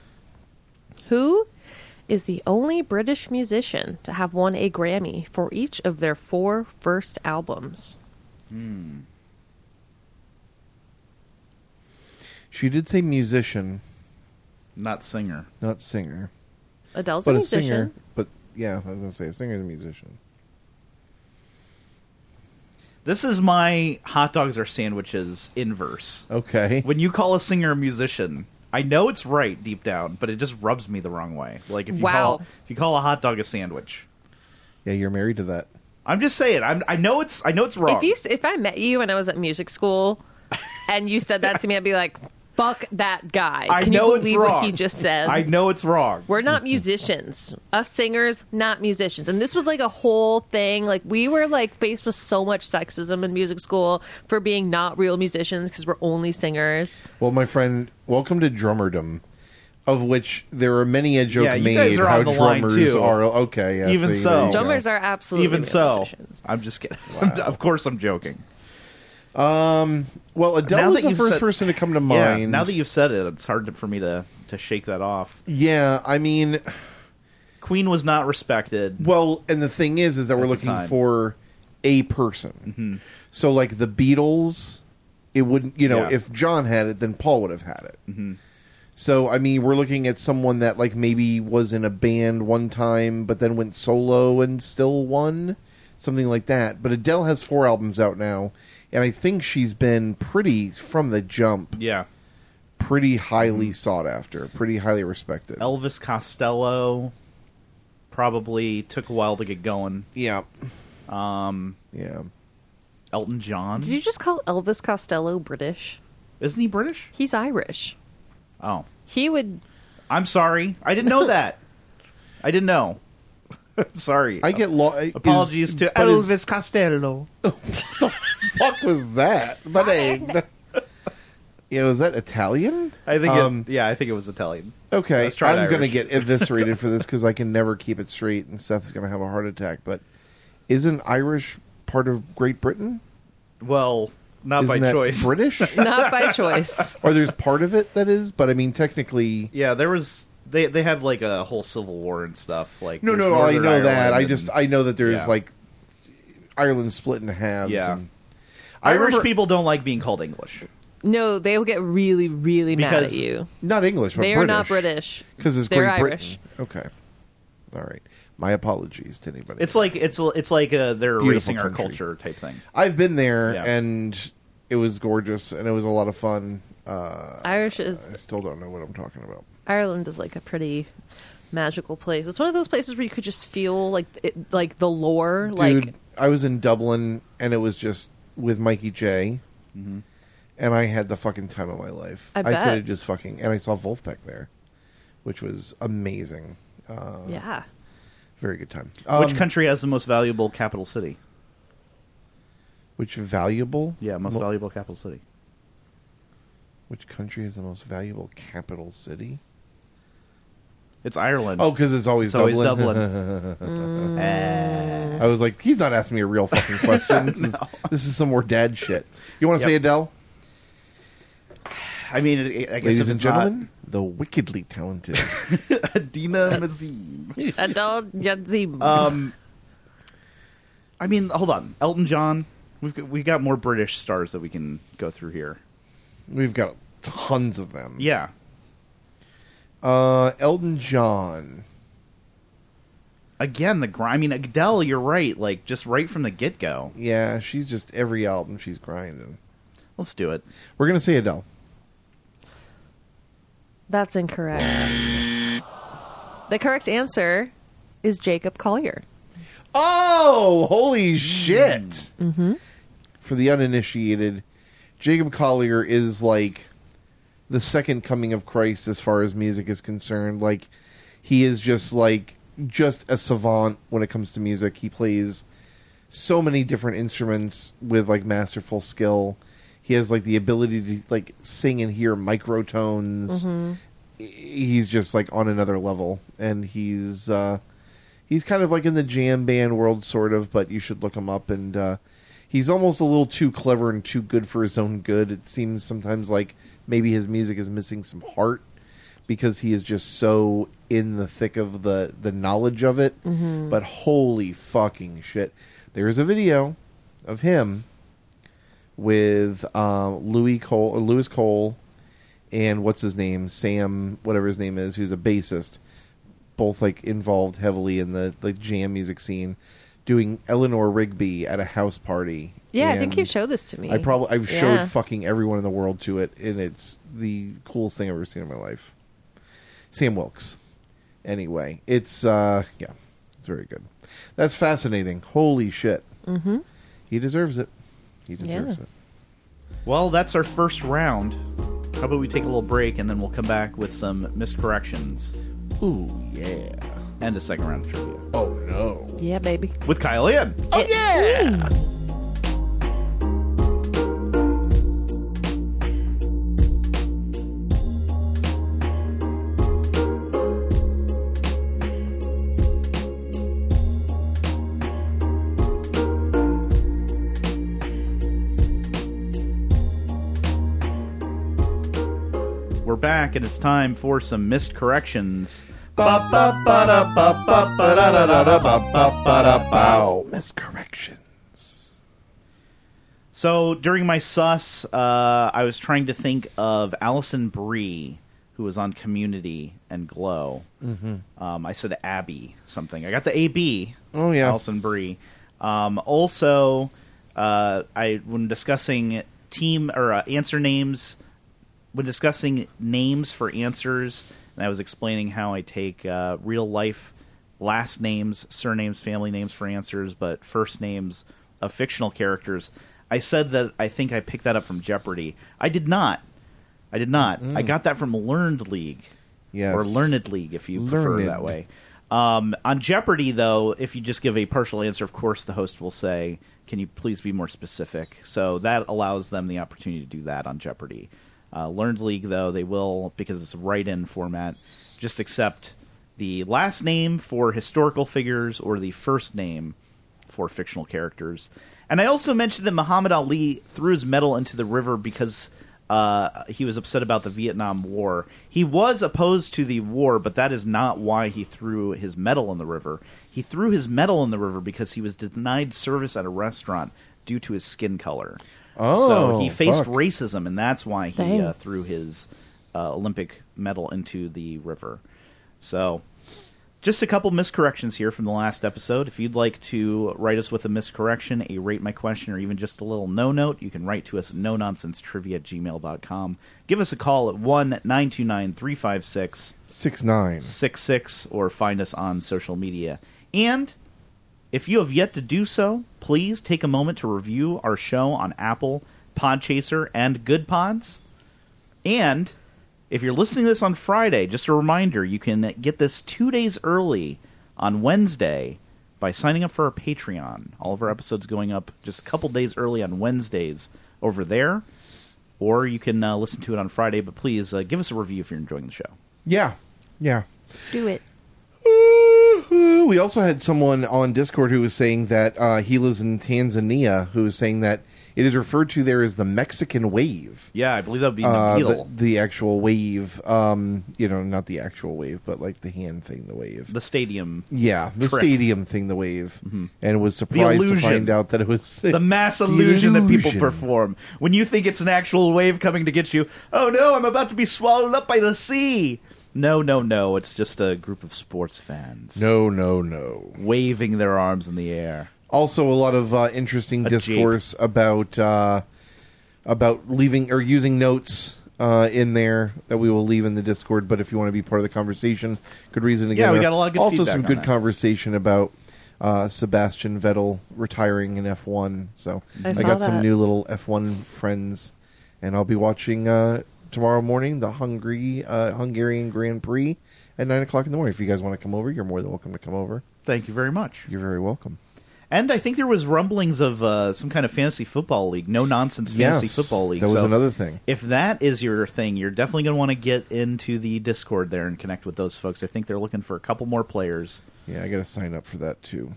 Speaker 4: Who is the only British musician to have won a Grammy for each of their four first albums?
Speaker 2: She did say musician,
Speaker 1: Not singer.
Speaker 2: not singer,
Speaker 4: Adele's
Speaker 2: but
Speaker 4: a
Speaker 2: a
Speaker 4: musician.
Speaker 2: singer. But yeah, I was gonna say a singer's a musician.
Speaker 1: This is my hot dogs are sandwiches inverse.
Speaker 2: Okay.
Speaker 1: When you call a singer a musician, I know it's right deep down, but it just rubs me the wrong way. Like if you
Speaker 4: Wow.
Speaker 1: call if you call a hot dog a sandwich,
Speaker 2: Yeah, you're married to that.
Speaker 1: I'm just saying. I'm, I know it's I know it's wrong.
Speaker 4: If you s- if I met you and I was at music school, and you said that to me, I'd be like, "Fuck that guy."
Speaker 1: I
Speaker 4: Can
Speaker 1: know
Speaker 4: you
Speaker 1: it's
Speaker 4: believe
Speaker 1: wrong.
Speaker 4: what he just said?
Speaker 1: I know it's wrong.
Speaker 4: We're not musicians. Us singers, not musicians. And this was like a whole thing. Like we were like faced with so much sexism in music school for being not real musicians because we're only singers.
Speaker 2: Well, my friend, welcome to drummerdom, of which there are many a joke
Speaker 1: Yeah, you
Speaker 2: made
Speaker 1: guys are
Speaker 2: how
Speaker 1: on the line,
Speaker 2: drummers
Speaker 1: too.
Speaker 2: are okay. Yeah,
Speaker 1: Even
Speaker 2: see,
Speaker 1: so.
Speaker 2: there you go.
Speaker 4: Drummers are absolutely
Speaker 1: Oh, Even
Speaker 4: real
Speaker 1: so,
Speaker 4: musicians.
Speaker 1: I'm just kidding. of course, I'm joking.
Speaker 2: Well, Adele
Speaker 1: Now
Speaker 2: was
Speaker 1: that
Speaker 2: the
Speaker 1: you've
Speaker 2: first
Speaker 1: said-
Speaker 2: person to come to mind.
Speaker 1: Yeah, now that you've said it, it's hard to, for me to to shake that off.
Speaker 2: yeah, I mean,
Speaker 1: Queen was not respected.
Speaker 2: well, and the thing is, is that we're
Speaker 1: the
Speaker 2: looking
Speaker 1: time. Mm-hmm.
Speaker 2: for a person. So, like the Beatles, it wouldn't. You know,
Speaker 1: Yeah. Mm-hmm.
Speaker 2: if John had it, then Paul would have had it. So, I mean, we're looking at someone that, like, maybe was in a band one time, but then went solo and still won, something like that. But Adele has four albums out now, and I think she's been pretty from the jump.
Speaker 1: Yeah,
Speaker 2: pretty
Speaker 1: Mm-hmm.
Speaker 2: highly sought after, pretty highly respected.
Speaker 1: Elvis Costello probably took a while to get going.
Speaker 2: yeah. Um.
Speaker 1: Um,
Speaker 2: Yeah.
Speaker 1: Elton John
Speaker 4: Did you just call Elvis Costello British?
Speaker 1: isn't he British?
Speaker 4: He's Irish.
Speaker 1: Oh,
Speaker 4: He would
Speaker 1: I'm sorry, I didn't know that. I didn't know. I'm sorry.
Speaker 2: I get lo- is-
Speaker 1: apologies to
Speaker 2: but is-
Speaker 1: Elvis Costello.
Speaker 2: fuck was that? But hey, yeah, was that Italian?
Speaker 1: I think.
Speaker 2: Um,
Speaker 1: it, yeah, I think it was Italian.
Speaker 2: Okay,
Speaker 1: Let's try it
Speaker 2: I'm gonna
Speaker 1: Irish.
Speaker 2: get eviscerated for this because I can never keep it straight, and Seth's gonna have a heart attack. But isn't Irish part of Great Britain?
Speaker 1: Well, not
Speaker 2: Isn't
Speaker 1: by
Speaker 2: that
Speaker 1: choice.
Speaker 2: British?
Speaker 4: not by choice.
Speaker 2: or there's part of it that is, but I mean, technically,
Speaker 1: yeah, there was. They they had like a whole civil war and stuff. Like
Speaker 2: No,
Speaker 1: there's
Speaker 2: no, I
Speaker 1: Northern
Speaker 2: know that.
Speaker 1: Ireland
Speaker 2: I
Speaker 1: and-
Speaker 2: just I know that there's
Speaker 1: Yeah.
Speaker 2: like Ireland split in halves.
Speaker 1: Yeah.
Speaker 2: and-
Speaker 1: Irish
Speaker 2: remember-
Speaker 1: people don't like being called English.
Speaker 4: No, they will get really, really mad at
Speaker 1: Because
Speaker 4: you.
Speaker 2: not English, but
Speaker 4: They
Speaker 2: British.
Speaker 4: are not British
Speaker 2: because it's
Speaker 4: They're
Speaker 2: Great
Speaker 4: Irish.
Speaker 2: Britain. Okay, all right. My apologies to anybody.
Speaker 1: It's like it's it's like uh, they're
Speaker 2: Beautiful
Speaker 1: erasing our
Speaker 2: country.
Speaker 1: culture type thing.
Speaker 2: I've been there,
Speaker 1: Yeah.
Speaker 2: and it was gorgeous, and it was a lot of fun. Uh,
Speaker 4: Irish is
Speaker 2: I still don't know what I'm talking about.
Speaker 4: Ireland is like a pretty magical place. It's one of those places where you could just feel like it, like the lore,
Speaker 2: Dude,
Speaker 4: like
Speaker 2: I was in Dublin, and it was just with Mikey J.
Speaker 1: Mm-hmm.
Speaker 2: And I had the fucking time of my life.
Speaker 4: I
Speaker 2: could
Speaker 4: bet.
Speaker 2: have just fucking and I saw Wolfpack there, which was amazing. Uh,
Speaker 4: yeah.
Speaker 2: very good time.
Speaker 1: Which
Speaker 2: Um,
Speaker 1: country has the most valuable capital city?
Speaker 2: Which valuable?
Speaker 1: Yeah, most
Speaker 2: mo-
Speaker 1: valuable capital city.
Speaker 2: Which country has the most valuable capital city?
Speaker 1: It's Ireland.
Speaker 2: Oh, because it's always
Speaker 1: it's
Speaker 2: Dublin.
Speaker 1: always Dublin. Eh.
Speaker 2: I was like, he's not asking me a real fucking question. This, is, this is some more dad shit. You want to
Speaker 1: Yep.
Speaker 2: say Adele?
Speaker 1: I mean, it- I guess if
Speaker 2: Ladies and
Speaker 1: it's not-
Speaker 2: gentlemen, the wickedly talented.
Speaker 1: Adina Mazim.
Speaker 4: Adult Yazim.
Speaker 2: Uh.
Speaker 1: Um, I mean, hold on, Elton John. We've got, we got more British stars that we can go through here.
Speaker 2: We've got tons of them.
Speaker 1: Yeah,
Speaker 2: Uh, Elton John.
Speaker 1: again the grind. I mean, Adele, you're right. Like just right from the get go.
Speaker 2: Yeah, she's just every album she's grinding.
Speaker 1: Let's do it.
Speaker 2: We're gonna say Adele.
Speaker 4: That's incorrect. The correct answer is Jacob Collier.
Speaker 2: Oh,
Speaker 1: Hmm.
Speaker 2: holy shit! For the uninitiated, Jacob Collier is like the second coming of Christ as far as music is concerned. Like he is just like just a savant when it comes to music. He plays so many different instruments with like masterful skill. He has like the ability to like sing and hear microtones. He- He's just like on another level, and he's uh, he's kind of like in the jam band world, sort of. But you should look him up, and uh, he's almost a little too clever and too good for his own good. It seems sometimes like maybe his music is missing some heart because he is just so in the thick of the the knowledge of it.
Speaker 4: Mm-hmm.
Speaker 2: But holy fucking shit! There is a video of him with um, Louis Cole or Louis Cole and what's his name Sam whatever his name is who's a bassist both like involved heavily in the like jam music scene doing Eleanor Rigby at a house party
Speaker 4: Yeah, I think
Speaker 2: And
Speaker 4: you showed this to me.
Speaker 2: I probably I've showed
Speaker 4: Yeah.
Speaker 2: fucking everyone in the world to it and it's the coolest thing I've ever seen in my life Sam Wilkes anyway it's uh yeah it's very good that's fascinating holy shit mm-hmm. he deserves it he deserves
Speaker 4: Yeah.
Speaker 2: it
Speaker 1: Well, that's our first round. How about we take a little break and then we'll come back with some miscorrections. Ooh, yeah. And a second round of trivia.
Speaker 5: Oh no.
Speaker 4: Yeah, baby.
Speaker 1: With Kyle Ian.
Speaker 4: Oh yeah.
Speaker 1: We're back and it's time for some missed corrections. Miscorrections. So during my sus, uh, I was trying to think of Allison Brie, who was on Community and Glow. Um, I said Abby something. I got the AB.
Speaker 2: Mm-hmm. Oh, yeah.
Speaker 1: Allison Brie. Um, also, uh, I when discussing team or uh, answer names, when discussing names for answers, and I was explaining how I take uh, real life last names, surnames, family names for answers, but first names of fictional characters. I said that I think I picked that up from Jeopardy. I did not. I did not. I got that from Learned League,
Speaker 2: Yes.
Speaker 1: or Learned League, if you prefer
Speaker 2: Learned.
Speaker 1: that way. Um, on Jeopardy, though, if you just give a partial answer, of course, the host will say, "Can you please be more specific?" So that allows them the opportunity to do that on Jeopardy. Uh, Learned League, though, they will because it's a write-in format, just accept the last name for historical figures or the first name for fictional characters. And I also mentioned that Muhammad Ali threw his medal into the river because uh, he was upset about the Vietnam War. He was opposed to the war, but that is not why he threw his medal in the river. He threw his medal in the river because he was denied service at a restaurant due to his skin color. so
Speaker 2: Oh,
Speaker 1: he faced
Speaker 2: fuck.
Speaker 1: racism, and that's why he
Speaker 4: Dang.
Speaker 1: uh, threw his uh, Olympic medal into the river. So just a couple miscorrections here from the last episode. If you'd like to write us with a miscorrection, a rate my question, or even just a little no note, you can write to us at no nonsense trivia at gmail.com. Give us a call at 1 929 356
Speaker 2: six nine
Speaker 1: 66 or find us on social media. And if you have yet to do so, please take a moment to review our show on Apple, Podchaser, and Good Pods. And if you're listening to this on Friday, just a reminder you can get this two days early on Wednesday by signing up for our Patreon. All of our episodes going up just a couple days early on Wednesdays over there. Or you can uh, listen to it on Friday, but please uh, give us a review if you're enjoying the show.
Speaker 2: yeah yeah
Speaker 4: Do it.
Speaker 2: Ooh, we also had someone on Discord who was saying that uh, he lives in Tanzania, who was saying that it is referred to there as the Mexican wave.
Speaker 1: Yeah, I believe that would be
Speaker 2: Uh,
Speaker 1: Nabil.
Speaker 2: the, the actual wave, um, you know, not the actual wave, but like the hand thing, the wave.
Speaker 1: the stadium.
Speaker 2: yeah, the
Speaker 1: trick. Mm-hmm.
Speaker 2: stadium thing, the wave, and was surprised to
Speaker 1: illusion.
Speaker 2: find out that it was
Speaker 1: The mass illusion, that people
Speaker 2: illusion.
Speaker 1: perform. When you think it's an actual wave coming to get you, oh no, I'm about to be swallowed up by the sea. No, no, no. It's just a group of sports fans
Speaker 2: No, no, no.
Speaker 1: waving their arms in the air. also
Speaker 2: also a lot of uh, interesting
Speaker 1: A
Speaker 2: discourse about uh, about leaving or using notes uh, in there that we will leave in the Discord. But if you want to be part of the conversation, good reason to get
Speaker 1: Yeah, we
Speaker 2: there.
Speaker 1: got a lot of good
Speaker 2: Also,
Speaker 1: feedback
Speaker 2: some
Speaker 1: on
Speaker 2: good
Speaker 1: that.
Speaker 2: conversation about uh, Sebastian Vettel retiring in F one. So
Speaker 4: I saw
Speaker 2: got some
Speaker 4: that.
Speaker 2: new little F one friends, and I'll be watching uh, tomorrow morning the Hungary uh, Hungarian Grand Prix at nine o'clock in the morning. If you guys want to come over, you're more than welcome to come over.
Speaker 1: Thank you very much.
Speaker 2: You're very welcome.
Speaker 1: And I think there was rumblings of uh, some kind of fantasy football league, no nonsense fantasy
Speaker 2: Yes,
Speaker 1: football league.
Speaker 2: that was
Speaker 1: So
Speaker 2: another thing.
Speaker 1: If that is your thing, you're definitely going to want to get into the Discord there and connect with those folks. I think they're looking for a couple more players.
Speaker 2: Yeah, I got to sign up for that too.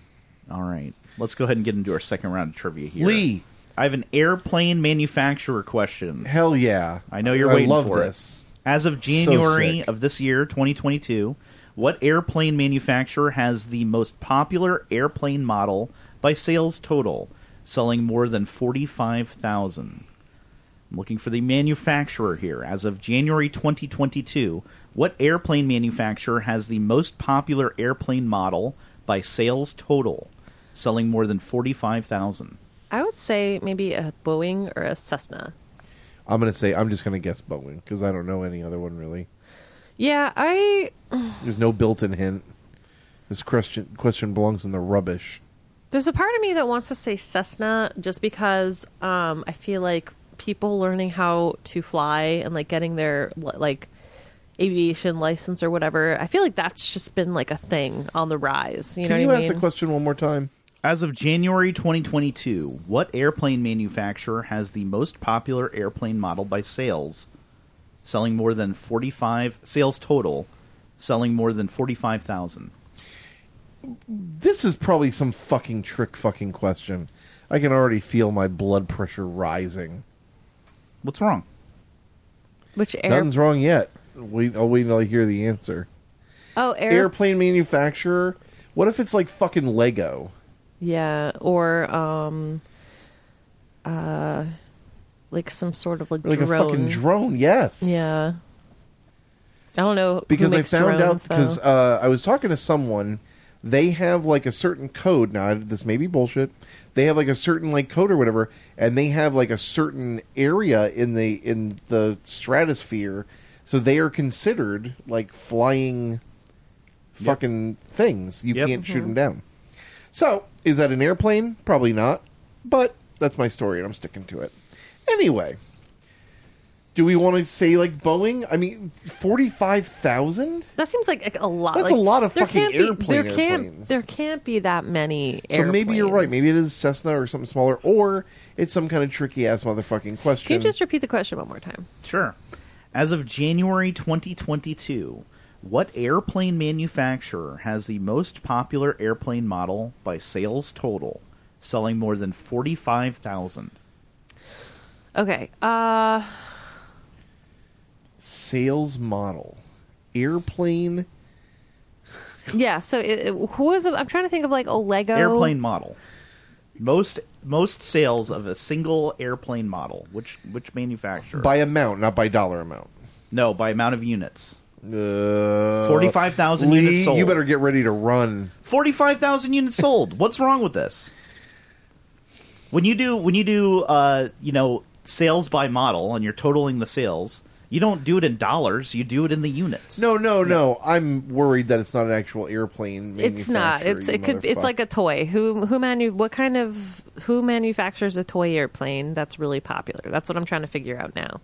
Speaker 1: All right, let's go ahead and get into our second round of trivia here.
Speaker 2: Lee.
Speaker 1: I have an airplane manufacturer question.
Speaker 2: Hell yeah!
Speaker 1: I know you're waiting
Speaker 2: I love
Speaker 1: for
Speaker 2: this.
Speaker 1: it. As of January
Speaker 2: sick.
Speaker 1: of this year, 2022, what airplane manufacturer has the most popular airplane model by sales total, selling more than 45,000? I'm looking for the manufacturer here. As of January 2022, what airplane manufacturer has the most popular airplane model by sales total, selling more than 45,000?
Speaker 4: I would say maybe a Boeing or a Cessna.
Speaker 2: I'm gonna say I'm just gonna guess Boeing because I don't know any other one really.
Speaker 4: Yeah, I
Speaker 2: There's no built-in hint. This question question belongs in the rubbish.
Speaker 4: there's a part of me that wants to say Cessna just because um, I feel like people learning how to fly and like getting their li- like aviation license or whatever. I feel like that's just been like a thing on the rise. You know
Speaker 2: Can you
Speaker 4: what I
Speaker 2: ask
Speaker 4: mean?
Speaker 2: the question one more time?
Speaker 1: As of January 2022, what airplane manufacturer has the most popular airplane model by sales, selling more than 45 sales total, selling more than 45,000?
Speaker 2: This is probably some fucking trick fucking question. I can already feel my blood pressure rising.
Speaker 1: What's wrong?
Speaker 4: Which air?
Speaker 2: Nothing's wrong yet. Wait, I'll wait until I hear the answer.
Speaker 4: oh, air.
Speaker 2: Airplane manufacturer. What if it's like fucking Lego?
Speaker 4: Yeah, or um, uh, like some sort of like,
Speaker 2: Like
Speaker 4: drone.
Speaker 2: a fucking drone? Yes.
Speaker 4: Yeah. I don't know who
Speaker 2: because I
Speaker 4: makes
Speaker 2: found out
Speaker 4: drones, though.
Speaker 2: because uh, I was talking to someone. They have like a certain code now. This may be bullshit. They have like a certain like code or whatever, and they have like a certain area in the in the stratosphere, so they are considered like flying, fucking things. You
Speaker 1: Yep. Mm-hmm.
Speaker 2: can't shoot them down. So is that an airplane? Probably not. But that's my story, and I'm sticking to it. Anyway, do we want to say like Boeing? I mean, forty five thousand.
Speaker 4: that seems like a lot.
Speaker 2: That's
Speaker 4: like,
Speaker 2: a lot of
Speaker 4: there
Speaker 2: fucking
Speaker 4: can't
Speaker 2: airplane
Speaker 4: Be, there can't.
Speaker 2: airplanes.
Speaker 4: There can't be that many.
Speaker 2: So maybe you're right.
Speaker 4: airplanes.
Speaker 2: Maybe it is Cessna or something smaller, or it's some kind of tricky ass motherfucking question.
Speaker 4: Can you just repeat the question one more time?
Speaker 1: Sure. As of January 2022, what airplane manufacturer has the most popular airplane model by sales total, selling more than 45,000?
Speaker 4: Okay. Uh,
Speaker 2: Sales model, airplane.
Speaker 4: yeah. So it, it, who was? it? I'm trying to think of like a Lego
Speaker 1: airplane model. Most most sales of a single airplane model. Which which manufacturer?
Speaker 2: by amount, not by dollar amount.
Speaker 1: no, by amount of units.
Speaker 2: Uh,
Speaker 1: Forty five thousand
Speaker 2: Lee,
Speaker 1: units sold.
Speaker 2: You better get ready to run.
Speaker 1: Forty five thousand units sold. What's wrong with this? When you do when you do uh, you know sales by model and you're totaling the sales, you don't do it in dollars. You do it in the units.
Speaker 2: No, no, no. I'm worried that it's not an actual airplane.
Speaker 4: It's not.
Speaker 2: manufacturer,
Speaker 4: It's
Speaker 2: you
Speaker 4: it could. It's
Speaker 2: motherfucker.
Speaker 4: like a toy. Who who manu? What kind of who manufactures a toy airplane that's really popular? That's what I'm trying to figure out now.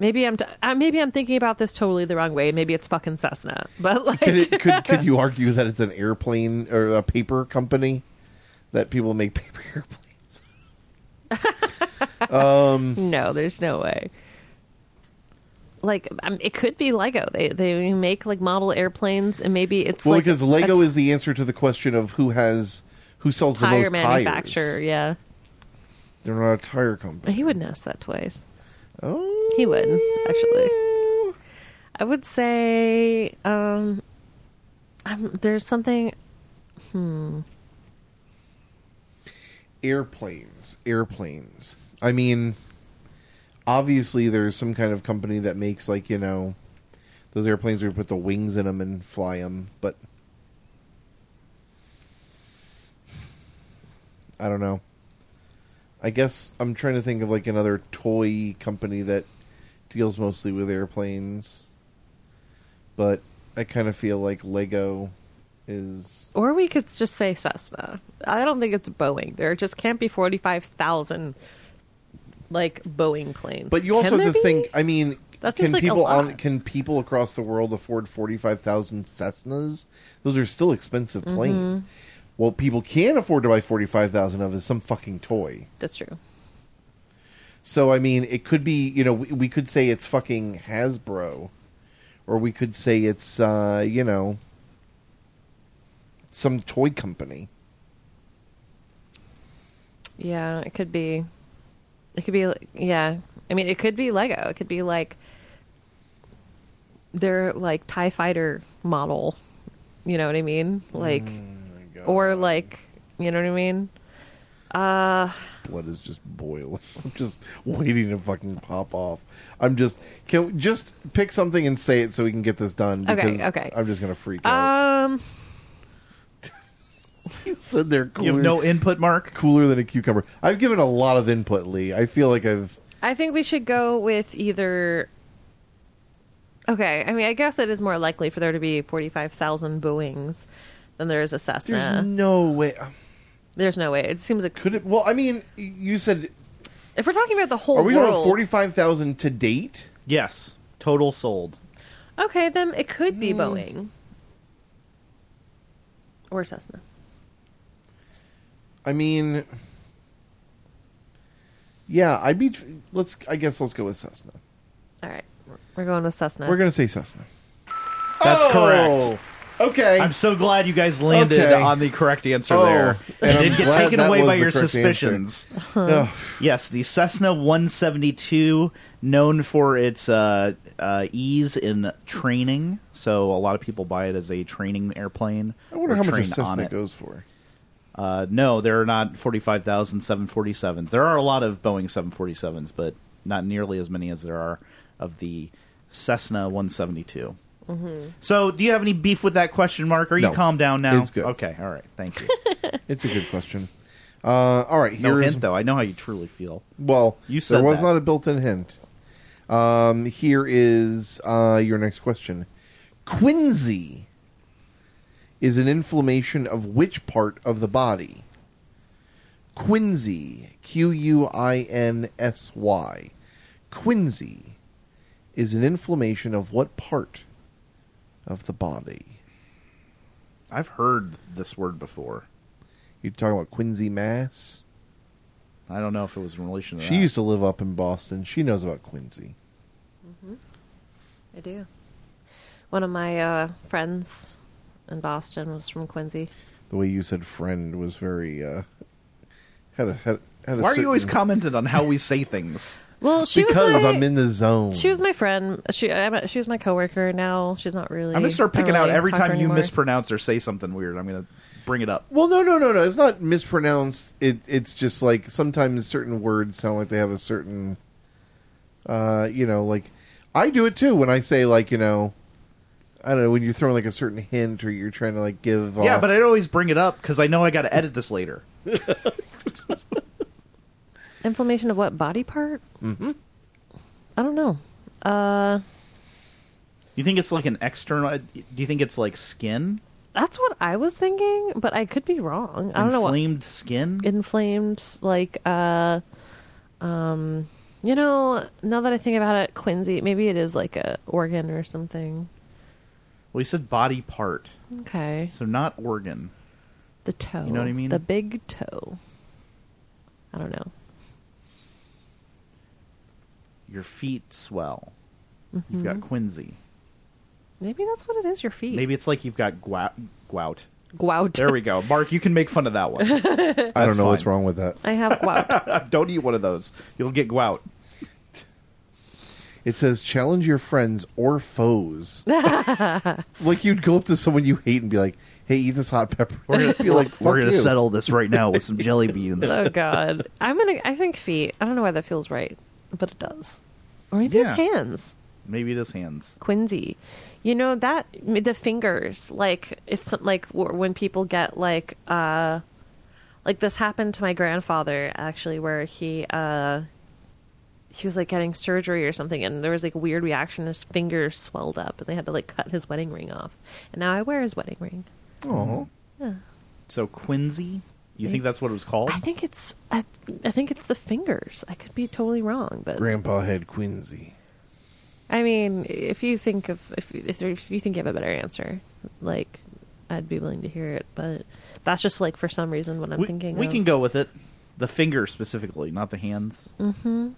Speaker 4: Maybe I'm t- uh, maybe I'm thinking about this totally the wrong way. Maybe it's fucking Cessna, but like
Speaker 2: could, it, could could you argue that it's an airplane or a paper company that people make paper airplanes?
Speaker 4: no, there's no way. Like um, it could be Lego. They they make like model airplanes, and maybe it's
Speaker 2: Well,
Speaker 4: like
Speaker 2: because
Speaker 4: a
Speaker 2: Lego
Speaker 4: t-
Speaker 2: is the answer to the question of who has who sells the
Speaker 4: tire
Speaker 2: most
Speaker 4: manufacturer.
Speaker 2: tires.
Speaker 4: Yeah,
Speaker 2: They're not a tire company.
Speaker 4: he wouldn't ask that twice.
Speaker 2: Oh,
Speaker 4: He would actually. I would say um, I'm, there's something.
Speaker 2: airplanes, airplanes. I mean, obviously, there's some kind of company that makes like you know the those airplanes we would put the wings in them and fly them, but I don't know. I guess I'm trying to think of like another toy company that deals mostly with airplanes, but I kind of feel like Lego is
Speaker 4: Or we could just say Cessna. I don't think it's Boeing. There just can't be 45,000 like Boeing planes.
Speaker 2: But you
Speaker 4: Can
Speaker 2: also
Speaker 4: there
Speaker 2: have to
Speaker 4: be?
Speaker 2: think. I mean,
Speaker 4: That seems
Speaker 2: can
Speaker 4: like a
Speaker 2: people on
Speaker 4: lot.
Speaker 2: can people across the world afford forty five thousand Cessnas? Those are still expensive
Speaker 4: Mm-hmm.
Speaker 2: planes. What people can afford to buy forty five thousand of is some fucking toy.
Speaker 4: That's true.
Speaker 2: So I mean, it could be you know we, we could say it's fucking Hasbro, or we could say it's uh, you know some toy company.
Speaker 4: Yeah, it could be. It could be. like- Yeah, I mean, it could be Lego. It could be like their like Tie Fighter model. You know what I mean? Like,
Speaker 2: Hmm.
Speaker 4: or like, you know what I mean?
Speaker 2: blood is just boiling. I'm just waiting to fucking pop off. I'm just can we just pick something and say it so we can get this done.
Speaker 4: Okay,
Speaker 2: Because
Speaker 4: okay.
Speaker 2: I'm just gonna freak out.
Speaker 4: Um,
Speaker 2: So they're cooler,
Speaker 1: You have no input, Mark.
Speaker 2: cooler than a cucumber. I've given a lot of input, Lee. I feel like I've
Speaker 4: I think we should go with either. Okay, I mean, I guess it is more likely for there to be forty-five thousand Boeings than there is a
Speaker 2: there's
Speaker 4: Cessna. There's no,
Speaker 2: no way.
Speaker 4: way. It seems like
Speaker 2: Could it? Well, I mean, you said
Speaker 4: if we're talking about the whole
Speaker 2: are we
Speaker 4: world,
Speaker 2: going forty five thousand to date?
Speaker 1: Yes, total sold.
Speaker 4: Okay, then it could be Boeing or Cessna.
Speaker 2: I mean, yeah, I'd be. Let's. I guess let's go with Cessna.
Speaker 4: All right, we're going with Cessna.
Speaker 2: We're gonna say Cessna.
Speaker 1: That's
Speaker 2: Oh,
Speaker 1: correct.
Speaker 2: Okay.
Speaker 1: I'm so glad you guys landed
Speaker 2: Okay.
Speaker 1: on the correct answer
Speaker 2: Oh,
Speaker 1: there.
Speaker 2: and
Speaker 1: You
Speaker 2: I'm
Speaker 1: did get
Speaker 2: glad
Speaker 1: taken
Speaker 2: that
Speaker 1: away
Speaker 2: was
Speaker 1: by
Speaker 2: the
Speaker 1: your
Speaker 2: correct answer.
Speaker 1: suspions.
Speaker 2: Ugh.
Speaker 1: Yes, the Cessna 172, known for its uh, uh, ease in training. So a lot of people buy it as a training airplane.
Speaker 2: I wonder
Speaker 1: or
Speaker 2: how much
Speaker 1: train
Speaker 2: a
Speaker 1: on
Speaker 2: Cessna
Speaker 1: it.
Speaker 2: goes for.
Speaker 1: Uh, no, there are not 45,000 747s. There are a lot of Boeing 747s, but not nearly as many as there are of the Cessna 172.
Speaker 4: Mm-hmm.
Speaker 1: So, do you have any beef with that question, Mark? Are you
Speaker 2: No.
Speaker 1: calm down now?
Speaker 2: It's good.
Speaker 1: Okay, all right, thank you.
Speaker 2: It's a good question. Uh, all right,
Speaker 1: no
Speaker 2: here's
Speaker 1: hint, though. I know how you truly feel.
Speaker 2: well,
Speaker 1: You
Speaker 2: there
Speaker 1: said
Speaker 2: was
Speaker 1: that.
Speaker 2: not a built-in hint. Um, here is uh, your next question. Quinsy is an inflammation of which part of the body? Quinsy, Q U I N S Y. Quinsy is an inflammation of what part of the body?
Speaker 1: I've heard this word before.
Speaker 2: You're talking about Quinsy mass?
Speaker 1: I don't know if it was in relation to
Speaker 2: She
Speaker 1: that.
Speaker 2: used to live up in Boston. She knows about Quincy.
Speaker 4: I do. One of my uh, friends in Boston was from Quincy.
Speaker 2: The way you said "friend" was very uh, had a had, had a
Speaker 1: Why are you always
Speaker 2: certain-
Speaker 1: commenting on how we say things?
Speaker 4: Well, she
Speaker 2: because
Speaker 4: was my,
Speaker 2: I'm in the zone.
Speaker 4: she was my friend. She I'm, she was my coworker. Now she's not really.
Speaker 1: I'm going to start
Speaker 4: I don't
Speaker 1: picking out
Speaker 4: really
Speaker 1: every
Speaker 4: talk to
Speaker 1: time
Speaker 4: her
Speaker 1: you
Speaker 4: anymore.
Speaker 1: mispronounce or say something weird. I'm going to bring it up.
Speaker 2: well, no, no, no, no. It's not mispronounced. It it's just like sometimes certain words sound like they have a certain, uh, you know, like I do it too when I say like you know, I don't know when you're throwing like a certain hint or you're trying to like give. Uh,
Speaker 1: Yeah, but I'd always bring it up because I know I got to edit this later.
Speaker 4: Inflammation of what body part? Mm-hmm. I don't know. Uh,
Speaker 1: You think it's like an external? uh, Do you think it's like skin?
Speaker 4: that's what I was thinking, but I could be wrong. I don't know what
Speaker 1: Inflamed skin.
Speaker 4: inflamed like uh um you know now that i think about it quincy maybe it is like a organ or something
Speaker 1: well, you said body part,
Speaker 4: okay
Speaker 1: so not organ.
Speaker 4: the toe
Speaker 1: You know what I mean?
Speaker 4: the big toe i don't know
Speaker 1: Your feet swell. You've got Quincy.
Speaker 4: maybe that's what it is your Mm-hmm. feet
Speaker 1: Maybe it's like you've got gwa- gout.
Speaker 4: gout
Speaker 1: There we go, Mark. You can make fun of that one.
Speaker 2: I don't
Speaker 1: that's
Speaker 2: know what's
Speaker 1: fine.
Speaker 2: wrong with that.
Speaker 4: i have gout
Speaker 1: Don't eat one of those. You'll get gout.
Speaker 2: It says challenge your friends or foes. like you'd go up to someone you hate and be like, "Hey, eat this hot pepper." We're gonna be like,
Speaker 1: We're
Speaker 2: "Fuck
Speaker 1: gonna
Speaker 2: you."
Speaker 1: settle this right now with some jelly beans.
Speaker 4: oh god i'm gonna i think feet i don't know why that feels right but it does or maybe
Speaker 1: Yeah.
Speaker 4: it's hands
Speaker 1: Maybe it is hands.
Speaker 4: quincy You know that the fingers, like it's like w- when people get like uh, like this happened to my grandfather actually, where he uh, he was like getting surgery or something, and there was like a weird reaction. His fingers swelled up, and they had to like cut his wedding ring off. And now I wear his wedding ring.
Speaker 2: Oh,
Speaker 1: So Quincy, you think that's what it was called?
Speaker 4: I think it's I, I think it's the fingers. I could be totally wrong, but
Speaker 2: Grandpa had Quincy.
Speaker 4: I mean, if you think of if if, there, if you think you have a better answer, like I'd be willing to hear it. But that's just like for some reason what I'm
Speaker 1: we,
Speaker 4: thinking.
Speaker 1: we
Speaker 4: of.
Speaker 1: can go with it. The finger specifically, not the hands. Mm-hmm.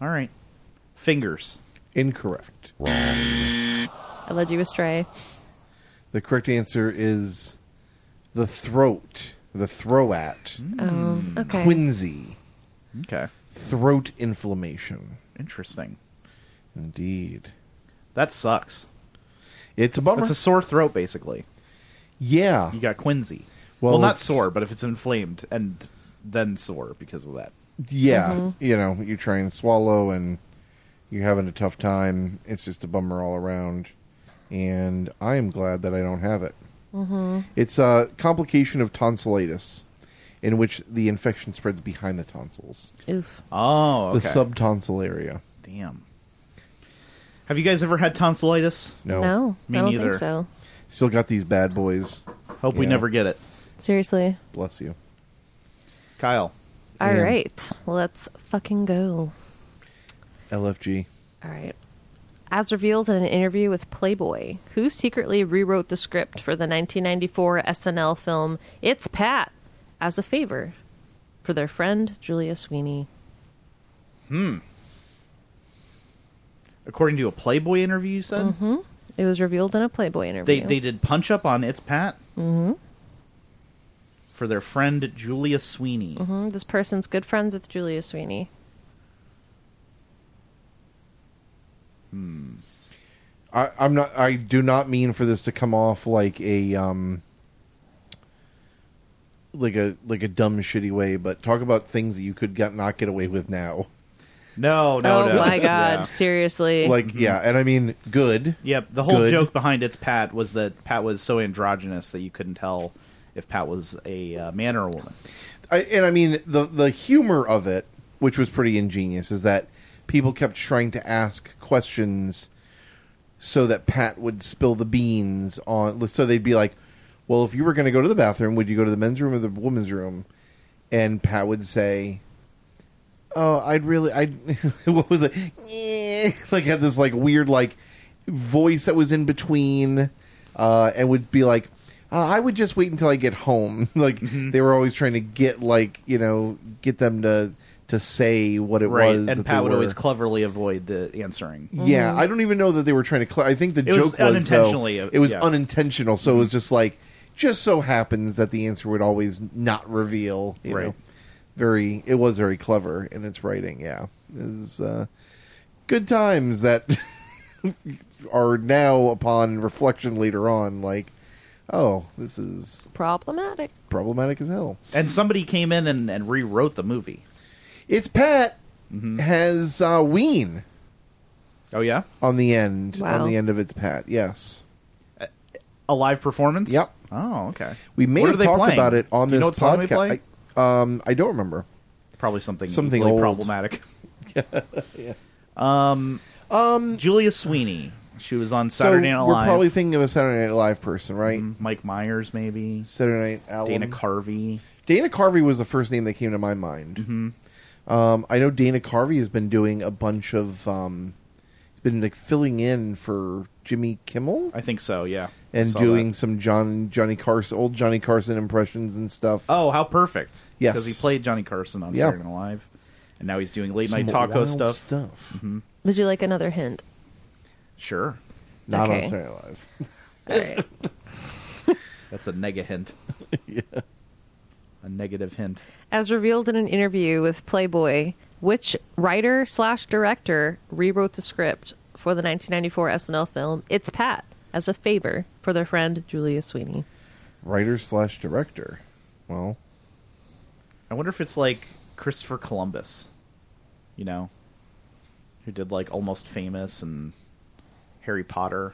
Speaker 1: All right, fingers.
Speaker 2: Incorrect.
Speaker 4: I led you astray.
Speaker 2: The correct answer is the throat. The throat.
Speaker 1: Hmm.
Speaker 4: Oh,
Speaker 1: Mm.
Speaker 4: okay.
Speaker 2: Quincy.
Speaker 1: Okay,
Speaker 2: Throat inflammation.
Speaker 1: interesting.
Speaker 2: Indeed.
Speaker 1: That sucks.
Speaker 2: It's a bummer.
Speaker 1: It's a sore throat, basically.
Speaker 2: yeah.
Speaker 1: You got Quincy.
Speaker 2: Well,
Speaker 1: Well, not
Speaker 2: it's-
Speaker 1: sore, but if it's inflamed and then sore because of that.
Speaker 2: Yeah. You know, you try and swallow and you're having a tough time. It's just a bummer all around. And I am glad that I don't have it. It's a complication of tonsillitis, in which the infection spreads behind the tonsils,
Speaker 4: Oof.
Speaker 1: Oh, okay.
Speaker 2: the subtonsil area.
Speaker 1: Damn. Have you guys ever had tonsillitis?
Speaker 2: No.
Speaker 4: No,
Speaker 1: Me
Speaker 4: I don't
Speaker 1: neither.
Speaker 4: think so.
Speaker 2: Still got these bad boys.
Speaker 1: Hope we
Speaker 2: Yeah.
Speaker 1: never get it.
Speaker 4: Seriously.
Speaker 2: Bless you.
Speaker 1: Kyle.
Speaker 4: All
Speaker 2: Yeah.
Speaker 4: let's fucking go.
Speaker 2: LFG.
Speaker 4: All right. As revealed in an interview with Playboy, who secretly rewrote the script for the 1994 SNL film It's Pat as a favor for their friend Julia Sweeney.
Speaker 1: According to a Playboy interview, you
Speaker 4: Mm-hmm.
Speaker 1: said
Speaker 4: It was revealed in a Playboy
Speaker 1: they
Speaker 4: interview.
Speaker 1: they did punch up on it's Pat mm-hmm. for their friend Julia Sweeney.
Speaker 4: Mhm, This person's good friends with Julia Sweeney.
Speaker 2: I, I'm not. I do not mean for this to come off like a um, like a like a dumb shitty way. But talk about things that you could get, not get away with now.
Speaker 1: No, no,
Speaker 4: oh
Speaker 1: no.
Speaker 4: my god,
Speaker 1: Yeah.
Speaker 4: seriously.
Speaker 2: Like yeah, and I mean good.
Speaker 1: Yep, the whole
Speaker 2: Good.
Speaker 1: joke behind it's Pat was that Pat was so androgynous that you couldn't tell if Pat was a uh, man or a woman.
Speaker 2: I, and I mean the the humor of it, which was pretty ingenious, is that people kept trying to ask questions so that Pat would spill the beans on. So they'd be like, "Well, if you were going to go to the bathroom, would you go to the men's room or the women's room?" And Pat would say, "Oh, I'd really, I what was it? Eh," like had this like weird like voice that was in between, uh, and would be like." Uh, I would just wait until I get home. like
Speaker 1: Mm-hmm.
Speaker 2: they were always trying to get, like you know, get them to to say what it
Speaker 1: Right,
Speaker 2: was.
Speaker 1: and
Speaker 2: that
Speaker 1: Pat
Speaker 2: they
Speaker 1: would
Speaker 2: were.
Speaker 1: always cleverly avoid the answering.
Speaker 2: Yeah, I don't even know that they were trying to. Cl- I think the
Speaker 1: Mm-hmm. was
Speaker 2: joke was
Speaker 1: unintentionally,
Speaker 2: Though,
Speaker 1: uh,
Speaker 2: it was
Speaker 1: yeah. Mm-hmm.
Speaker 2: unintentional, so it was just like just so happens that the answer would always not reveal. You
Speaker 1: Right.
Speaker 2: Know? Very, it was very clever in its writing. Yeah, is uh, good times that are now upon reflection later on like, oh, this is
Speaker 4: Problematic.
Speaker 2: problematic as hell.
Speaker 1: And somebody came in and, and rewrote the movie.
Speaker 2: It's Pat
Speaker 1: Mm-hmm.
Speaker 2: has uh, Ween
Speaker 1: Oh yeah,
Speaker 2: on the end
Speaker 4: Wow.
Speaker 2: on the end of its Pat. Yes.
Speaker 1: a live performance.
Speaker 2: Yep.
Speaker 1: Oh okay.
Speaker 2: We may
Speaker 1: What are
Speaker 2: have
Speaker 1: they
Speaker 2: talked
Speaker 1: playing?
Speaker 2: about it on
Speaker 1: Do you
Speaker 2: this
Speaker 1: know what song they
Speaker 2: podcast.
Speaker 1: play?
Speaker 2: I, um, I don't remember.
Speaker 1: Probably something
Speaker 2: Something
Speaker 1: equally
Speaker 2: old.
Speaker 1: problematic. Um, Julia Sweeney. She was on Saturday
Speaker 2: so
Speaker 1: Night
Speaker 2: we're
Speaker 1: Live.
Speaker 2: probably thinking of a Saturday Night Live person, right?
Speaker 1: Mike Myers, maybe
Speaker 2: Saturday Night album.
Speaker 1: Dana Carvey.
Speaker 2: Dana Carvey was the first name that came to my mind.
Speaker 1: Mm-hmm.
Speaker 2: Um, I know Dana Carvey has been doing a bunch of. Um, he's been like filling in for Jimmy Kimmel
Speaker 1: I think so. Yeah, I
Speaker 2: and
Speaker 1: saw
Speaker 2: doing
Speaker 1: that.
Speaker 2: some John Johnny Carson old Johnny Carson impressions and stuff.
Speaker 1: Oh, how perfect!
Speaker 2: Yes.
Speaker 1: because he played Johnny Carson on
Speaker 2: Yeah.
Speaker 1: Saturday Night Live, and now he's doing late
Speaker 2: Some
Speaker 1: night taco
Speaker 2: wild
Speaker 1: stuff.
Speaker 2: stuff.
Speaker 4: Would you like another hint?
Speaker 1: Sure,
Speaker 2: Not
Speaker 4: Okay.
Speaker 2: on Saturday Night Live.
Speaker 4: All right.
Speaker 1: that's a nega hint. yeah, a negative hint.
Speaker 4: As revealed in an interview with Playboy, which writer slash director rewrote the script for the 1994 SNL film It's Pat as a favor for their friend Julia Sweeney?
Speaker 2: Writer slash director. Well,
Speaker 1: I wonder if it's like Christopher Columbus. You know, who did like Almost Famous and Harry Potter.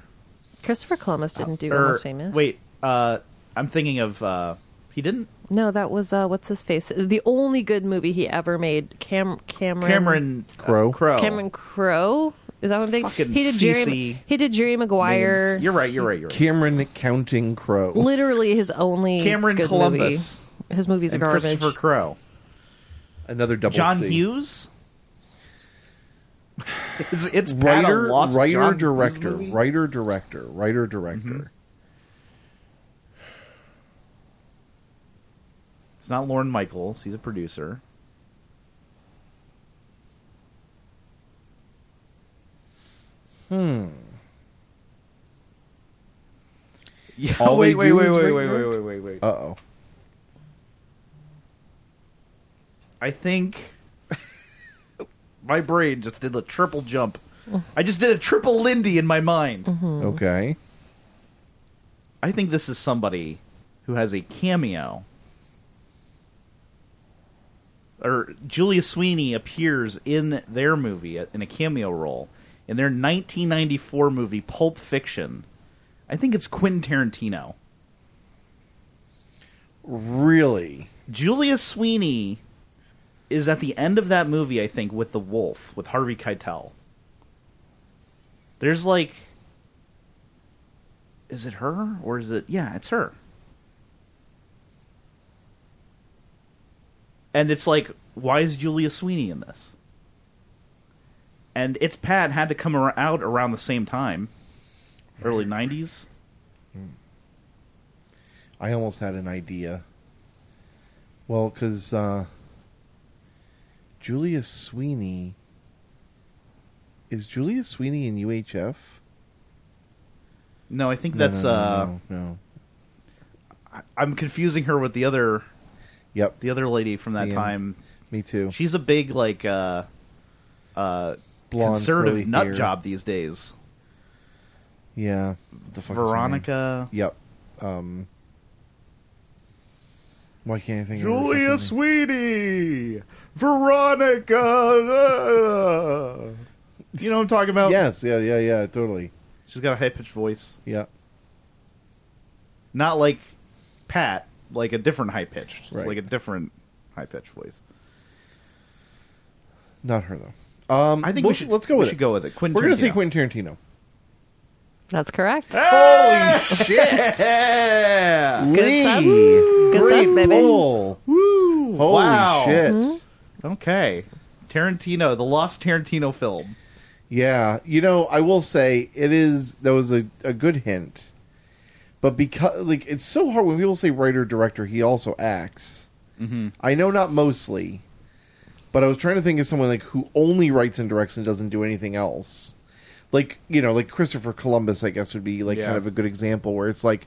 Speaker 4: Christopher Columbus didn't do
Speaker 1: Or-
Speaker 4: Almost Famous.
Speaker 1: er, Wait, uh, I'm thinking of uh, he didn't
Speaker 4: no, that was uh, what's his face? The only good movie he ever made, Cam Cameron
Speaker 1: Cameron uh,
Speaker 2: Crowe.
Speaker 1: Crowe.
Speaker 4: Cameron Crowe. Is that one thing?
Speaker 1: Fucking
Speaker 4: He did
Speaker 1: CC
Speaker 4: Jerry. He did Jerry Maguire.
Speaker 1: You're right. You're right. You're right.
Speaker 2: Cameron Counting Crow.
Speaker 4: Literally his only
Speaker 1: Cameron
Speaker 4: good
Speaker 1: Columbus
Speaker 4: Movie. His movies are
Speaker 1: and
Speaker 4: garbage.
Speaker 1: Christopher Crowe.
Speaker 2: Another double
Speaker 1: John
Speaker 2: C.
Speaker 1: Hughes. It's, it's Pat a
Speaker 2: writer,
Speaker 1: lost
Speaker 2: writer,
Speaker 1: John Hughes
Speaker 2: director,
Speaker 1: movie? Mm-hmm.
Speaker 2: writer, director, writer, director.
Speaker 1: It's not Lauren Michaels. He's a producer. Hmm. Yeah,
Speaker 2: All
Speaker 1: wait,
Speaker 2: they
Speaker 1: wait,
Speaker 2: do
Speaker 1: wait,
Speaker 2: is
Speaker 1: wait,
Speaker 2: rate
Speaker 1: wait, wait,
Speaker 2: direct?
Speaker 1: wait, wait, wait.
Speaker 2: Uh oh.
Speaker 1: I think my brain just did a triple jump. I just did a triple Lindy in my mind.
Speaker 2: Mm-hmm. Okay.
Speaker 1: I think this is somebody who has a cameo. Or Julia Sweeney appears in their movie uh, in a cameo role in their 1994 movie Pulp Fiction. I think it's Quentin Tarantino.
Speaker 2: Really?
Speaker 1: Julia Sweeney is at the end of that movie, I think, with the wolf with Harvey Keitel. There's like, is it her or is it? Yeah, it's her. And it's like, why is Julia Sweeney in this? And it's Pat had to come ar- out around the same time, early '90s.
Speaker 2: I almost had an idea. Well, because uh, Julia Sweeney is Julia Sweeney in UHF.
Speaker 1: No, I think
Speaker 2: No,
Speaker 1: that's.
Speaker 2: no, no,
Speaker 1: uh,
Speaker 2: no, no.
Speaker 1: I'm confusing her with the other
Speaker 2: Yep,
Speaker 1: the other lady from that
Speaker 2: Yeah.
Speaker 1: time.
Speaker 2: me too.
Speaker 1: She's a big like uh uh
Speaker 2: Blonde, curly
Speaker 1: conservative nut
Speaker 2: hair.
Speaker 1: job these days.
Speaker 2: Yeah, What the fuck is her name?
Speaker 1: Veronica
Speaker 2: Yep. Um. Why can't I think?
Speaker 1: Julia
Speaker 2: of her fucking name?
Speaker 1: Sweeney Veronica uh, Do you know what I'm talking about?
Speaker 2: Yes. Yeah. Yeah. Yeah. Totally.
Speaker 1: She's got a high pitched voice.
Speaker 2: Yeah.
Speaker 1: Not like Pat, like a different high pitched. It's
Speaker 2: Right.
Speaker 1: like a different high pitched voice.
Speaker 2: Not her though. Um.
Speaker 1: I think
Speaker 2: we'll-
Speaker 1: we should
Speaker 2: let's go
Speaker 1: we
Speaker 2: with
Speaker 1: should
Speaker 2: it.
Speaker 1: go with it. Quentin
Speaker 2: We're gonna say
Speaker 1: Tarantino.
Speaker 2: Quentin Tarantino.
Speaker 4: That's correct.
Speaker 2: Holy shit!
Speaker 1: Yeah.
Speaker 2: Lee.
Speaker 4: sus. Good sus, baby. Mm-hmm.
Speaker 2: pull.
Speaker 1: Woo.
Speaker 2: Holy
Speaker 1: wow.
Speaker 2: shit!
Speaker 1: Okay. Tarantino, the lost Tarantino film.
Speaker 2: Yeah, you know, I will say it is. That was a, a good hint, but because like it's so hard when people say writer director, he also acts. Mm-hmm. I know not mostly, but I was trying to think of someone like who only writes and directs and doesn't do anything else. Like you know, like Christopher Columbus, I guess would be like
Speaker 1: Yeah.
Speaker 2: kind of a good example where it's like,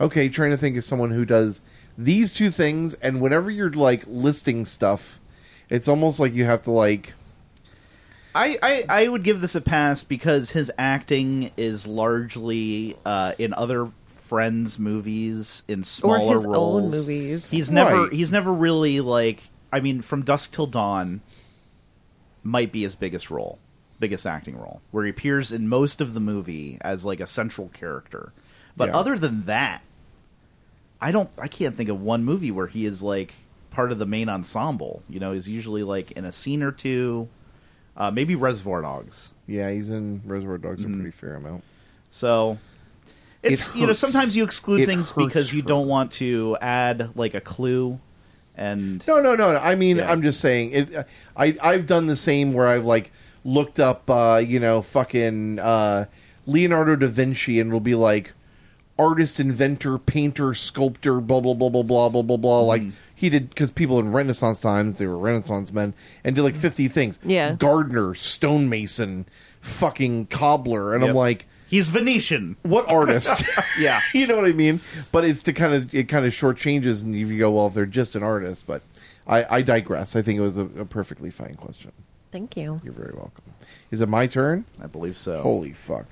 Speaker 2: okay, trying to think of someone who does these two things, and whenever you're like listing stuff, it's almost like you have to like.
Speaker 1: I, I, I would give this a pass because his acting is largely uh, in other friends' movies in smaller
Speaker 4: his own
Speaker 1: roles.
Speaker 4: movies.
Speaker 1: He's never
Speaker 2: Right.
Speaker 1: he's never really like I mean, from dusk till dawn might be his biggest role, biggest acting role, where he appears in most of the movie as like a central character. But
Speaker 2: Yeah.
Speaker 1: other than that, I don't I can't think of one movie where he is like part of the main ensemble. You know, he's usually like in a scene or two. Uh, maybe Reservoir Dogs.
Speaker 2: Yeah, he's in Reservoir Dogs
Speaker 1: Mm.
Speaker 2: a pretty fair amount.
Speaker 1: So it's
Speaker 2: It
Speaker 1: you know
Speaker 2: hurts.
Speaker 1: sometimes you exclude
Speaker 2: It
Speaker 1: things
Speaker 2: hurts
Speaker 1: because you
Speaker 2: her.
Speaker 1: don't want to add like a clue and
Speaker 2: No, no, no. no. I mean,
Speaker 1: Yeah.
Speaker 2: I'm just saying. It, I I've done the same where I've like looked up, uh, you know, fucking uh, Leonardo da Vinci, and it'll be like artist, inventor, painter, sculptor, blah blah blah blah blah blah blah blah. Like
Speaker 1: Mm-hmm.
Speaker 2: he did because people in Renaissance times they were Renaissance men and did like 50 things.
Speaker 4: Yeah.
Speaker 2: gardener, stonemason, fucking cobbler, and
Speaker 1: Yep.
Speaker 2: I'm like.
Speaker 1: he's Venetian.
Speaker 2: what artist?
Speaker 1: Yeah.
Speaker 2: you know what I mean. But it's to kind of it kind of shortchanges, and if you go, well, if they're just an artist, but I, I digress. I think it was a, a perfectly fine question.
Speaker 4: Thank you.
Speaker 2: You're very welcome. Is it my turn?
Speaker 1: I believe so.
Speaker 2: Holy fuck!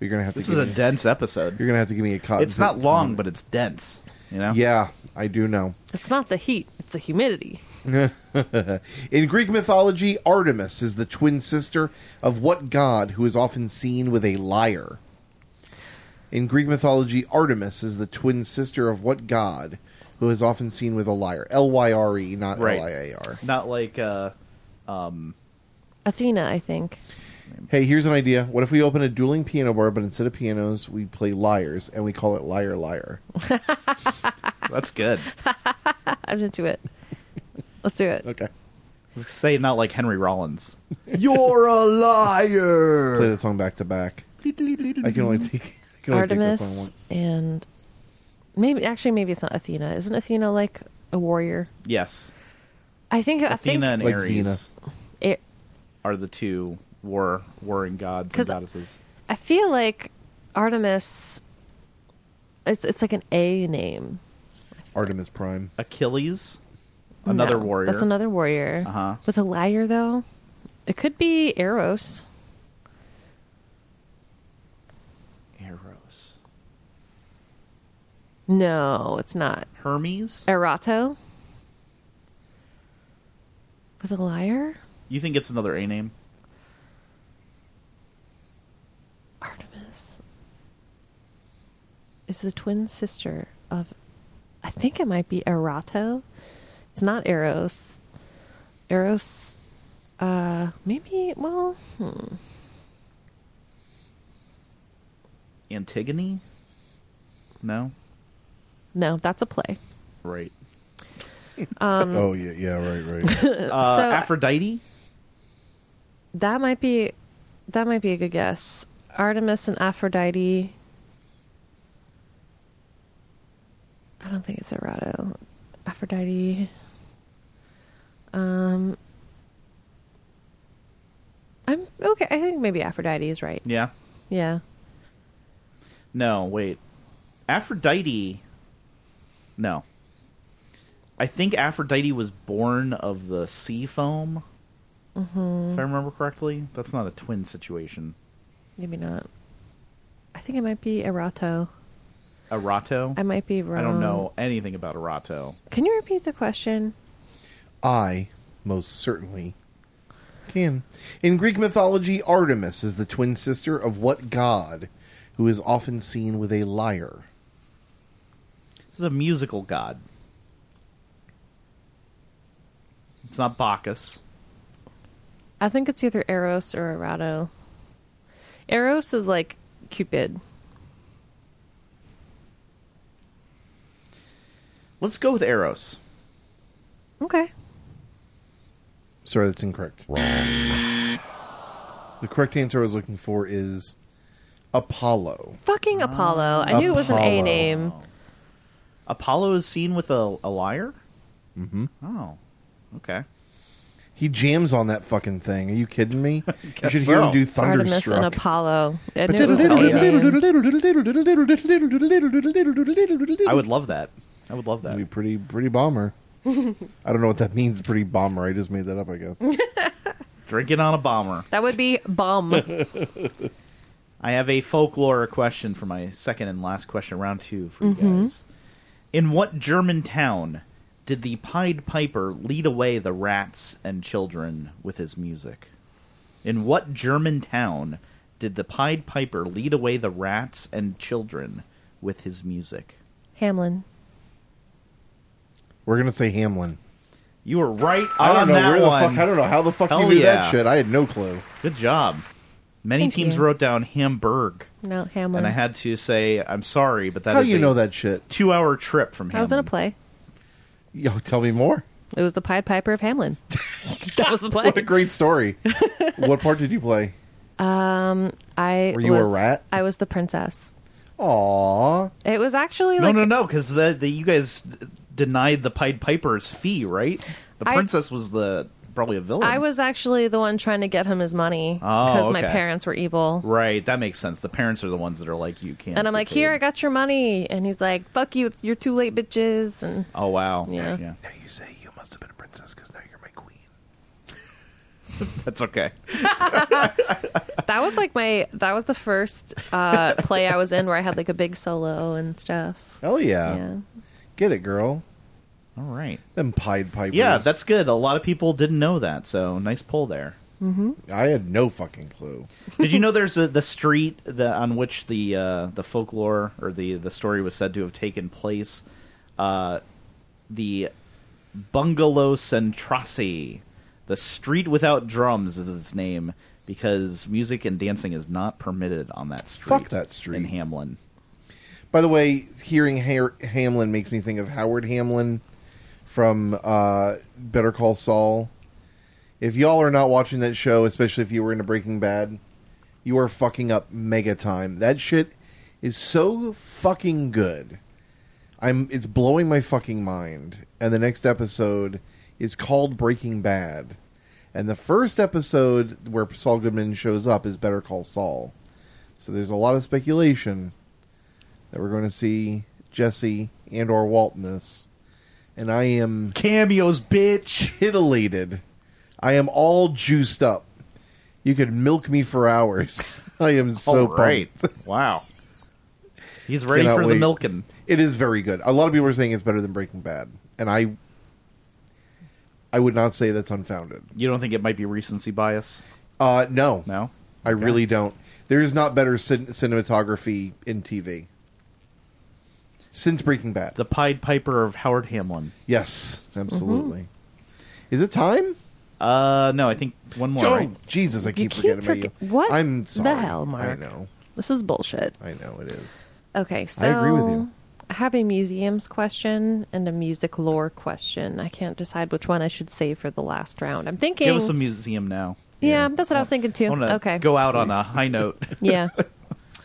Speaker 2: You're gonna have to.
Speaker 1: this
Speaker 2: give
Speaker 1: is a
Speaker 2: me,
Speaker 1: dense episode.
Speaker 2: You're gonna have to give me a cotton.
Speaker 1: It's not long, but it's dense. You know.
Speaker 2: yeah, I do know.
Speaker 4: It's not the heat. It's the humidity.
Speaker 2: In Greek mythology, Artemis is the twin sister of what god who is often seen with a lyre? In Greek mythology, Artemis is the twin sister of what god who is often seen with a lyre? L Y R E, not
Speaker 1: Right.
Speaker 2: L I A R.
Speaker 1: Not like uh,
Speaker 4: Athena, I think.
Speaker 2: Hey, here's an idea. What if we open a dueling piano bar, but instead of pianos, we play lyres and we call it Liar Liar?
Speaker 1: that's good. I
Speaker 4: I'm into it. Let's do it.
Speaker 2: Okay.
Speaker 1: was gonna say not like Henry Rollins.
Speaker 6: You're a liar.
Speaker 2: Play that song back to back. I can only take, I can only take that song
Speaker 4: Artemis
Speaker 2: once.
Speaker 4: and maybe actually maybe it's not Athena. Isn't Athena like a warrior?
Speaker 1: Yes,
Speaker 4: I think I think
Speaker 1: Athena and
Speaker 2: Like
Speaker 1: Ares
Speaker 2: Xena.
Speaker 4: it,
Speaker 1: are the two war warring gods and
Speaker 4: 'Cause-
Speaker 1: goddesses.
Speaker 4: I feel like Artemis. It's it's like an A name.
Speaker 2: Artemis Prime.
Speaker 1: Achilles, another
Speaker 4: No,
Speaker 1: warrior.
Speaker 4: That's another warrior.
Speaker 1: Uh-huh.
Speaker 4: With a liar though, it could be Eros.
Speaker 1: Eros.
Speaker 4: No, it's not.
Speaker 1: Hermes.
Speaker 4: Erato. With a liar.
Speaker 1: You think it's another A name?
Speaker 4: Artemis is the twin sister of. I think it might be Erato. It's not Eros. Eros, uh, maybe. Well, hmm.
Speaker 1: Antigone. No.
Speaker 4: no, that's a play.
Speaker 1: Right.
Speaker 2: oh, yeah, yeah, right, right.
Speaker 1: Uh,
Speaker 4: Um, So-
Speaker 1: Aphrodite.
Speaker 4: That might be. That might be a good guess. Artemis and Aphrodite. I don't think it's Erato. Aphrodite. Um. I'm okay. I think maybe Aphrodite is right.
Speaker 1: Yeah.
Speaker 4: Yeah.
Speaker 1: No. Wait. Aphrodite. No. I think Aphrodite was born of the sea foam. If I remember correctly, that's not a twin situation.
Speaker 4: Maybe not. I think it might be Erato.
Speaker 1: Erato.
Speaker 4: I might be wrong.
Speaker 1: I don't know anything about Erato.
Speaker 4: Can you repeat the question?
Speaker 2: I most certainly can. In Greek mythology, Artemis is the twin sister of what god who is often seen with a lyre?
Speaker 1: This is a musical god. It's not Bacchus.
Speaker 4: I think it's either Eros or Erato. Eros is like Cupid.
Speaker 1: Let's go with Eros.
Speaker 4: Okay.
Speaker 2: Sorry, that's incorrect. The correct answer I was looking for is Apollo.
Speaker 4: Fucking Apollo. I knew it was an A
Speaker 2: Apollo.
Speaker 4: name.
Speaker 1: Apollo is seen with a, a lyre? Mm-hmm. Oh. Okay.
Speaker 2: He jams on that fucking thing. Are you kidding me? you
Speaker 1: Guess
Speaker 2: should hear
Speaker 1: so.
Speaker 2: him do
Speaker 4: Artemis and
Speaker 2: thunderstruck.
Speaker 4: Apollo. I knew it was an A name.
Speaker 1: I
Speaker 2: I
Speaker 1: would love that. I would love that.
Speaker 2: be pretty pretty bomber. I don't know what that means. Pretty bomber. I just made that up. I guess.
Speaker 1: Drinking on a bomber.
Speaker 4: That would be Bomb.
Speaker 1: I have a folklore question for my second and last question, round two for
Speaker 4: Mm-hmm.
Speaker 1: you guys. In what German town did the Pied Piper lead away the rats and children with his music? In what German town did the Pied Piper lead away the rats and children with his music?
Speaker 4: Hamlin.
Speaker 2: We're gonna say Hamlin.
Speaker 1: You were right
Speaker 2: I
Speaker 1: on
Speaker 2: don't know
Speaker 1: that
Speaker 2: where
Speaker 1: one.
Speaker 2: the fuck. I don't know how the fuck
Speaker 1: Hell
Speaker 2: you knew
Speaker 1: yeah.
Speaker 2: that shit. I had no clue.
Speaker 1: Good job. Many
Speaker 4: Thank
Speaker 1: teams
Speaker 4: you.
Speaker 1: wrote down Hamburg,
Speaker 4: No, Hamlin.
Speaker 1: and I had to say, "I'm sorry, but that is
Speaker 2: how do you
Speaker 1: a
Speaker 2: know that shit?
Speaker 1: two-hour trip from."
Speaker 4: I was in a
Speaker 1: Hamlin.
Speaker 4: play.
Speaker 2: Yo, tell me more.
Speaker 4: It was the Pied Piper of Hamlin. that was the play.
Speaker 2: What a great story. what part did you play?
Speaker 4: I
Speaker 2: Were you a
Speaker 4: was-
Speaker 2: rat?
Speaker 4: I was the princess.
Speaker 2: Aw,
Speaker 4: It was actually
Speaker 1: No,
Speaker 4: like
Speaker 1: no, no, because the, the you guys denied the Pied Piper's fee, right? The
Speaker 4: I-
Speaker 1: princess was the probably a villain.
Speaker 4: I was actually the one trying to get him his money because my
Speaker 1: okay.
Speaker 4: parents were evil.
Speaker 1: right. That makes sense. The parents are the ones that are like, you can't.
Speaker 4: And I'm
Speaker 1: get
Speaker 4: like,
Speaker 1: paid."
Speaker 4: here, I got your money. And he's like, fuck you, you're too late, bitches. And
Speaker 1: Oh wow.
Speaker 4: Yeah.
Speaker 5: Now you say you must have been a princess because now you're my queen.
Speaker 1: That's okay.
Speaker 4: that was like my, that was the first uh, play I was in where I had like a big solo and stuff.
Speaker 2: hell yeah.
Speaker 4: Yeah.
Speaker 2: Get it, girl.
Speaker 1: All right.
Speaker 2: Them Pied Pipers.
Speaker 1: Yeah, that's good. A lot of people didn't know that, so nice pull there.
Speaker 2: I had no fucking clue.
Speaker 1: Did you know there's a, the street that, on which the uh, the folklore or the the story was said to have taken place? Uh, the Bungalow Centrasi, the street without drums, is its name because music and dancing is not permitted on that street.
Speaker 2: Fuck that street.
Speaker 1: in Hamlin.
Speaker 2: By the way, hearing Har- Hamlin makes me think of Howard Hamlin from uh, Better Call Saul. If y'all are not watching that show, especially if you were into Breaking Bad, you are fucking up mega time. That shit is so fucking good. I'm it's blowing my fucking mind. And the next episode is called Breaking Bad. And the first episode where Saul Goodman shows up is Better Call Saul. So there's a lot of speculation that we're going to see Jesse and or Walt in this. And I am
Speaker 1: Cameos, bitch.
Speaker 2: titillated. I am all juiced up. You could milk me for hours. I am so
Speaker 1: All right.
Speaker 2: pumped.
Speaker 1: wow. He's ready
Speaker 2: Cannot
Speaker 1: for
Speaker 2: wait.
Speaker 1: the milking.
Speaker 2: It is very good. A lot of people are saying it's better than Breaking Bad, and I, I would not say that's unfounded.
Speaker 1: You don't think it might be recency bias?
Speaker 2: Uh, no,
Speaker 1: No.
Speaker 2: I
Speaker 1: Okay.
Speaker 2: really don't. There is not better cin- cinematography in TV since Breaking Bad.
Speaker 1: The Mm-hmm. Pied Piper of Howard Hamlin.
Speaker 2: yes, absolutely. Is it time?
Speaker 1: Uh, no, I think one more.
Speaker 2: Oh,
Speaker 1: right?
Speaker 2: Jesus, I keep,
Speaker 4: keep
Speaker 2: forgetting
Speaker 4: forget-
Speaker 2: about you.
Speaker 4: what
Speaker 2: I'm
Speaker 4: the
Speaker 2: sorry.
Speaker 4: hell,
Speaker 2: I
Speaker 4: Mark?
Speaker 2: know.
Speaker 4: This is bullshit.
Speaker 2: I know it is.
Speaker 4: Okay, so
Speaker 2: I agree with you.
Speaker 4: I have a museums question and a music lore question. I can't decide which one I should save for the last round. I'm thinking.
Speaker 1: Give us a museum now.
Speaker 4: yeah, that's what I was thinking too.
Speaker 1: I wanna
Speaker 4: okay.
Speaker 1: Go out on a high note.
Speaker 4: Yeah.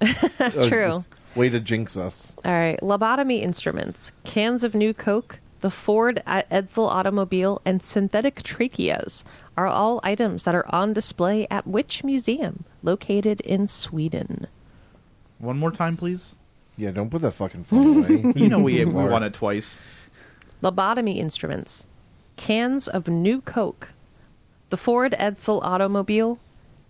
Speaker 2: Oh,
Speaker 4: True.
Speaker 2: this- Way to jinx us.
Speaker 4: All right. Lobotomy instruments, cans of new Coke, the Ford A- Edsel automobile, and synthetic tracheas are all items that are on display at which museum located in Sweden?
Speaker 1: One more time, please.
Speaker 2: Yeah, don't put that fucking phone away.
Speaker 1: You know we, we won it twice.
Speaker 4: Lobotomy instruments, cans of new Coke, the Ford Edsel automobile,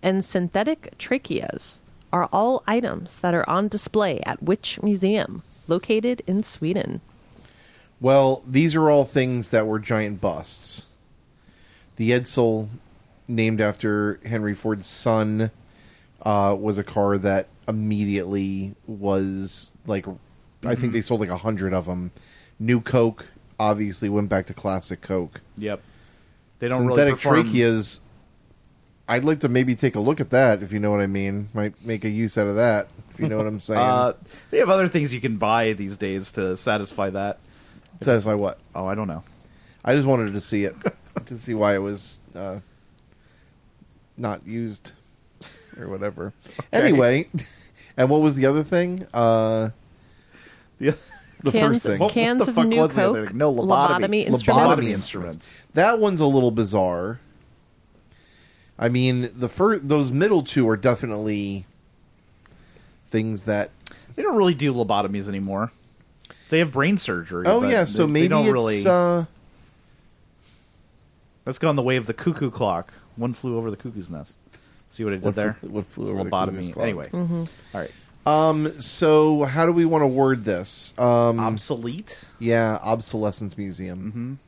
Speaker 4: and synthetic tracheas are all items that are on display at which museum located in Sweden?
Speaker 2: Well, these are all things that were giant busts. The Edsel, named after Henry Ford's son, uh, was a car that immediately was like, I
Speaker 4: Mm-hmm.
Speaker 2: think they sold like a hundred of them. New Coke obviously went back to classic Coke.
Speaker 1: Yep. They don't really
Speaker 2: Synthetic
Speaker 1: perform.
Speaker 2: tracheas. I'd like to maybe take a look at that if you know what I mean. Might make a use out of that if you know what I'm saying.
Speaker 1: Uh, they have other things you can buy these days to satisfy that.
Speaker 2: Satisfy what?
Speaker 1: Oh, I don't know.
Speaker 2: I just wanted to see it to see why it was uh, not used or whatever. Anyway, and what was the other thing? Uh,
Speaker 1: The-
Speaker 2: the first
Speaker 4: cans,
Speaker 2: thing.
Speaker 1: What-
Speaker 4: cans
Speaker 1: what the
Speaker 4: of
Speaker 1: fuck
Speaker 4: new
Speaker 1: was the
Speaker 4: Coke,
Speaker 1: other thing? No, lobotomy.
Speaker 4: instruments.
Speaker 1: Lobotomy instruments.
Speaker 2: That one's a little bizarre. I mean, the first those middle two are definitely things that.
Speaker 1: They don't really do lobotomies anymore. They have brain surgery.
Speaker 2: Oh
Speaker 1: but
Speaker 2: yeah, so
Speaker 1: they- they
Speaker 2: maybe
Speaker 1: don't
Speaker 2: it's.
Speaker 1: really.
Speaker 2: Uh,
Speaker 1: That's gone the way of the cuckoo clock. One flew over the cuckoo's nest. See what I did
Speaker 2: What fl-
Speaker 1: there?
Speaker 2: what flew
Speaker 1: It's
Speaker 2: over the cuckoo's
Speaker 1: lobotomy.
Speaker 2: clock.
Speaker 1: Anyway,
Speaker 4: Mm-hmm.
Speaker 1: All right.
Speaker 2: um. So how do we want to word this? Um.
Speaker 1: Obsolete.
Speaker 2: yeah, obsolescence museum.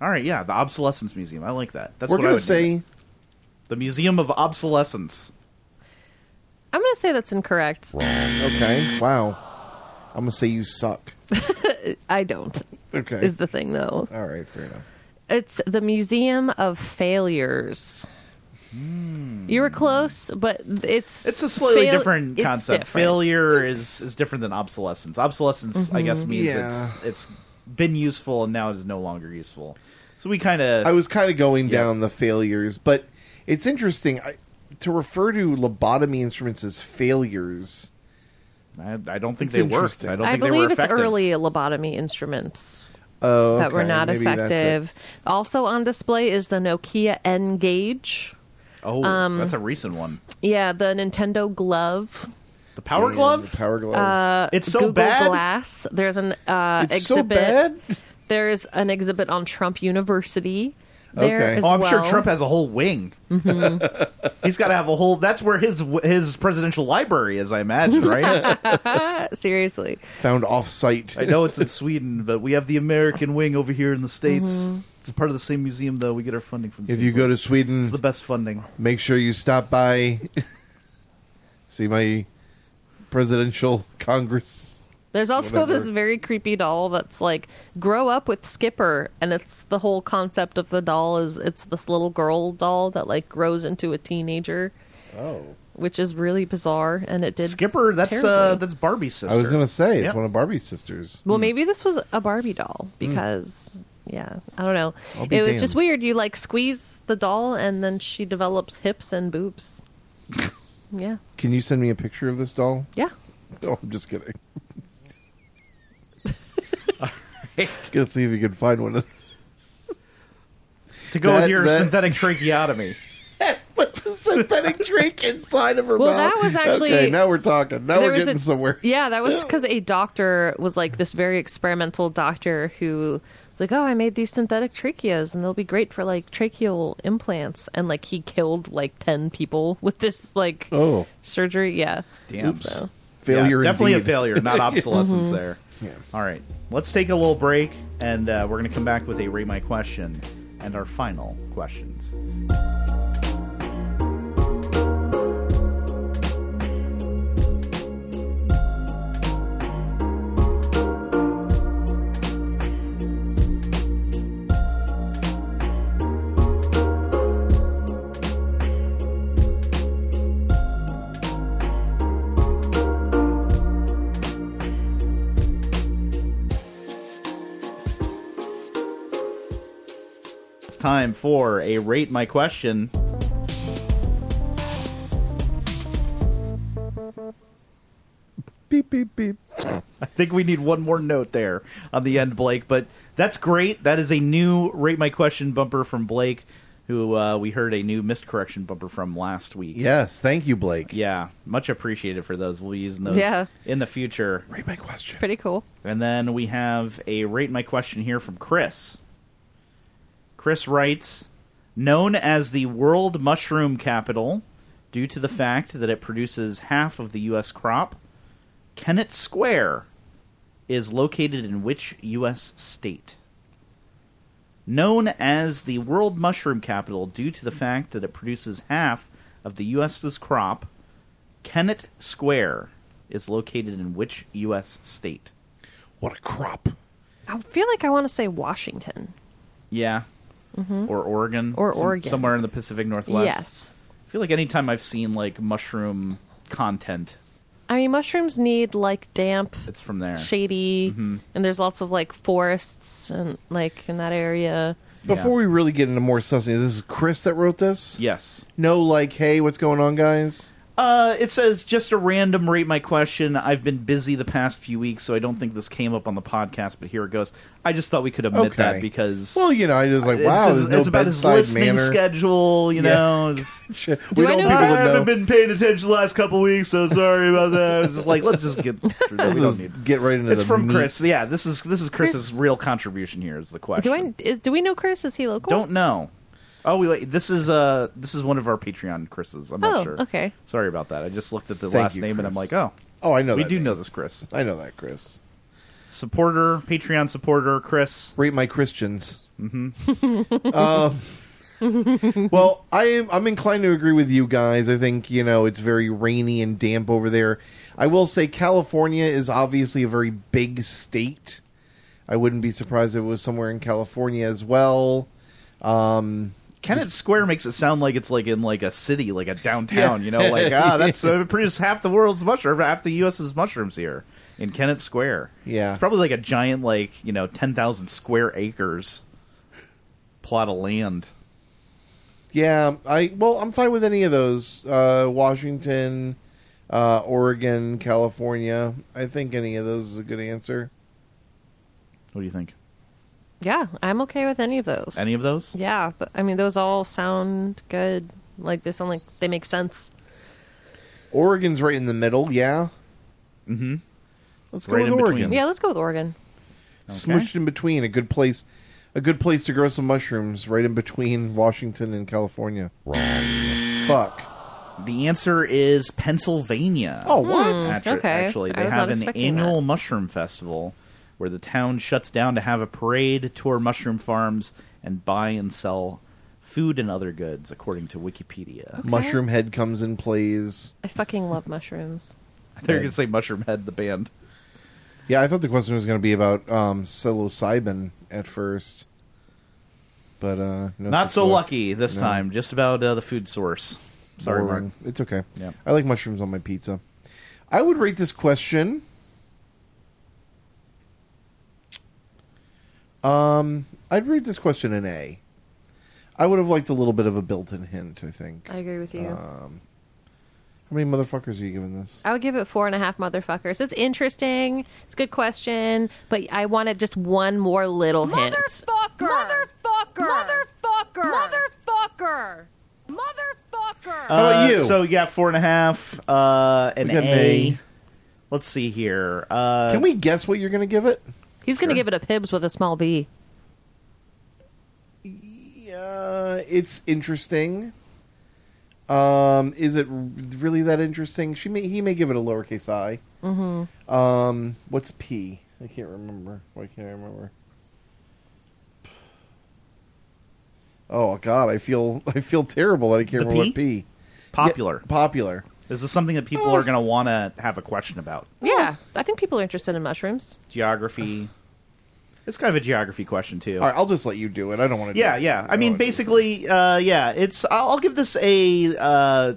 Speaker 1: All right. Yeah, the obsolescence museum. I like that. Mm-hmm. That's
Speaker 2: We're
Speaker 1: what I
Speaker 2: gonna
Speaker 1: would
Speaker 2: say.
Speaker 1: name it. the museum of obsolescence.
Speaker 4: I'm going to say that's incorrect.
Speaker 2: Okay. Wow. I'm gonna say you suck.
Speaker 4: I don't.
Speaker 2: Okay.
Speaker 4: Is the thing though.
Speaker 2: All right. Fair enough.
Speaker 4: It's the Museum of Failures. You were close, but it's
Speaker 1: Hmm. It's a slightly
Speaker 4: fail-
Speaker 1: different
Speaker 4: it's
Speaker 1: concept.
Speaker 4: different.
Speaker 1: Failure is, is different than obsolescence. Obsolescence, I guess,
Speaker 4: Mm-hmm.
Speaker 1: means it's it's been useful and now it is no longer useful. So we kind
Speaker 2: I
Speaker 1: of
Speaker 2: was kind of going down the failures, but it's interesting I, to refer to lobotomy instruments as failures.
Speaker 1: I, I don't think
Speaker 2: It's
Speaker 1: they worked.
Speaker 2: interesting.
Speaker 1: I don't
Speaker 4: I
Speaker 1: think they were
Speaker 4: believe it's
Speaker 1: effective.
Speaker 4: early lobotomy instruments
Speaker 2: Oh,
Speaker 4: that were
Speaker 2: okay,
Speaker 4: not
Speaker 2: maybe that's it.
Speaker 4: effective. Also on display is the Nokia N Gauge.
Speaker 1: Oh,
Speaker 4: um,
Speaker 1: that's a recent one.
Speaker 4: Yeah, the Nintendo Glove.
Speaker 1: The power
Speaker 2: Damn,
Speaker 1: glove.
Speaker 2: the Power glove.
Speaker 1: it's so
Speaker 4: Uh, Google
Speaker 1: bad.
Speaker 4: Glass. There's an uh,
Speaker 2: it's
Speaker 4: exhibit.
Speaker 2: so bad.
Speaker 4: There's an exhibit on Trump University. there
Speaker 2: Okay.
Speaker 4: as
Speaker 1: Oh, I'm sure
Speaker 4: well. Mm-hmm.
Speaker 1: Trump has a whole wing. He's got to have a whole. That's where his his presidential library is, I imagine, right?
Speaker 4: Seriously.
Speaker 2: Found off-site.
Speaker 1: I know it's in Sweden, but we have the American wing over here in the states.
Speaker 4: Mm-hmm.
Speaker 1: It's part of the same museum, though. We get our funding from. the
Speaker 2: If
Speaker 1: same
Speaker 2: you go to
Speaker 1: place.
Speaker 2: Sweden,
Speaker 1: it's the best funding.
Speaker 2: make sure you stop by. see my presidential Congress.
Speaker 4: There's also
Speaker 2: Whatever.
Speaker 4: this very creepy doll that's like grow up with Skipper, and it's the whole concept of the doll is it's this little girl doll that like grows into a teenager.
Speaker 2: Oh.
Speaker 4: which is really bizarre, and it did.
Speaker 1: Skipper, that's uh,
Speaker 4: terribly.
Speaker 1: that's Barbie's sister.
Speaker 2: I was going to say it's
Speaker 1: Yep.
Speaker 2: one of Barbie's sisters.
Speaker 4: well, maybe this was a Barbie doll because, yeah, I don't know.
Speaker 2: Hmm. I'll
Speaker 4: It
Speaker 2: be
Speaker 4: was just
Speaker 2: damned.
Speaker 4: weird. You like squeeze the doll, and then she develops hips and boobs. yeah,
Speaker 2: Can you send me a picture of this doll?
Speaker 4: yeah.
Speaker 2: No, I'm just kidding. Just gonna see if you can find one.
Speaker 1: to go
Speaker 2: That-
Speaker 1: with your
Speaker 2: that-
Speaker 1: synthetic tracheotomy.
Speaker 2: Put the synthetic drink inside of her
Speaker 4: Well,
Speaker 2: mouth.
Speaker 4: that was actually-
Speaker 2: okay. Now we're talking. Now
Speaker 4: There
Speaker 2: we're
Speaker 4: was
Speaker 2: getting
Speaker 4: a-
Speaker 2: somewhere.
Speaker 4: Yeah, that was because a doctor was like this very experimental doctor who was like, oh, I made these synthetic tracheas and they'll be great for like tracheal implants. And like he killed like 10 people with this like
Speaker 2: Oh.
Speaker 4: surgery. Yeah.
Speaker 1: Damn.
Speaker 4: So.
Speaker 2: Failure.
Speaker 1: Yeah, definitely
Speaker 2: indeed. Mm-hmm.
Speaker 1: a failure, not obsolescence there. All right, let's take a little break, and uh, we're going to come back with a rate my question and our final questions. It's time for a rate my question.
Speaker 2: Beep beep beep.
Speaker 1: I think we need one more note there on the end, Blake. But that's great. That is a new rate my question bumper from Blake, who uh, we heard a new missed correction bumper from last week.
Speaker 2: Yes, thank you, Blake.
Speaker 1: Yeah, much appreciated for those. We'll be using those
Speaker 4: Yeah.
Speaker 1: in the future.
Speaker 5: Read my question.
Speaker 4: Pretty cool.
Speaker 1: And then we have a rate my question here from Chris. Chris writes Known as the world mushroom capital due to the fact that it produces half of the U.S. crop, Kennett Square is located in which U.S. state? Known as the world mushroom capital due to the fact that it produces half of the U.S.'s crop, Kennett Square is located in which U.S. state?
Speaker 5: What a crop.
Speaker 4: I feel like I want to say Washington.
Speaker 1: Yeah. Or Oregon.
Speaker 4: Mm-hmm. Or Oregon.
Speaker 1: Somewhere in the Pacific Northwest.
Speaker 4: Yes.
Speaker 1: I feel like anytime I've seen like mushroom content,
Speaker 4: I mean, mushrooms need like damp,
Speaker 1: it's from there.
Speaker 4: shady,
Speaker 1: Mm-hmm.
Speaker 4: and there's lots of like forests and like in that area.
Speaker 2: Before
Speaker 1: Yeah.
Speaker 2: we really get into more sussing, this is Chris that wrote this.
Speaker 1: Yes.
Speaker 2: No, like, hey, what's going on, guys?
Speaker 1: Uh, it says just a random rate my question. I've been busy the past few weeks, so I don't think this came up on the podcast, but here it goes. I just thought we could admit
Speaker 2: Okay.
Speaker 1: that because
Speaker 2: Well, you know, I was like,
Speaker 1: it's,
Speaker 2: wow,
Speaker 1: his-
Speaker 2: there's no
Speaker 1: it's about his
Speaker 2: bedside
Speaker 1: listening
Speaker 2: manner.
Speaker 1: schedule, you
Speaker 2: Yeah.
Speaker 1: know. it's-
Speaker 2: Shit,
Speaker 4: Do
Speaker 2: we
Speaker 4: I
Speaker 2: don't
Speaker 4: know-
Speaker 2: want
Speaker 1: I
Speaker 2: people to know.
Speaker 1: haven't been paying attention the last couple weeks, so sorry about that. I was just like, let's just get through this. We don't
Speaker 2: Let's
Speaker 1: need
Speaker 2: just get right into
Speaker 1: it's
Speaker 2: the
Speaker 1: from
Speaker 2: meat.
Speaker 1: Chris. Yeah, this is this is Chris's
Speaker 4: Chris-
Speaker 1: real contribution here. Is the question?
Speaker 4: Do I is, do we know Chris? Is he local?
Speaker 1: don't know. Oh we wait, this is uh this is one of our Patreon Chris's. I'm
Speaker 4: Oh,
Speaker 1: not sure.
Speaker 4: okay.
Speaker 1: Sorry about that. I just looked at the
Speaker 2: Thank
Speaker 1: last
Speaker 2: you,
Speaker 1: name and
Speaker 2: Chris.
Speaker 1: I'm like, oh,
Speaker 2: Oh, I know.
Speaker 1: we
Speaker 2: that
Speaker 1: do
Speaker 2: name.
Speaker 1: know this Chris
Speaker 2: I know that, Chris.
Speaker 1: supporter, Patreon supporter Chris.
Speaker 2: Rate my Christians. Mm-hmm. um, well, I am. I'm inclined to agree with you guys. I think you know it's very rainy and damp over there. I will say California is obviously a very big state. I wouldn't be surprised if it was somewhere in California as well.
Speaker 1: Kennett Square makes it sound like it's like in like a city, like a downtown. You know, like ah, that's uh, produce half the world's mushroom, half the U.S.'s mushrooms here in Kennett Square.
Speaker 2: Yeah.
Speaker 1: it's probably like a giant, like you know, ten thousand square acres plot of land.
Speaker 2: Yeah, I well, I'm fine with any of those. Uh, Washington, uh, Oregon, California. I think any of those is a good answer.
Speaker 1: What do you think?
Speaker 4: Yeah, I'm okay with any of those.
Speaker 1: Any of those?
Speaker 4: Yeah, th- I mean those all sound good. Like they sound like they make sense.
Speaker 2: Oregon's right in the middle. Yeah.
Speaker 1: Mm-hmm.
Speaker 2: Let's go
Speaker 1: Right
Speaker 2: with
Speaker 1: in
Speaker 2: Oregon.
Speaker 1: between.
Speaker 4: Yeah, let's go with Oregon.
Speaker 1: Okay.
Speaker 2: Smooshed in between, a good place. a good place to grow some mushrooms right in between Washington and California. Wrong. Fuck.
Speaker 1: The answer is Pennsylvania.
Speaker 2: Oh, what?
Speaker 1: Actu-
Speaker 4: Mm, okay.
Speaker 1: Actually,
Speaker 4: I
Speaker 1: they
Speaker 4: was
Speaker 1: have
Speaker 4: not
Speaker 1: an
Speaker 4: expecting
Speaker 1: annual
Speaker 4: that.
Speaker 1: mushroom festival where the town shuts down to have a parade, tour mushroom farms, and buy and sell food and other goods, according to Wikipedia.
Speaker 2: Mushroom Head comes and plays.
Speaker 4: I fucking love mushrooms.
Speaker 1: I thought you were going to say Mushroom Head, the band.
Speaker 2: Yeah, I thought the question was going to be about um, psilocybin at first, but uh, no
Speaker 1: Not
Speaker 2: such
Speaker 1: so
Speaker 2: luck.
Speaker 1: lucky this
Speaker 2: No.
Speaker 1: time. Just about uh, the food source. Sorry,
Speaker 2: Boring.
Speaker 1: Mark.
Speaker 2: It's okay.
Speaker 1: Yeah.
Speaker 2: I like mushrooms on my pizza. I would rate this question. Um, I'd rate this question an A. I would have liked a little bit of a built-in hint. I think.
Speaker 4: I agree with you.
Speaker 1: Uh.
Speaker 2: Um, how many motherfuckers are you giving this?
Speaker 4: I would give it four and a half motherfuckers. It's interesting. It's a good question, but I wanted just one more little hint.
Speaker 7: Motherfucker! Motherfucker! Motherfucker! Motherfucker!
Speaker 2: How
Speaker 7: Motherfucker!
Speaker 1: Uh,
Speaker 2: about you?
Speaker 1: So you got four and a half, uh, an
Speaker 2: We got an
Speaker 1: A.
Speaker 2: A.
Speaker 1: Let's see here. Uh,
Speaker 2: Can we guess what you're going to give it?
Speaker 4: He's going to
Speaker 1: Sure.
Speaker 4: give it a pibs with a small b.
Speaker 2: Yeah, Uh, it's interesting. Um, is it r- really that interesting? She may he may give it a lowercase i. Mm-hmm. Um, what's p? I can't remember. Why can't I remember? Oh God, I feel I feel terrible. that I can't
Speaker 1: The
Speaker 2: remember
Speaker 1: P?
Speaker 2: what p.
Speaker 1: Popular.
Speaker 2: Yeah, popular.
Speaker 1: Is this something that people
Speaker 2: Oh.
Speaker 1: are going to want to have a question about?
Speaker 4: Yeah, I think people are interested in mushrooms.
Speaker 1: Geography. It's kind of a geography question too.
Speaker 2: All right, I'll just let you do it. I don't want to.
Speaker 1: Yeah,
Speaker 2: do it.
Speaker 1: yeah. I
Speaker 2: don't
Speaker 1: mean,
Speaker 2: wanna do it.
Speaker 1: basically, uh, yeah. It's I'll, I'll give this a uh,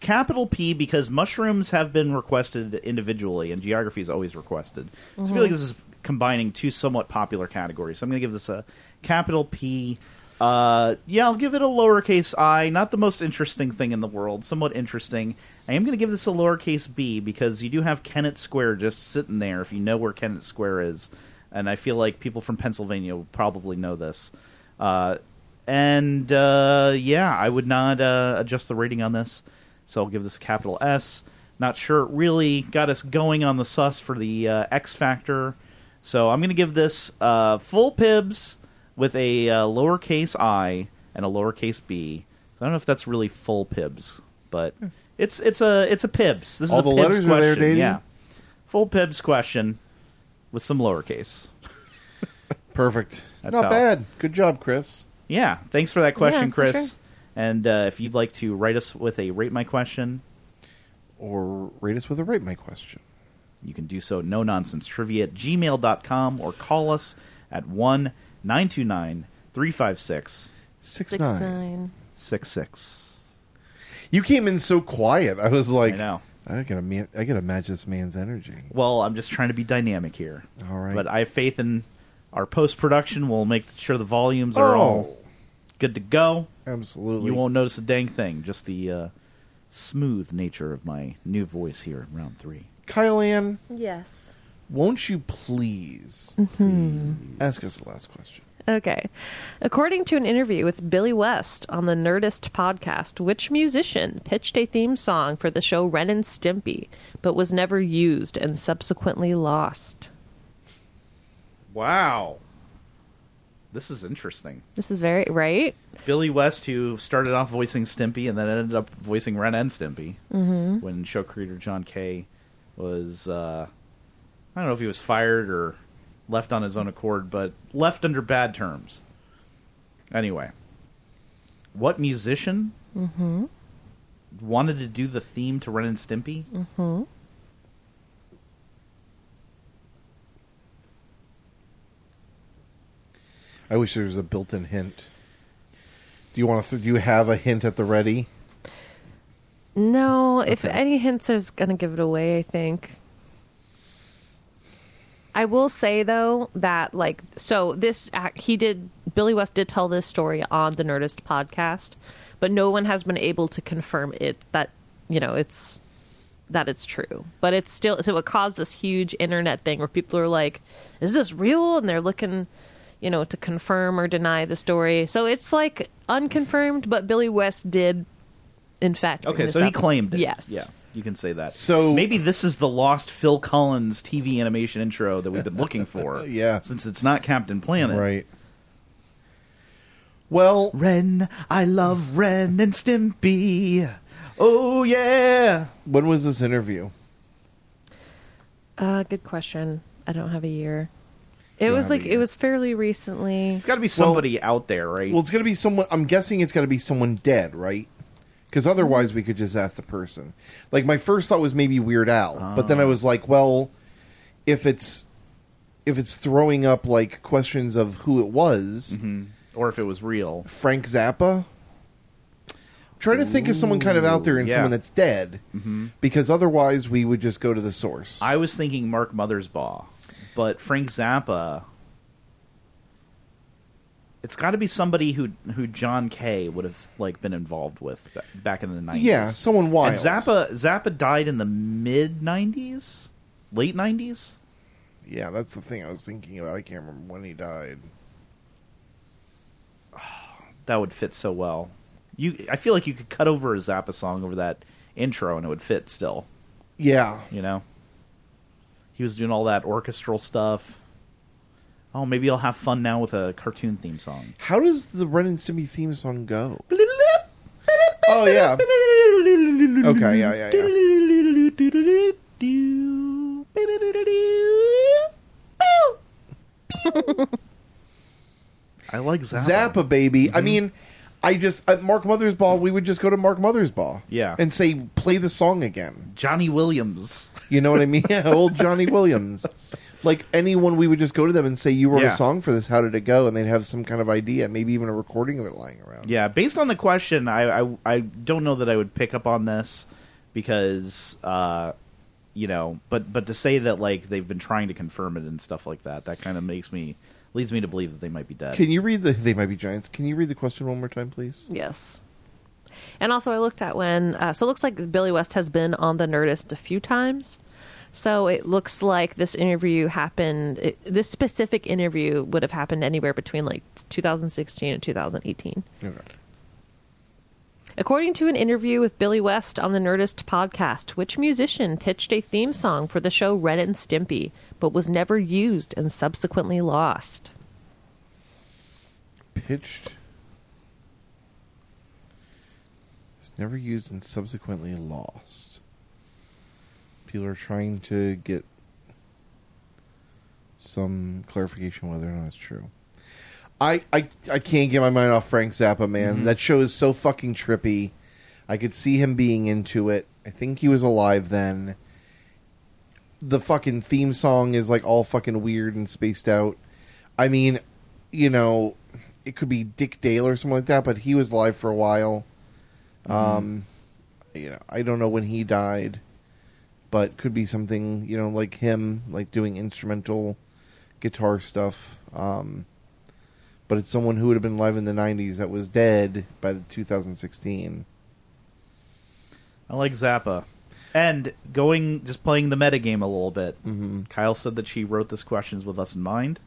Speaker 1: capital P because mushrooms have been requested individually, and geography is always requested. So I feel like this is combining two somewhat popular categories. So I'm going to give this a capital P. Uh, yeah, I'll give it a lowercase i. Not the most interesting thing in the world. Somewhat interesting. I am going to give this a lowercase b because you do have Kennett Square just sitting there. If you know where Kennett Square is, and I feel like people from Pennsylvania will probably know this. Uh, and uh, yeah, I would not uh, adjust the rating on this, so I'll give this a capital S. Not sure it really got us going on the sus for the uh, X Factor, so I'm going to give this uh, full pibs with a uh, lowercase i and a lowercase b. So I don't know if that's really full pibs, but
Speaker 4: Hmm.
Speaker 1: it's it's a it's a pibs. This is
Speaker 2: All
Speaker 1: a
Speaker 2: the
Speaker 1: pibs
Speaker 2: letters are there,
Speaker 1: question.
Speaker 2: Davey?
Speaker 1: yeah, full pibs question with some lowercase.
Speaker 2: perfect.
Speaker 1: That's
Speaker 2: Not
Speaker 1: how-
Speaker 2: bad. Good job, Chris.
Speaker 1: Yeah, thanks for that question,
Speaker 4: Yeah, for
Speaker 1: Chris.
Speaker 4: sure.
Speaker 1: And uh, if you'd like to write us with a rate my question,
Speaker 2: Or rate us with a rate my question.
Speaker 1: you can do so no nonsense trivia at gmail.com or call us at 1 929 356
Speaker 2: Six,
Speaker 4: Six
Speaker 2: nine.
Speaker 4: nine.
Speaker 1: 66.
Speaker 2: You came in so quiet. I was like,
Speaker 1: I know.
Speaker 2: I gotta, ma- I gotta match this man's energy.
Speaker 1: Well, I'm just trying to be dynamic here.
Speaker 2: All right.
Speaker 1: But I have faith in our post production. We'll make sure the volumes are all good to go.
Speaker 2: absolutely.
Speaker 1: You won't notice a dang thing, just the uh, smooth nature of my new voice here in round three.
Speaker 2: Kyle Ann,
Speaker 4: Yes.
Speaker 2: won't you please ask us the last question?
Speaker 4: Okay. According to an interview with Billy West on the Nerdist podcast, which musician pitched a theme song for the show Ren and Stimpy, but was never used and subsequently lost?
Speaker 1: Wow. This is interesting.
Speaker 4: This is very right.
Speaker 1: Billy West, who started off voicing Stimpy and then ended up voicing Ren and Stimpy when show creator John Kay was, uh, I don't know if he was fired or left on his own accord, but left under bad terms. Anyway, what musician wanted to do the theme to Ren and Stimpy?
Speaker 2: I wish there was a built-in hint. Do you want to? do you have a hint at the ready?
Speaker 4: No, if
Speaker 2: Okay.
Speaker 4: any hints is going to give it away, I think. I will say though that like so this act, he did Billy West did tell this story on the Nerdist podcast, but no one has been able to confirm it that you know it's that it's true. But it's still so it caused this huge internet thing where people are like, "Is this real?" and they're looking, you know, to confirm or deny the story. So it's like unconfirmed, but Billy West did, in fact. bring
Speaker 1: Okay,
Speaker 4: this
Speaker 1: so he
Speaker 4: up.
Speaker 1: claimed it.
Speaker 4: Yes.
Speaker 1: Yeah, you can say that.
Speaker 2: So-
Speaker 1: maybe this is the lost Phil Collins TV animation intro that we've been looking for.
Speaker 2: Yeah.
Speaker 1: Since it's not Captain Planet.
Speaker 2: Right. Well,
Speaker 6: Ren, I love Ren and Stimpy.
Speaker 1: Oh yeah.
Speaker 2: when was this interview?
Speaker 4: Uh, good question. I don't have a year. It
Speaker 2: don't
Speaker 4: was
Speaker 2: have a
Speaker 4: like
Speaker 2: year.
Speaker 4: it was fairly recently.
Speaker 1: It's got to be somebody out there, right?
Speaker 2: Well, it's going to be someone. I'm guessing it's going to be someone dead, right? Because otherwise, we could just ask the person. Like my first thought was maybe Weird Al, but then I was like, well, if it's if it's throwing up like questions of who it was,
Speaker 1: Mm-hmm. or if it was real.
Speaker 2: Frank Zappa. I'm trying to think of someone kind of out there and
Speaker 1: Ooh, yeah. Mm-hmm.
Speaker 2: someone that's dead, because otherwise we would just go to the source.
Speaker 1: I was thinking Mark Mothersbaugh, but Frank Zappa. It's got to be somebody who who John Kay would have like been involved with ba- back in the nineties.
Speaker 2: yeah, someone wild.
Speaker 1: And Zappa Zappa died in the mid nineties, late nineties.
Speaker 2: Yeah, that's the thing I was thinking about. I can't remember when he died.
Speaker 1: That would fit so well. You, I feel like you could cut over a Zappa song over that intro and it would fit still.
Speaker 2: Yeah,
Speaker 1: You know, he was doing all that orchestral stuff. Oh, maybe I'll have fun now with a cartoon theme song.
Speaker 2: How does the Ren and Stimpy theme song go? Oh yeah. Okay, yeah, yeah, yeah.
Speaker 1: I like Zappa. Mm-hmm.
Speaker 2: Zappa baby. I mean, I just at Mark Mothersbaugh, we would just go to Mark Mothersbaugh.
Speaker 1: Yeah.
Speaker 2: And say play the song again.
Speaker 1: Johnny Williams.
Speaker 2: You know what I mean? Yeah, old Johnny Williams. Like anyone we would just go to them and say you wrote
Speaker 1: Yeah.
Speaker 2: a song for this, how did it go? And they'd have some kind of idea, maybe even a recording of it lying around.
Speaker 1: Yeah, based on the question, I, I I don't know that I would pick up on this because uh, you know, but but to say that like they've been trying to confirm it and stuff like that, that kind of makes me leads me to believe that they might be dead.
Speaker 2: Can you read the they might be giants. Can you read the question one more time, please?
Speaker 4: Yes. And also, I looked at when. Uh, so it looks like Billy West has been on the Nerdist a few times. So it looks like this interview happened. It, this specific interview would have happened anywhere between like 2016 and 2018.
Speaker 2: Okay.
Speaker 4: According to an interview with Billy West on the Nerdist podcast, which musician pitched a theme song for the show Ren and Stimpy, but was never used and subsequently lost?
Speaker 2: Pitched It's never used and subsequently lost. People are trying to get some clarification whether or not it's true. I I, I can't get my mind off Frank Zappa, man. That show is so fucking trippy. I could see him being into it. I think he was alive then. The fucking theme song is like all fucking weird and spaced out. I mean, you know, it could be Dick Dale or something like that, but he was alive for a while. Um, you know, I don't know when he died, but could be something you know like him, like doing instrumental guitar stuff. Um, but it's someone who would have been live in the '90s that was dead by the 2016.
Speaker 1: I like Zappa. And going just playing the metagame a little bit. Mm-hmm. Kyle said that she wrote this questions with us in mind,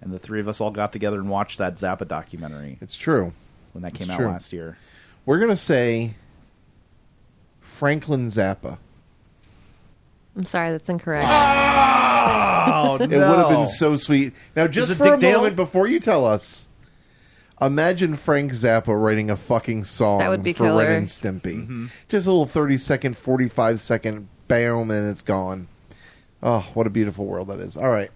Speaker 1: and the three of us all got together and watched that Zappa documentary
Speaker 2: It's true.
Speaker 1: when that
Speaker 2: it's
Speaker 1: came out
Speaker 2: true.
Speaker 1: last year.
Speaker 2: We're gonna say Franklin Zappa.
Speaker 4: I'm sorry, that's incorrect.
Speaker 1: Oh no!
Speaker 2: It would have been so sweet. Now, just
Speaker 1: it
Speaker 2: for a
Speaker 1: Dick Dale?
Speaker 2: moment before you tell us, imagine Frank Zappa writing a fucking song
Speaker 4: That would be
Speaker 2: for
Speaker 4: killer.
Speaker 2: Ren and Stimpy.
Speaker 1: Mm-hmm.
Speaker 2: Just a little 30 second, 45 second, bam, and it's gone. Oh, what a beautiful world that is. All right.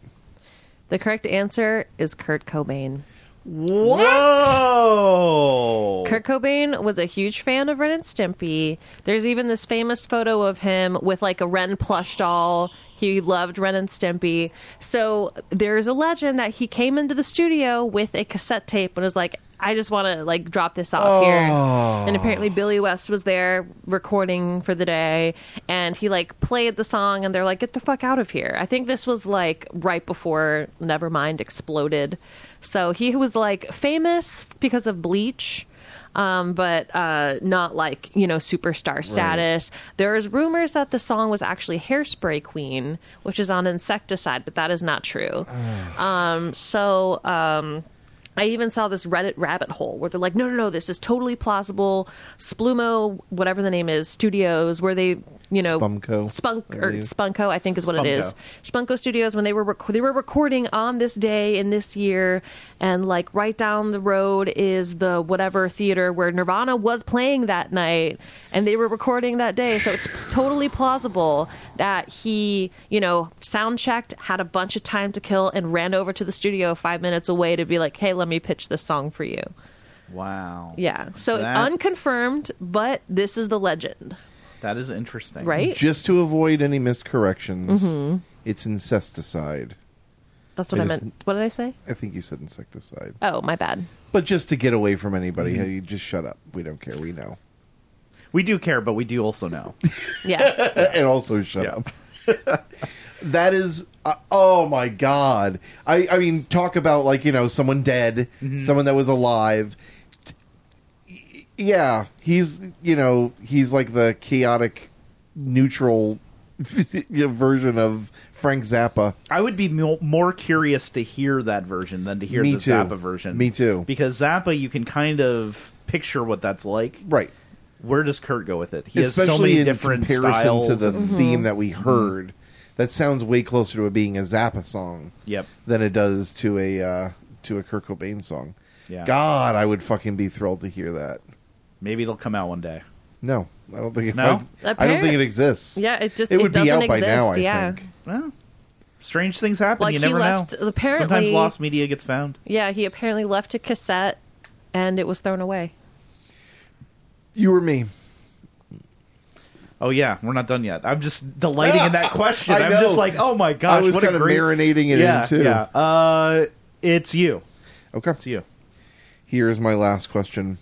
Speaker 4: The correct answer is Kurt Cobain.
Speaker 2: What?
Speaker 1: Whoa!
Speaker 4: Kurt Cobain was a huge fan of Ren and Stimpy. There's even this famous photo of him with like a Ren plush doll. He loved Ren and Stimpy. So there's a legend that he came into the studio with a cassette tape and was like, I just want to like drop this off here. And apparently Billy West was there recording for the day and he like played the song and they're like, get the fuck out of here. I think this was like right before Nevermind exploded. So he was like famous because of Bleach um, but uh, not like you know superstar status. There's rumors that the song was actually "Hairspray Queen," which is on Insecticide, but that is not true.
Speaker 2: Ah.
Speaker 4: um, so. Um, I even saw this Reddit rabbit hole where they're like, no, no, no, this is totally plausible. Splumo, whatever the name is, studios, where they you know
Speaker 2: Spumco.
Speaker 4: Spunk
Speaker 2: I
Speaker 4: or
Speaker 2: believe.
Speaker 4: Spunko, I think is what it is.
Speaker 1: Spunko.
Speaker 4: Spunko Studios when they were rec- they were recording on this day in this year, and like right down the road is the whatever theater where Nirvana was playing that night, and they were recording that day. So it's totally plausible that he, you know, sound checked, had a bunch of time to kill, and ran over to the studio five minutes away to be like, "Hey, let me pitch this song for you."
Speaker 1: Wow.
Speaker 4: Yeah. So
Speaker 1: That-
Speaker 4: unconfirmed, but this is the legend,
Speaker 1: That is interesting.
Speaker 4: right? Mm-hmm.
Speaker 2: Just to avoid any miscorrections, it's incesticide.
Speaker 4: That's what
Speaker 2: I
Speaker 4: I,
Speaker 2: just-
Speaker 4: meant. What did I say?
Speaker 2: I think you said insecticide.
Speaker 4: Oh, my bad.
Speaker 2: But just to get away from anybody,
Speaker 4: Mm-hmm.
Speaker 2: hey, just shut up. We don't care. We know.
Speaker 1: We do care, but we do also know.
Speaker 4: Yeah.
Speaker 2: and also shut
Speaker 1: Yeah.
Speaker 2: up. that is, uh, oh my god! I, I mean, talk about like you know someone dead,
Speaker 1: Mm-hmm.
Speaker 2: someone that was alive. Y- Yeah, he's you know he's like the chaotic, neutral version of Frank Zappa.
Speaker 1: I would be mo- more curious to hear that version than to hear
Speaker 2: Me
Speaker 1: the
Speaker 2: too.
Speaker 1: Zappa version.
Speaker 2: Me too.
Speaker 1: Because Zappa, you can kind of picture what that's like.
Speaker 2: Right.
Speaker 1: Where does Kurt go with it? He has so many different styles. Mm-hmm.
Speaker 2: to the
Speaker 1: and-
Speaker 2: theme that we heard. That sounds way closer to it being a Zappa song.
Speaker 1: Yep.
Speaker 2: than it does to a uh, to a Kurt Cobain song.
Speaker 1: Yeah.
Speaker 2: God, I would fucking be thrilled to hear that.
Speaker 1: Maybe it'll come out one day.
Speaker 2: No, I don't think. It,
Speaker 1: No?
Speaker 2: I, I don't think it
Speaker 4: Apparent-
Speaker 2: exists.
Speaker 4: Yeah, it just-
Speaker 2: it
Speaker 4: it
Speaker 2: would be out
Speaker 4: doesn't
Speaker 2: by now. I
Speaker 4: exist, yeah.
Speaker 2: think.
Speaker 1: Well, strange things happen.
Speaker 4: Like,
Speaker 1: you
Speaker 4: he
Speaker 1: never
Speaker 4: left-
Speaker 1: know.
Speaker 4: apparently-
Speaker 1: Sometimes lost media gets found.
Speaker 4: yeah, he apparently left a cassette and it was thrown away.
Speaker 2: You or me.
Speaker 1: Oh yeah, we're not done yet. I'm just delighting in that question.
Speaker 2: Ah, I
Speaker 1: I'm
Speaker 2: know.
Speaker 1: just like, oh my gosh,
Speaker 2: I was
Speaker 1: what a
Speaker 2: kind of
Speaker 1: great
Speaker 2: marinating it
Speaker 1: yeah,
Speaker 2: in too.
Speaker 1: Yeah, uh, it's you.
Speaker 2: Okay.
Speaker 1: It's you.
Speaker 2: Here's my last question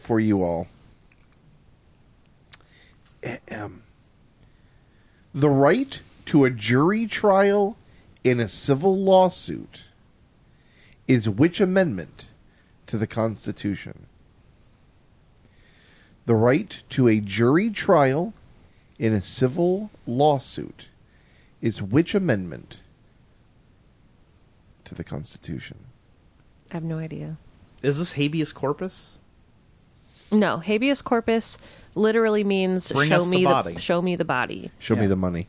Speaker 2: for you all. Ahem. The right to a jury trial in a civil lawsuit is which amendment to the Constitution? The right to a jury trial in a civil lawsuit is which amendment to the Constitution?
Speaker 4: I have no idea.
Speaker 1: Is this habeas corpus?
Speaker 4: No, habeas corpus literally means
Speaker 1: Bring
Speaker 4: show
Speaker 1: us the
Speaker 4: me
Speaker 1: body.
Speaker 4: show me the body.
Speaker 2: Show me
Speaker 1: Yeah.
Speaker 2: the money.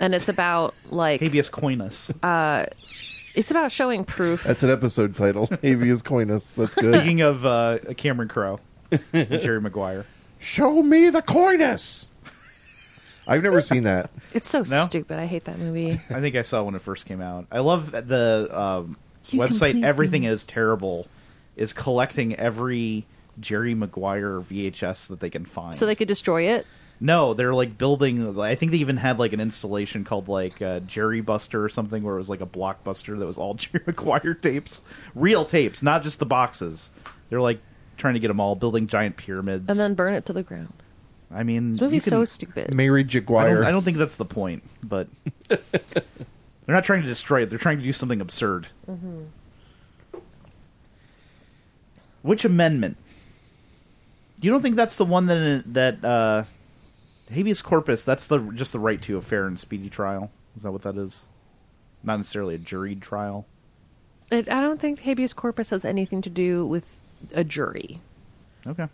Speaker 4: And it's about like
Speaker 1: Habeas coinus.
Speaker 4: it's about showing proof.
Speaker 2: That's an episode title. Habeas coinus. That's good.
Speaker 1: Speaking of uh, Cameron Crowe, and Jerry Maguire.
Speaker 2: Show me the coinus. I've never seen that.
Speaker 4: It's so
Speaker 1: No?
Speaker 4: stupid. I hate that movie.
Speaker 1: I think I saw when it first came out. I love the um, website. Everything is terrible. Is collecting every Jerry Maguire VHS that they can find.
Speaker 4: So they could destroy it.
Speaker 1: No, they're like building. I think they even had like an installation called like uh, Jerry Buster or something, where it was like a blockbuster that was all Jerry Maguire tapes, real tapes, not just the boxes. They're like trying to get them all, building giant pyramids.
Speaker 4: And then burn it to the ground.
Speaker 1: I mean,
Speaker 4: This
Speaker 1: you
Speaker 4: movie's
Speaker 1: can-
Speaker 4: so stupid.
Speaker 2: Mary
Speaker 1: I
Speaker 2: Jaguar.
Speaker 1: don't, I don't think that's the point, but they're not trying to destroy it. They're trying to do something absurd. Which amendment? You don't think that's the one that that uh, habeas corpus? That's the just the right to a fair and speedy trial. Is that what that is? Not necessarily a juried trial.
Speaker 4: It, I don't think habeas corpus has anything to do with a jury.
Speaker 1: Okay.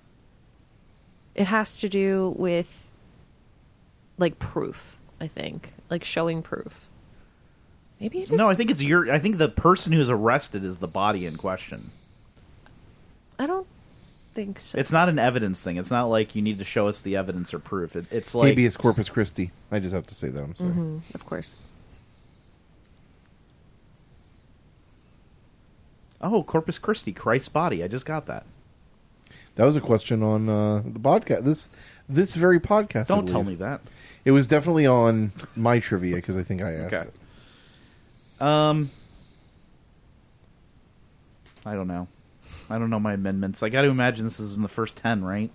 Speaker 4: It has to do with like proof, I think. Like showing proof. Maybe it is
Speaker 1: No, I think it's your. I think the person who's arrested is the body in question.
Speaker 4: I don't think so.
Speaker 1: It's not an evidence thing. It's not like you need to show us the evidence or proof. It, it's like
Speaker 2: Habeas corpus Christi. I just have to say that. I'm
Speaker 1: Mm-hmm.
Speaker 2: sorry.
Speaker 4: Mm-hmm, of course.
Speaker 1: Oh, Corpus Christi, Christ's body. I just got that.
Speaker 2: That was a question on uh, the podcast. This this very podcast. I
Speaker 1: Don't tell me
Speaker 2: believe.
Speaker 1: that.
Speaker 2: It was definitely on my trivia because I think I asked
Speaker 1: Okay.
Speaker 2: it.
Speaker 1: Um, I don't know. I don't know my amendments. I got to imagine this is in the first ten, right?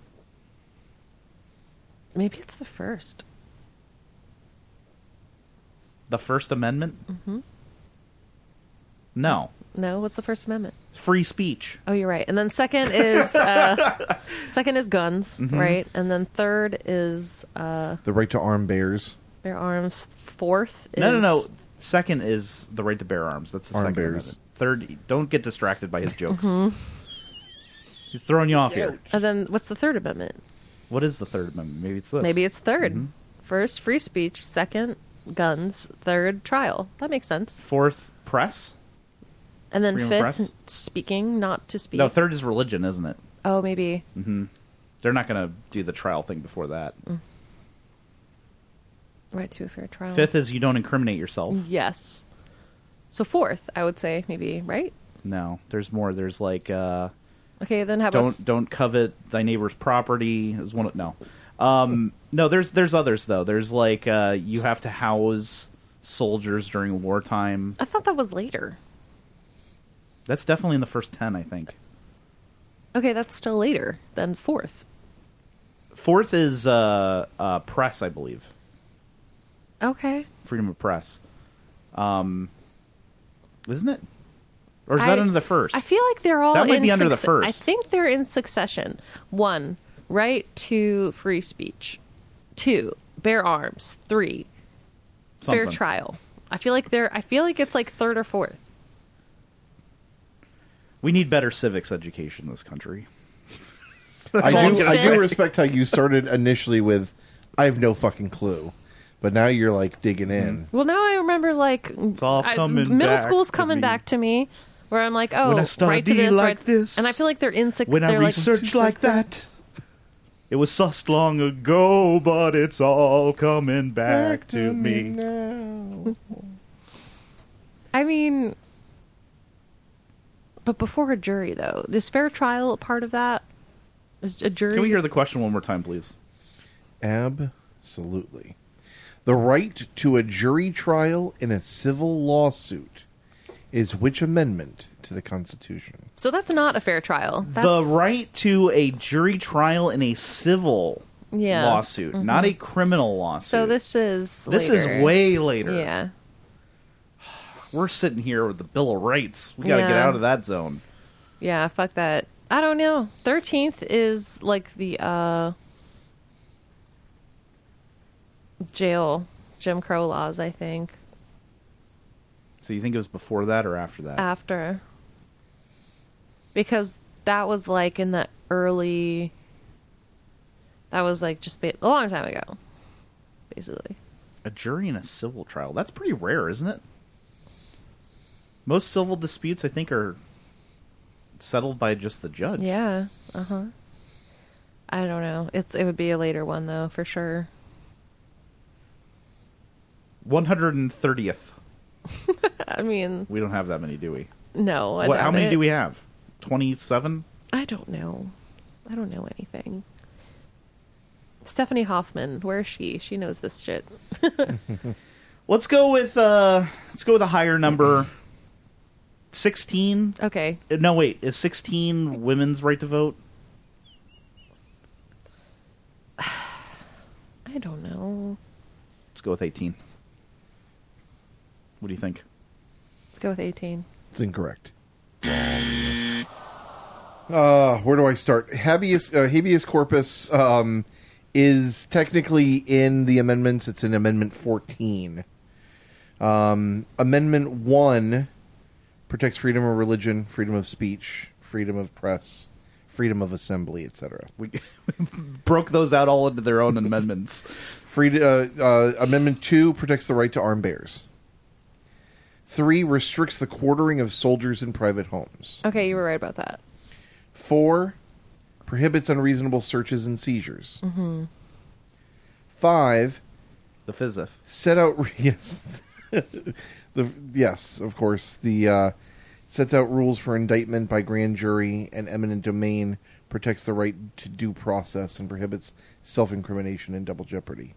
Speaker 4: Maybe it's the first.
Speaker 1: The First Amendment. Mm-hmm. No,
Speaker 4: No, what's the First Amendment?
Speaker 1: free speech.
Speaker 4: Oh, you're right. And then second is uh, second is guns,
Speaker 1: Mm-hmm.
Speaker 4: right? And then third is uh,
Speaker 2: The right to arm bears.
Speaker 4: their arms. Fourth is
Speaker 1: No, no, no. Second is the right to bear arms. That's the
Speaker 2: Arm
Speaker 1: second.
Speaker 2: bears.
Speaker 1: Amendment. Third, don't get
Speaker 4: Mm-hmm.
Speaker 1: distracted by his jokes. He's throwing you off here.
Speaker 4: And then what's the third amendment?
Speaker 1: What is the third amendment? Maybe it's this.
Speaker 4: Maybe it's 3rd
Speaker 1: Mm-hmm.
Speaker 4: First, free speech. Second, guns. Third, trial. That makes sense.
Speaker 1: fourth press.
Speaker 4: And then
Speaker 1: Freedom of
Speaker 4: fifth,
Speaker 1: press?
Speaker 4: speaking, not to speak.
Speaker 1: No, third is religion, isn't it?
Speaker 4: Oh, maybe.
Speaker 1: They're not going to do the trial thing before that.
Speaker 4: Mm-hmm. Right to a fair trial.
Speaker 1: Fifth is you don't incriminate yourself.
Speaker 4: Yes. So fourth, I would say maybe right.
Speaker 1: No, there's more. There's like uh,
Speaker 4: Okay, then have us.
Speaker 1: don't don't covet thy neighbor's property is one. of- No, um, no. There's there's others though. There's like uh, you have to house soldiers during wartime.
Speaker 4: I thought that was later.
Speaker 1: That's definitely in the first ten, I think.
Speaker 4: Okay, that's still later than fourth.
Speaker 1: Fourth is uh, uh, press, I believe.
Speaker 4: Okay.
Speaker 1: Freedom of press. Um, isn't it? Or is that
Speaker 4: I-
Speaker 1: under the first?
Speaker 4: I feel like they're all
Speaker 1: That might
Speaker 4: in
Speaker 1: be under the
Speaker 4: succe- I
Speaker 1: first.
Speaker 4: think they're in succession. One, right to free speech. Two, bear arms. Three, fair
Speaker 1: Something.
Speaker 4: trial. I feel like they're. I feel like it's like third or fourth.
Speaker 1: We need better civics education in this country. all
Speaker 2: I
Speaker 1: I'm
Speaker 2: do,
Speaker 1: gonna
Speaker 2: I
Speaker 1: say.
Speaker 2: do respect how you started initially with, I have no fucking clue. But now you're like digging in.
Speaker 4: Well, now I remember like it's
Speaker 1: all coming
Speaker 4: middle
Speaker 1: back
Speaker 4: school's
Speaker 1: to
Speaker 4: coming
Speaker 1: me.
Speaker 4: back to me, where I'm like, oh,
Speaker 1: When I
Speaker 4: right to
Speaker 1: study
Speaker 4: this,
Speaker 1: like
Speaker 4: right,
Speaker 1: this,
Speaker 4: and I feel like they're insecure.
Speaker 1: when I
Speaker 4: they're like,
Speaker 1: research like that. It was sussed long ago, but it's all coming back, to me.
Speaker 4: I mean, but before a jury though, is fair trial a part of that? Is a jury?
Speaker 1: Can we hear the question one more time, please?
Speaker 2: Absolutely. The right to a jury trial in a civil lawsuit is which amendment to the Constitution?
Speaker 4: so that's not a fair trial. That's,
Speaker 1: The right to a jury trial in a civil
Speaker 4: Yeah. Mm-hmm.
Speaker 1: lawsuit, not a criminal lawsuit.
Speaker 4: So this is
Speaker 1: this
Speaker 4: later.
Speaker 1: is way later.
Speaker 4: yeah.
Speaker 1: We're sitting here with the Bill of Rights. We got to get
Speaker 4: Yeah.
Speaker 1: out of that zone.
Speaker 4: Yeah, fuck that. I don't know. Thirteenth is like the uh jail Jim Crow laws, I think.
Speaker 1: So you think it was before that or after
Speaker 4: Uh,
Speaker 1: that?
Speaker 4: After because that was like in the early that was like just ba- a long time ago, basically.
Speaker 1: a jury in a civil trial. That's pretty rare, isn't it? Most civil disputes, I think, are settled by just the judge.
Speaker 4: Yeah. Uh huh. I don't know. It's it would be a later one though for sure.
Speaker 1: 130th.
Speaker 4: I mean,
Speaker 1: We don't have that many, do we?
Speaker 4: no. I
Speaker 1: What, how
Speaker 4: doubt
Speaker 1: many
Speaker 4: it.
Speaker 1: do we have? 27?
Speaker 4: I don't know. I don't know anything. Stephanie Hoffman, where is she? She knows this shit.
Speaker 1: Let's go with uh let's go with a higher number. 16?
Speaker 4: Okay.
Speaker 1: Uh, No, wait. Is 16 women's right to vote?
Speaker 4: I don't know.
Speaker 1: Let's go with 18. What do you think?
Speaker 4: Let's go with 18.
Speaker 2: It's incorrect. Uh, where do I start? Habeas, uh, habeas corpus um, is technically in the amendments. It's in Amendment 14. Um, amendment 1 protects freedom of religion, freedom of speech, freedom of press, freedom of assembly, etc.
Speaker 1: We broke those out all into their own amendments.
Speaker 2: Free, uh, uh, Amendment 2 protects the right to arm bears. 3 restricts the quartering of soldiers in private homes.
Speaker 4: Okay, you were right about that.
Speaker 2: Four, prohibits unreasonable searches and seizures. Five,
Speaker 1: The fizzeth.
Speaker 2: set out yes, the yes, of course the uh, sets out rules for indictment by grand jury and eminent domain, protects the right to due process, and prohibits self-incrimination and double jeopardy.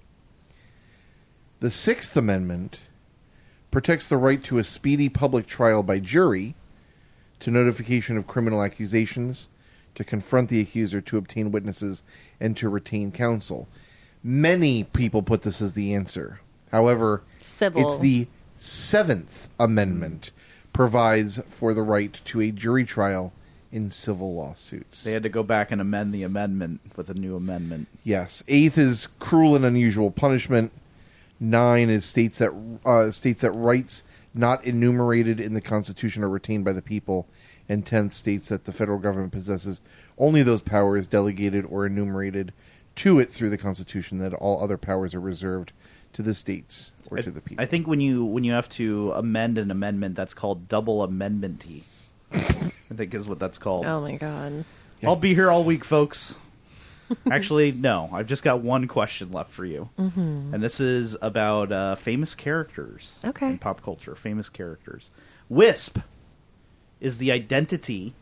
Speaker 2: The Sixth Amendment protects the right to a speedy public trial by jury, to notification of criminal accusations, to confront the accuser, to obtain witnesses, and to retain counsel. Many people put this as the answer. However,
Speaker 4: Civil.
Speaker 2: it's the Seventh Amendment provides for the right to a jury trial in civil lawsuits.
Speaker 1: They had to go back and amend the amendment with a new amendment.
Speaker 2: Yes. Eighth is cruel and unusual punishment. Nine is states that uh, states that rights not enumerated in the Constitution are retained by the people, and tenth states that the federal government possesses only those powers delegated or enumerated to it through the Constitution that all other powers are reserved to the states or to the people.
Speaker 1: I think when you when you have to amend an amendment, that's called double amendmenty. I think is what that's called.
Speaker 4: Oh my god.
Speaker 1: I'll be here all week, folks. Actually, no. I've just got one question left for you, mm-hmm. and this is about uh, famous characters.
Speaker 4: Okay.
Speaker 1: In pop culture, famous characters. Wisp is the identity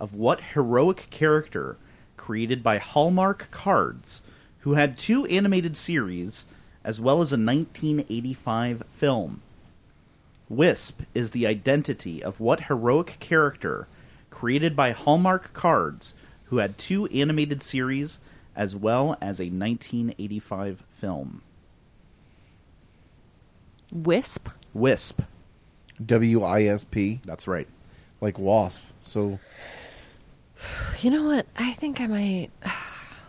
Speaker 1: of what heroic character created by Hallmark Cards, who had two animated series as well as a 1985 film. Wisp is the identity of what heroic character created by Hallmark Cards, who had two animated series as well as a 1985 film.
Speaker 4: Wisp.
Speaker 1: Wisp.
Speaker 2: W I S P,
Speaker 1: That's right.
Speaker 2: like WASP. So
Speaker 4: You know what? I think I might.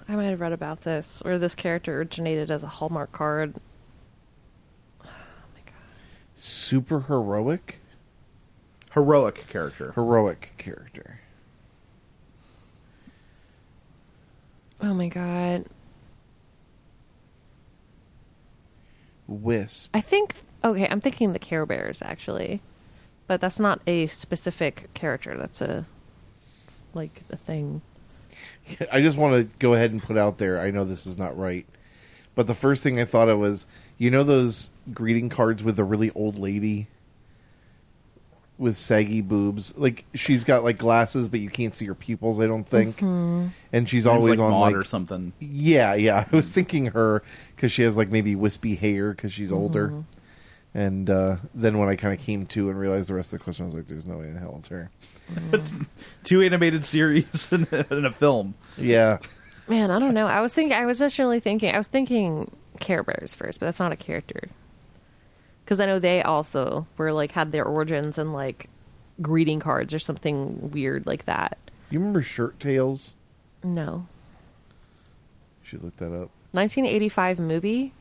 Speaker 4: I might have read about this, where this character originated as a Hallmark card. Oh
Speaker 2: super heroic,
Speaker 1: Heroic character.
Speaker 2: heroic character.
Speaker 4: Oh my god!
Speaker 2: Wisp.
Speaker 4: I think okay. I'm thinking the Care Bears actually, but that's not a specific character. That's a like a thing.
Speaker 2: I just want to go ahead and put out there. I know this is not right, but the first thing I thought of was, you know, those greeting cards with the really old lady with saggy boobs. Like she's got like glasses, but you can't see her pupils. I don't think, and
Speaker 1: Name's
Speaker 2: she's always
Speaker 1: like
Speaker 2: on
Speaker 1: Maud
Speaker 2: like
Speaker 1: or something.
Speaker 2: Yeah, yeah. I was thinking her because she has like maybe wispy hair because she's older. And uh, then when I kind of came to and realized the rest of the question, I was like, "There's no way in hell it's her."
Speaker 1: Two animated series and and a film.
Speaker 2: Yeah,
Speaker 4: Man, I don't know. I was thinking. I was just really thinking. I was thinking Care Bears first, but that's not a character. Because I know they also were like had their origins in like greeting cards or something weird like that.
Speaker 2: you remember Shirt Tails?
Speaker 4: No,
Speaker 2: You should look that up.
Speaker 4: 1985 movie.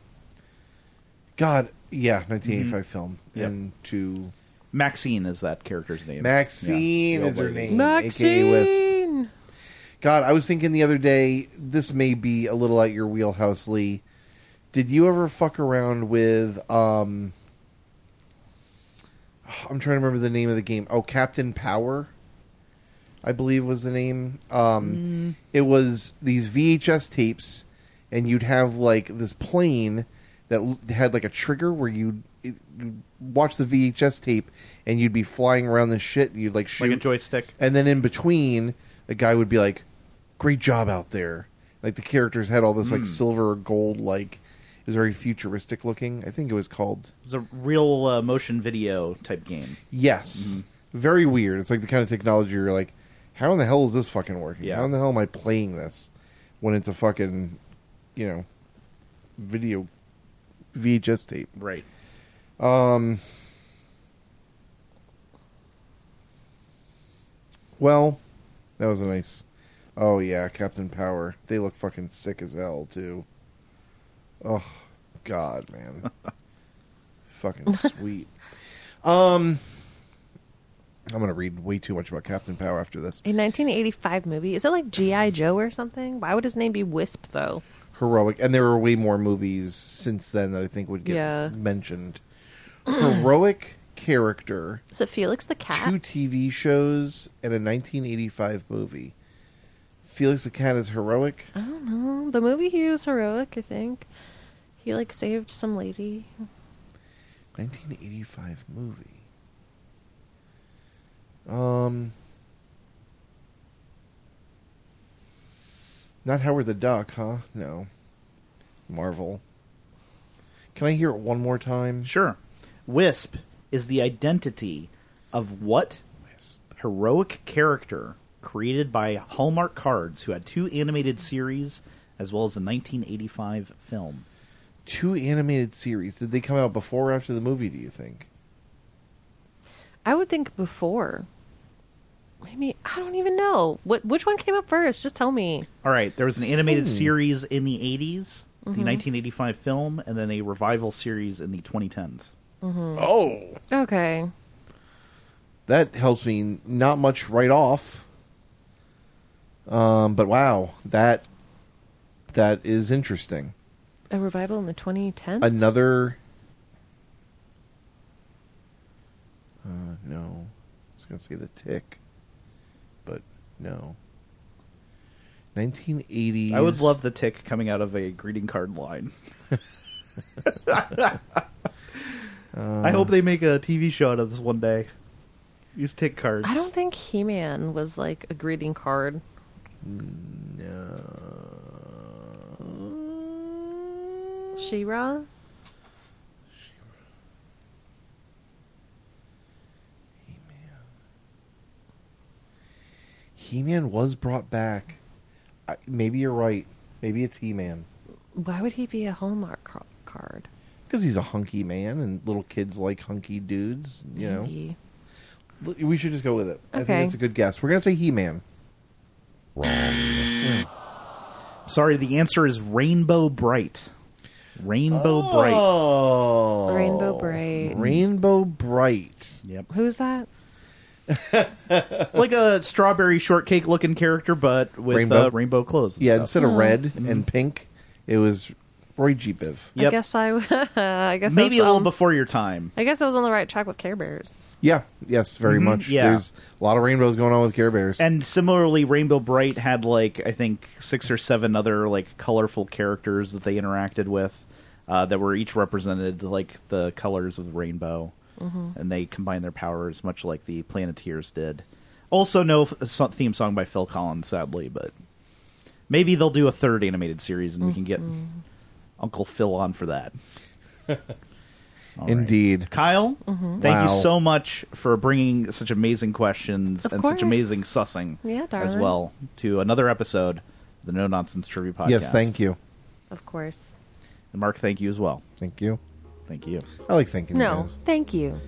Speaker 2: God, yeah, 1985 film.
Speaker 1: Yep.
Speaker 2: And to
Speaker 1: Maxine is that character's name.
Speaker 2: Maxine
Speaker 1: Yeah, the old
Speaker 2: is her
Speaker 1: lady.
Speaker 2: name, aka Wisp. God, I was thinking the other day. This may be a little at your wheelhouse, Lee. Did you ever fuck around with? um I'm trying to remember the name of the game. Oh, Captain Power, I believe was the name. Um, It was these VHS tapes, and you'd have like this plane that l- had like a trigger where you'd, it- you'd watch the VHS tape, and you'd be flying around this shit. And you'd like shoot
Speaker 1: Like a joystick.
Speaker 2: and then in between, the guy would be like, "Great job out there!" Like the characters had all this like silver or gold, like it was very futuristic looking. I think it was called
Speaker 1: It's a real uh, motion video type game.
Speaker 2: Yes, very weird. It's like the kind of technology you're like, "How in the hell is this fucking working?
Speaker 1: Yeah.
Speaker 2: How in the hell am I playing this when it's a fucking, you know, video VHS tape?"
Speaker 1: Right.
Speaker 2: Well, that was a nice. Oh yeah, Captain Power. They look fucking sick as hell too. Oh God, man, fucking sweet. Um, I'm gonna read way too much about Captain Power after this.
Speaker 4: A 1985 movie. Is it like GI Joe or something? Why would his name be Wisp though?
Speaker 2: Heroic, and there were way more movies since then that I think would get
Speaker 4: Yeah.
Speaker 2: mentioned. Heroic character,
Speaker 4: Is it Felix the
Speaker 2: two
Speaker 4: Cat?
Speaker 2: TV shows, and a 1985 movie. Felix the Cat is heroic.
Speaker 4: I don't know. The movie he was heroic. I think he like saved some lady.
Speaker 2: 1985 movie. Um, not Howard the Duck, huh? No, Marvel. Can I hear it one more time?
Speaker 1: Sure. Wisp is the identity of what heroic character created by Hallmark Cards, who had two animated series as well as a 1985 film.
Speaker 2: Two animated series. Did they come out before or after the movie? Do you think?
Speaker 4: I would think before. Maybe I don't even know what which one came up first. Just tell me.
Speaker 1: All right, there was an animated series in the 80s,
Speaker 4: Mm-hmm.
Speaker 1: the 1985 film, and then a revival series in the 2010s.
Speaker 2: Oh,
Speaker 4: Okay.
Speaker 2: that helps me not much right off. Um, but wow, that up that is interesting.
Speaker 4: A revival in the 2010s?
Speaker 2: Another. Uh, no, I was gonna say the tick, but no. Nineteen eighty.
Speaker 1: I would love the tick coming out of a greeting card line. I hope they make a TV show out of this one day. Use tick cards.
Speaker 4: I don't think He Man was like a greeting card. No. She Ra?
Speaker 2: He Man was brought back. I, maybe you're right. Maybe it's He Man
Speaker 4: Why would he be a Hallmark car- card?
Speaker 2: because he's a hunky man, and little kids like hunky dudes. You know.
Speaker 4: Maybe.
Speaker 2: L- We should just go with it. I think
Speaker 4: Okay.
Speaker 2: that's a good guess. We're gonna say He Man.
Speaker 1: Sorry, the answer is Rainbow Bright. Rainbow Bright.
Speaker 2: Oh,
Speaker 4: Rainbow Bright.
Speaker 2: Rainbow Bright.
Speaker 1: Yep.
Speaker 4: Who's that?
Speaker 1: Like a strawberry shortcake looking character, but with
Speaker 2: Rainbow.
Speaker 1: rainbow, uh, rainbow clothes. and
Speaker 2: Yeah,
Speaker 1: stuff.
Speaker 2: instead of red
Speaker 1: Mm-hmm.
Speaker 2: and pink, it was Roy G. Biv.
Speaker 4: I
Speaker 1: Yep.
Speaker 4: guess I. I guess
Speaker 1: Maybe a
Speaker 4: I was,
Speaker 1: little
Speaker 4: um,
Speaker 1: before your time.
Speaker 4: I guess I was on the right track with Care Bears.
Speaker 2: Yeah, yes, very much.
Speaker 1: Mm-hmm. yeah.
Speaker 2: There's a lot of rainbows going on with Care Bears.
Speaker 1: And similarly, Rainbow Bright had like I think six or seven other like colorful characters that they interacted with, uh, that were each represented like the colors of the rainbow, and they combined their powers much like the Planeteers did. Also, no f- so- theme song by Phil Collins, sadly, but maybe they'll do a third animated series, and we can get Uncle Phil on for that. All right.
Speaker 2: Indeed.
Speaker 1: Kyle,
Speaker 4: Mm-hmm.
Speaker 1: thank
Speaker 2: Wow.
Speaker 1: you so much for bringing such amazing questions
Speaker 4: Of
Speaker 1: and
Speaker 4: course.
Speaker 1: such amazing sussing
Speaker 4: Yeah,
Speaker 1: as
Speaker 4: darling.
Speaker 1: well to another episode of the No Nonsense Trivia Podcast.
Speaker 2: Yes, thank you.
Speaker 4: Of course.
Speaker 1: And Mark, thank you as well.
Speaker 2: Thank you.
Speaker 1: Thank you.
Speaker 2: I like thanking you
Speaker 4: No,
Speaker 2: guys.
Speaker 4: thank you.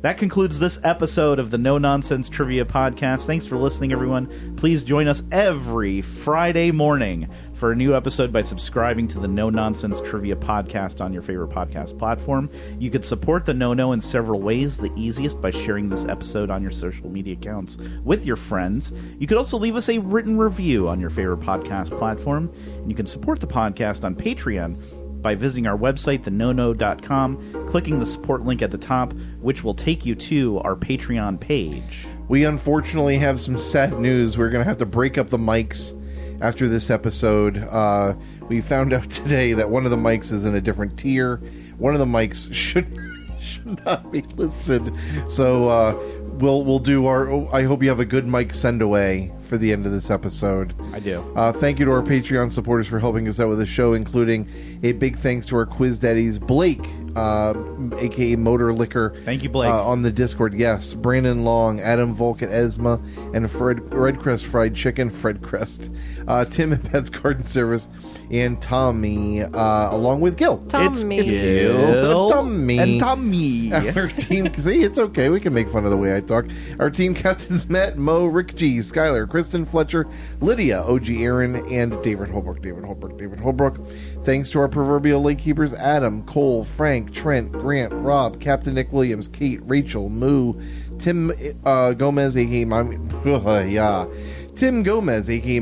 Speaker 1: That concludes this episode of the No Nonsense Trivia Podcast. Thanks for listening, everyone. Please join us every Friday morning for a new episode by subscribing to the No Nonsense Trivia Podcast on your favorite podcast platform. You could support the No No in several ways, the easiest by sharing this episode on your social media accounts with your friends. You could also leave us a written review on your favorite podcast platform, and you can support the podcast on Patreon by visiting our website, thenono.com, clicking the support link at the top, which will take you to our Patreon page.
Speaker 2: We unfortunately have some sad news. We're going to have to break up the mics after this episode. Uh, we found out today that one of the mics is in a different tier. One of the mics should should not be listed. So uh, we'll we'll do our. oh, I hope you have a good mic send away for the end of this episode.
Speaker 1: I do.
Speaker 2: Uh, thank you to our Patreon supporters for helping us out with the show, including a big thanks to our quiz daddies, Blake, uh, aka Motor Liquor.
Speaker 1: Thank you, Blake.
Speaker 2: Uh, on the Discord, yes. Brandon Long, Adam Volk at Esma, and Fred Red Crest Fried Chicken, Fred Crest, uh, Tim at Pets Garden Service, and Tommy, uh, along with Gil.
Speaker 4: Tommy.
Speaker 2: Gil. Tommy.
Speaker 1: And Tommy.
Speaker 2: Our team, see, it's okay. We can make fun of the way I talk. Our team captains Matt, Mo, Rick G, Skylar, Kristen Fletcher, Lydia, OG Aaron, and David Holbrook. David Holbrook, David Holbrook. Thanks to our proverbial lakekeepers Adam, Cole, Frank, Trent, Grant, Rob, Captain Nick Williams, Kate, Rachel, Moo, Tim uh, Gomez, aka Mommy. yeah. Tim Gomez, aka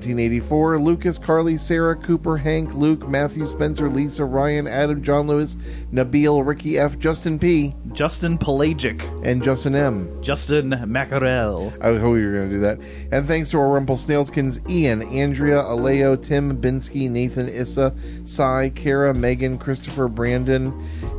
Speaker 2: Mappy1984, Lucas, Carly, Sarah, Cooper, Hank, Luke, Matthew, Spencer, Lisa, Ryan, Adam, John Lewis, Nabil, Ricky F, Justin P,
Speaker 1: Justin Pelagic.
Speaker 2: and Justin M.
Speaker 1: Justin Mackerel.
Speaker 2: I hope you were going to do that. And thanks to our Rumple Snailskins, Ian, Andrea, Aleo, Tim, Binsky, Nathan, Issa, Cy, Kara, Megan, Christopher, Brandon,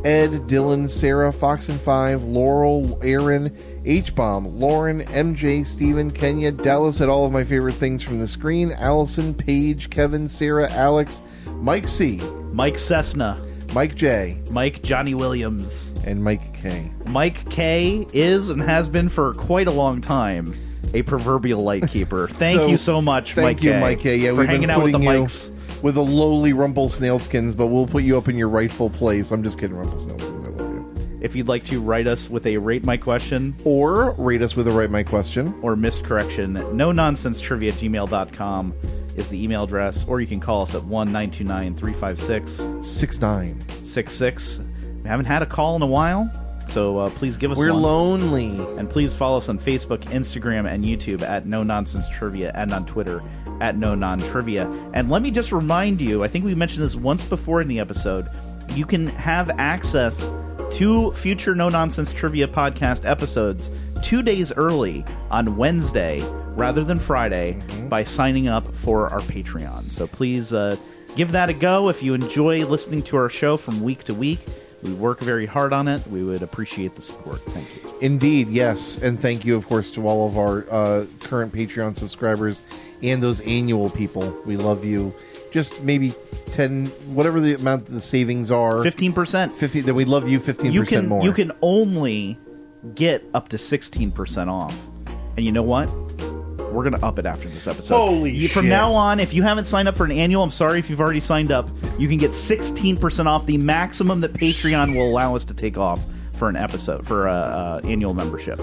Speaker 2: Ed, Dylan, Sarah, Fox and Five, Laurel, Aaron, H Bomb, Lauren, MJ, Steven, Kenya, Dallas at all of my favorite things from the screen, Allison, Paige, Kevin, Sarah, Alex, Mike C,
Speaker 1: Mike Cessna.
Speaker 2: Mike J,
Speaker 1: Mike Johnny Williams.
Speaker 2: and Mike K.
Speaker 1: Mike K is and has been for quite a long time a proverbial light keeper. Thank
Speaker 2: So,
Speaker 1: you so much,
Speaker 2: Thank
Speaker 1: Mike
Speaker 2: you,
Speaker 1: K,
Speaker 2: Mike K. Yeah,
Speaker 1: for
Speaker 2: we've
Speaker 1: hanging
Speaker 2: been
Speaker 1: out with the
Speaker 2: putting you
Speaker 1: mics.
Speaker 2: with the lowly Rumble Snailskins, but we'll put you up in your rightful place. I'm just kidding, Rumble Snailskins. I love you.
Speaker 1: If you'd like to write us with a rate my question
Speaker 2: Or rate us with a right my question.
Speaker 1: or miscorrection, no nonsense trivia at gmail.com is the email address, or you can call us at 1 356
Speaker 2: Six nine.
Speaker 1: 66. We haven't had a call in a while, so So uh, please give us
Speaker 2: We're
Speaker 1: one.
Speaker 2: lonely.
Speaker 1: And please follow us on Facebook, Instagram, and YouTube at No Nonsense Trivia and on Twitter at No Non Trivia. And let me just remind you I think we mentioned this once before in the episode. You can have access to future No Nonsense Trivia podcast episodes two days early on Wednesday rather than Friday by signing up for our Patreon. So please uh, give that a go if you enjoy listening to our show from week to week. We work very hard on it. We would appreciate the support. Thank you.
Speaker 2: Indeed, yes. And thank you, of course, to all of our uh, current Patreon subscribers and those annual people. We love you. Just maybe 10, whatever the amount the savings are.
Speaker 1: Fifteen percent.
Speaker 2: 50 then we love you 15%
Speaker 1: You can
Speaker 2: more.
Speaker 1: you can only get up to sixteen percent off. And you know what? We're gonna up it after this episode.
Speaker 2: Holy
Speaker 1: You- From
Speaker 2: shit.
Speaker 1: now on, if you haven't signed up for an annual, I'm sorry if you've already signed up. You can get sixteen percent off the maximum that Patreon will allow us to take off for an episode for a uh, annual membership.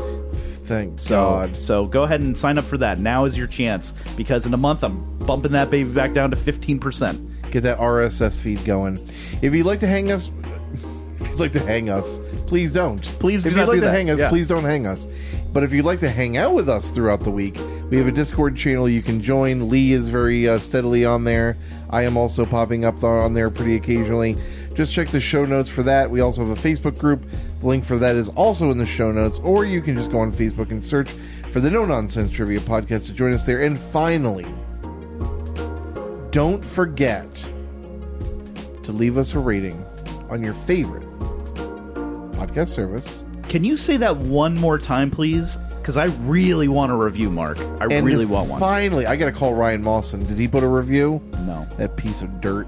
Speaker 2: Thank
Speaker 1: So
Speaker 2: God.
Speaker 1: so go ahead and sign up for that. Now is your chance because in a month I'm bumping that baby back down to fifteen percent.
Speaker 2: Get that RSS feed going. If you'd like to hang us, if you'd like to hang us, please don't.
Speaker 1: Please do
Speaker 2: If
Speaker 1: not
Speaker 2: you'd like
Speaker 1: do
Speaker 2: to
Speaker 1: that.
Speaker 2: hang us,
Speaker 1: Yeah.
Speaker 2: please don't hang us. But if you'd like to hang out with us throughout the week, we have a Discord channel you can join. Lee is very uh, steadily on there. I am also popping up on there pretty occasionally. Just check the show notes for that. We also have a Facebook group. The link for that is also in the show notes, or you can just go on Facebook and search for the No Nonsense Trivia Podcast to join us there. And finally, don't forget to leave us a rating on your favorite podcast service.
Speaker 1: Can you say that one more time, please? Because I really want a review, Mark. I really want one.
Speaker 2: Finally, I got to call Ryan Mawson. Did he put a review?
Speaker 1: No.
Speaker 2: That piece of dirt.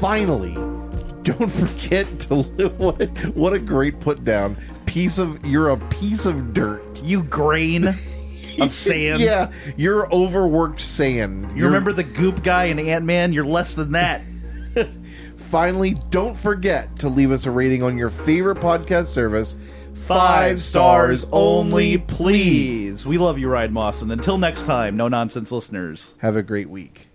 Speaker 2: Finally, don't forget to what what a great put down. Piece of you're a piece of dirt.
Speaker 1: You grain of sand.
Speaker 2: Yeah, you're overworked sand.
Speaker 1: You remember the goop guy in Ant Man? You're less than that.
Speaker 2: Finally, don't forget to leave us a rating on your favorite podcast service.
Speaker 1: We love you, Ride Moss. And until next time, no nonsense listeners.
Speaker 2: Have a great week.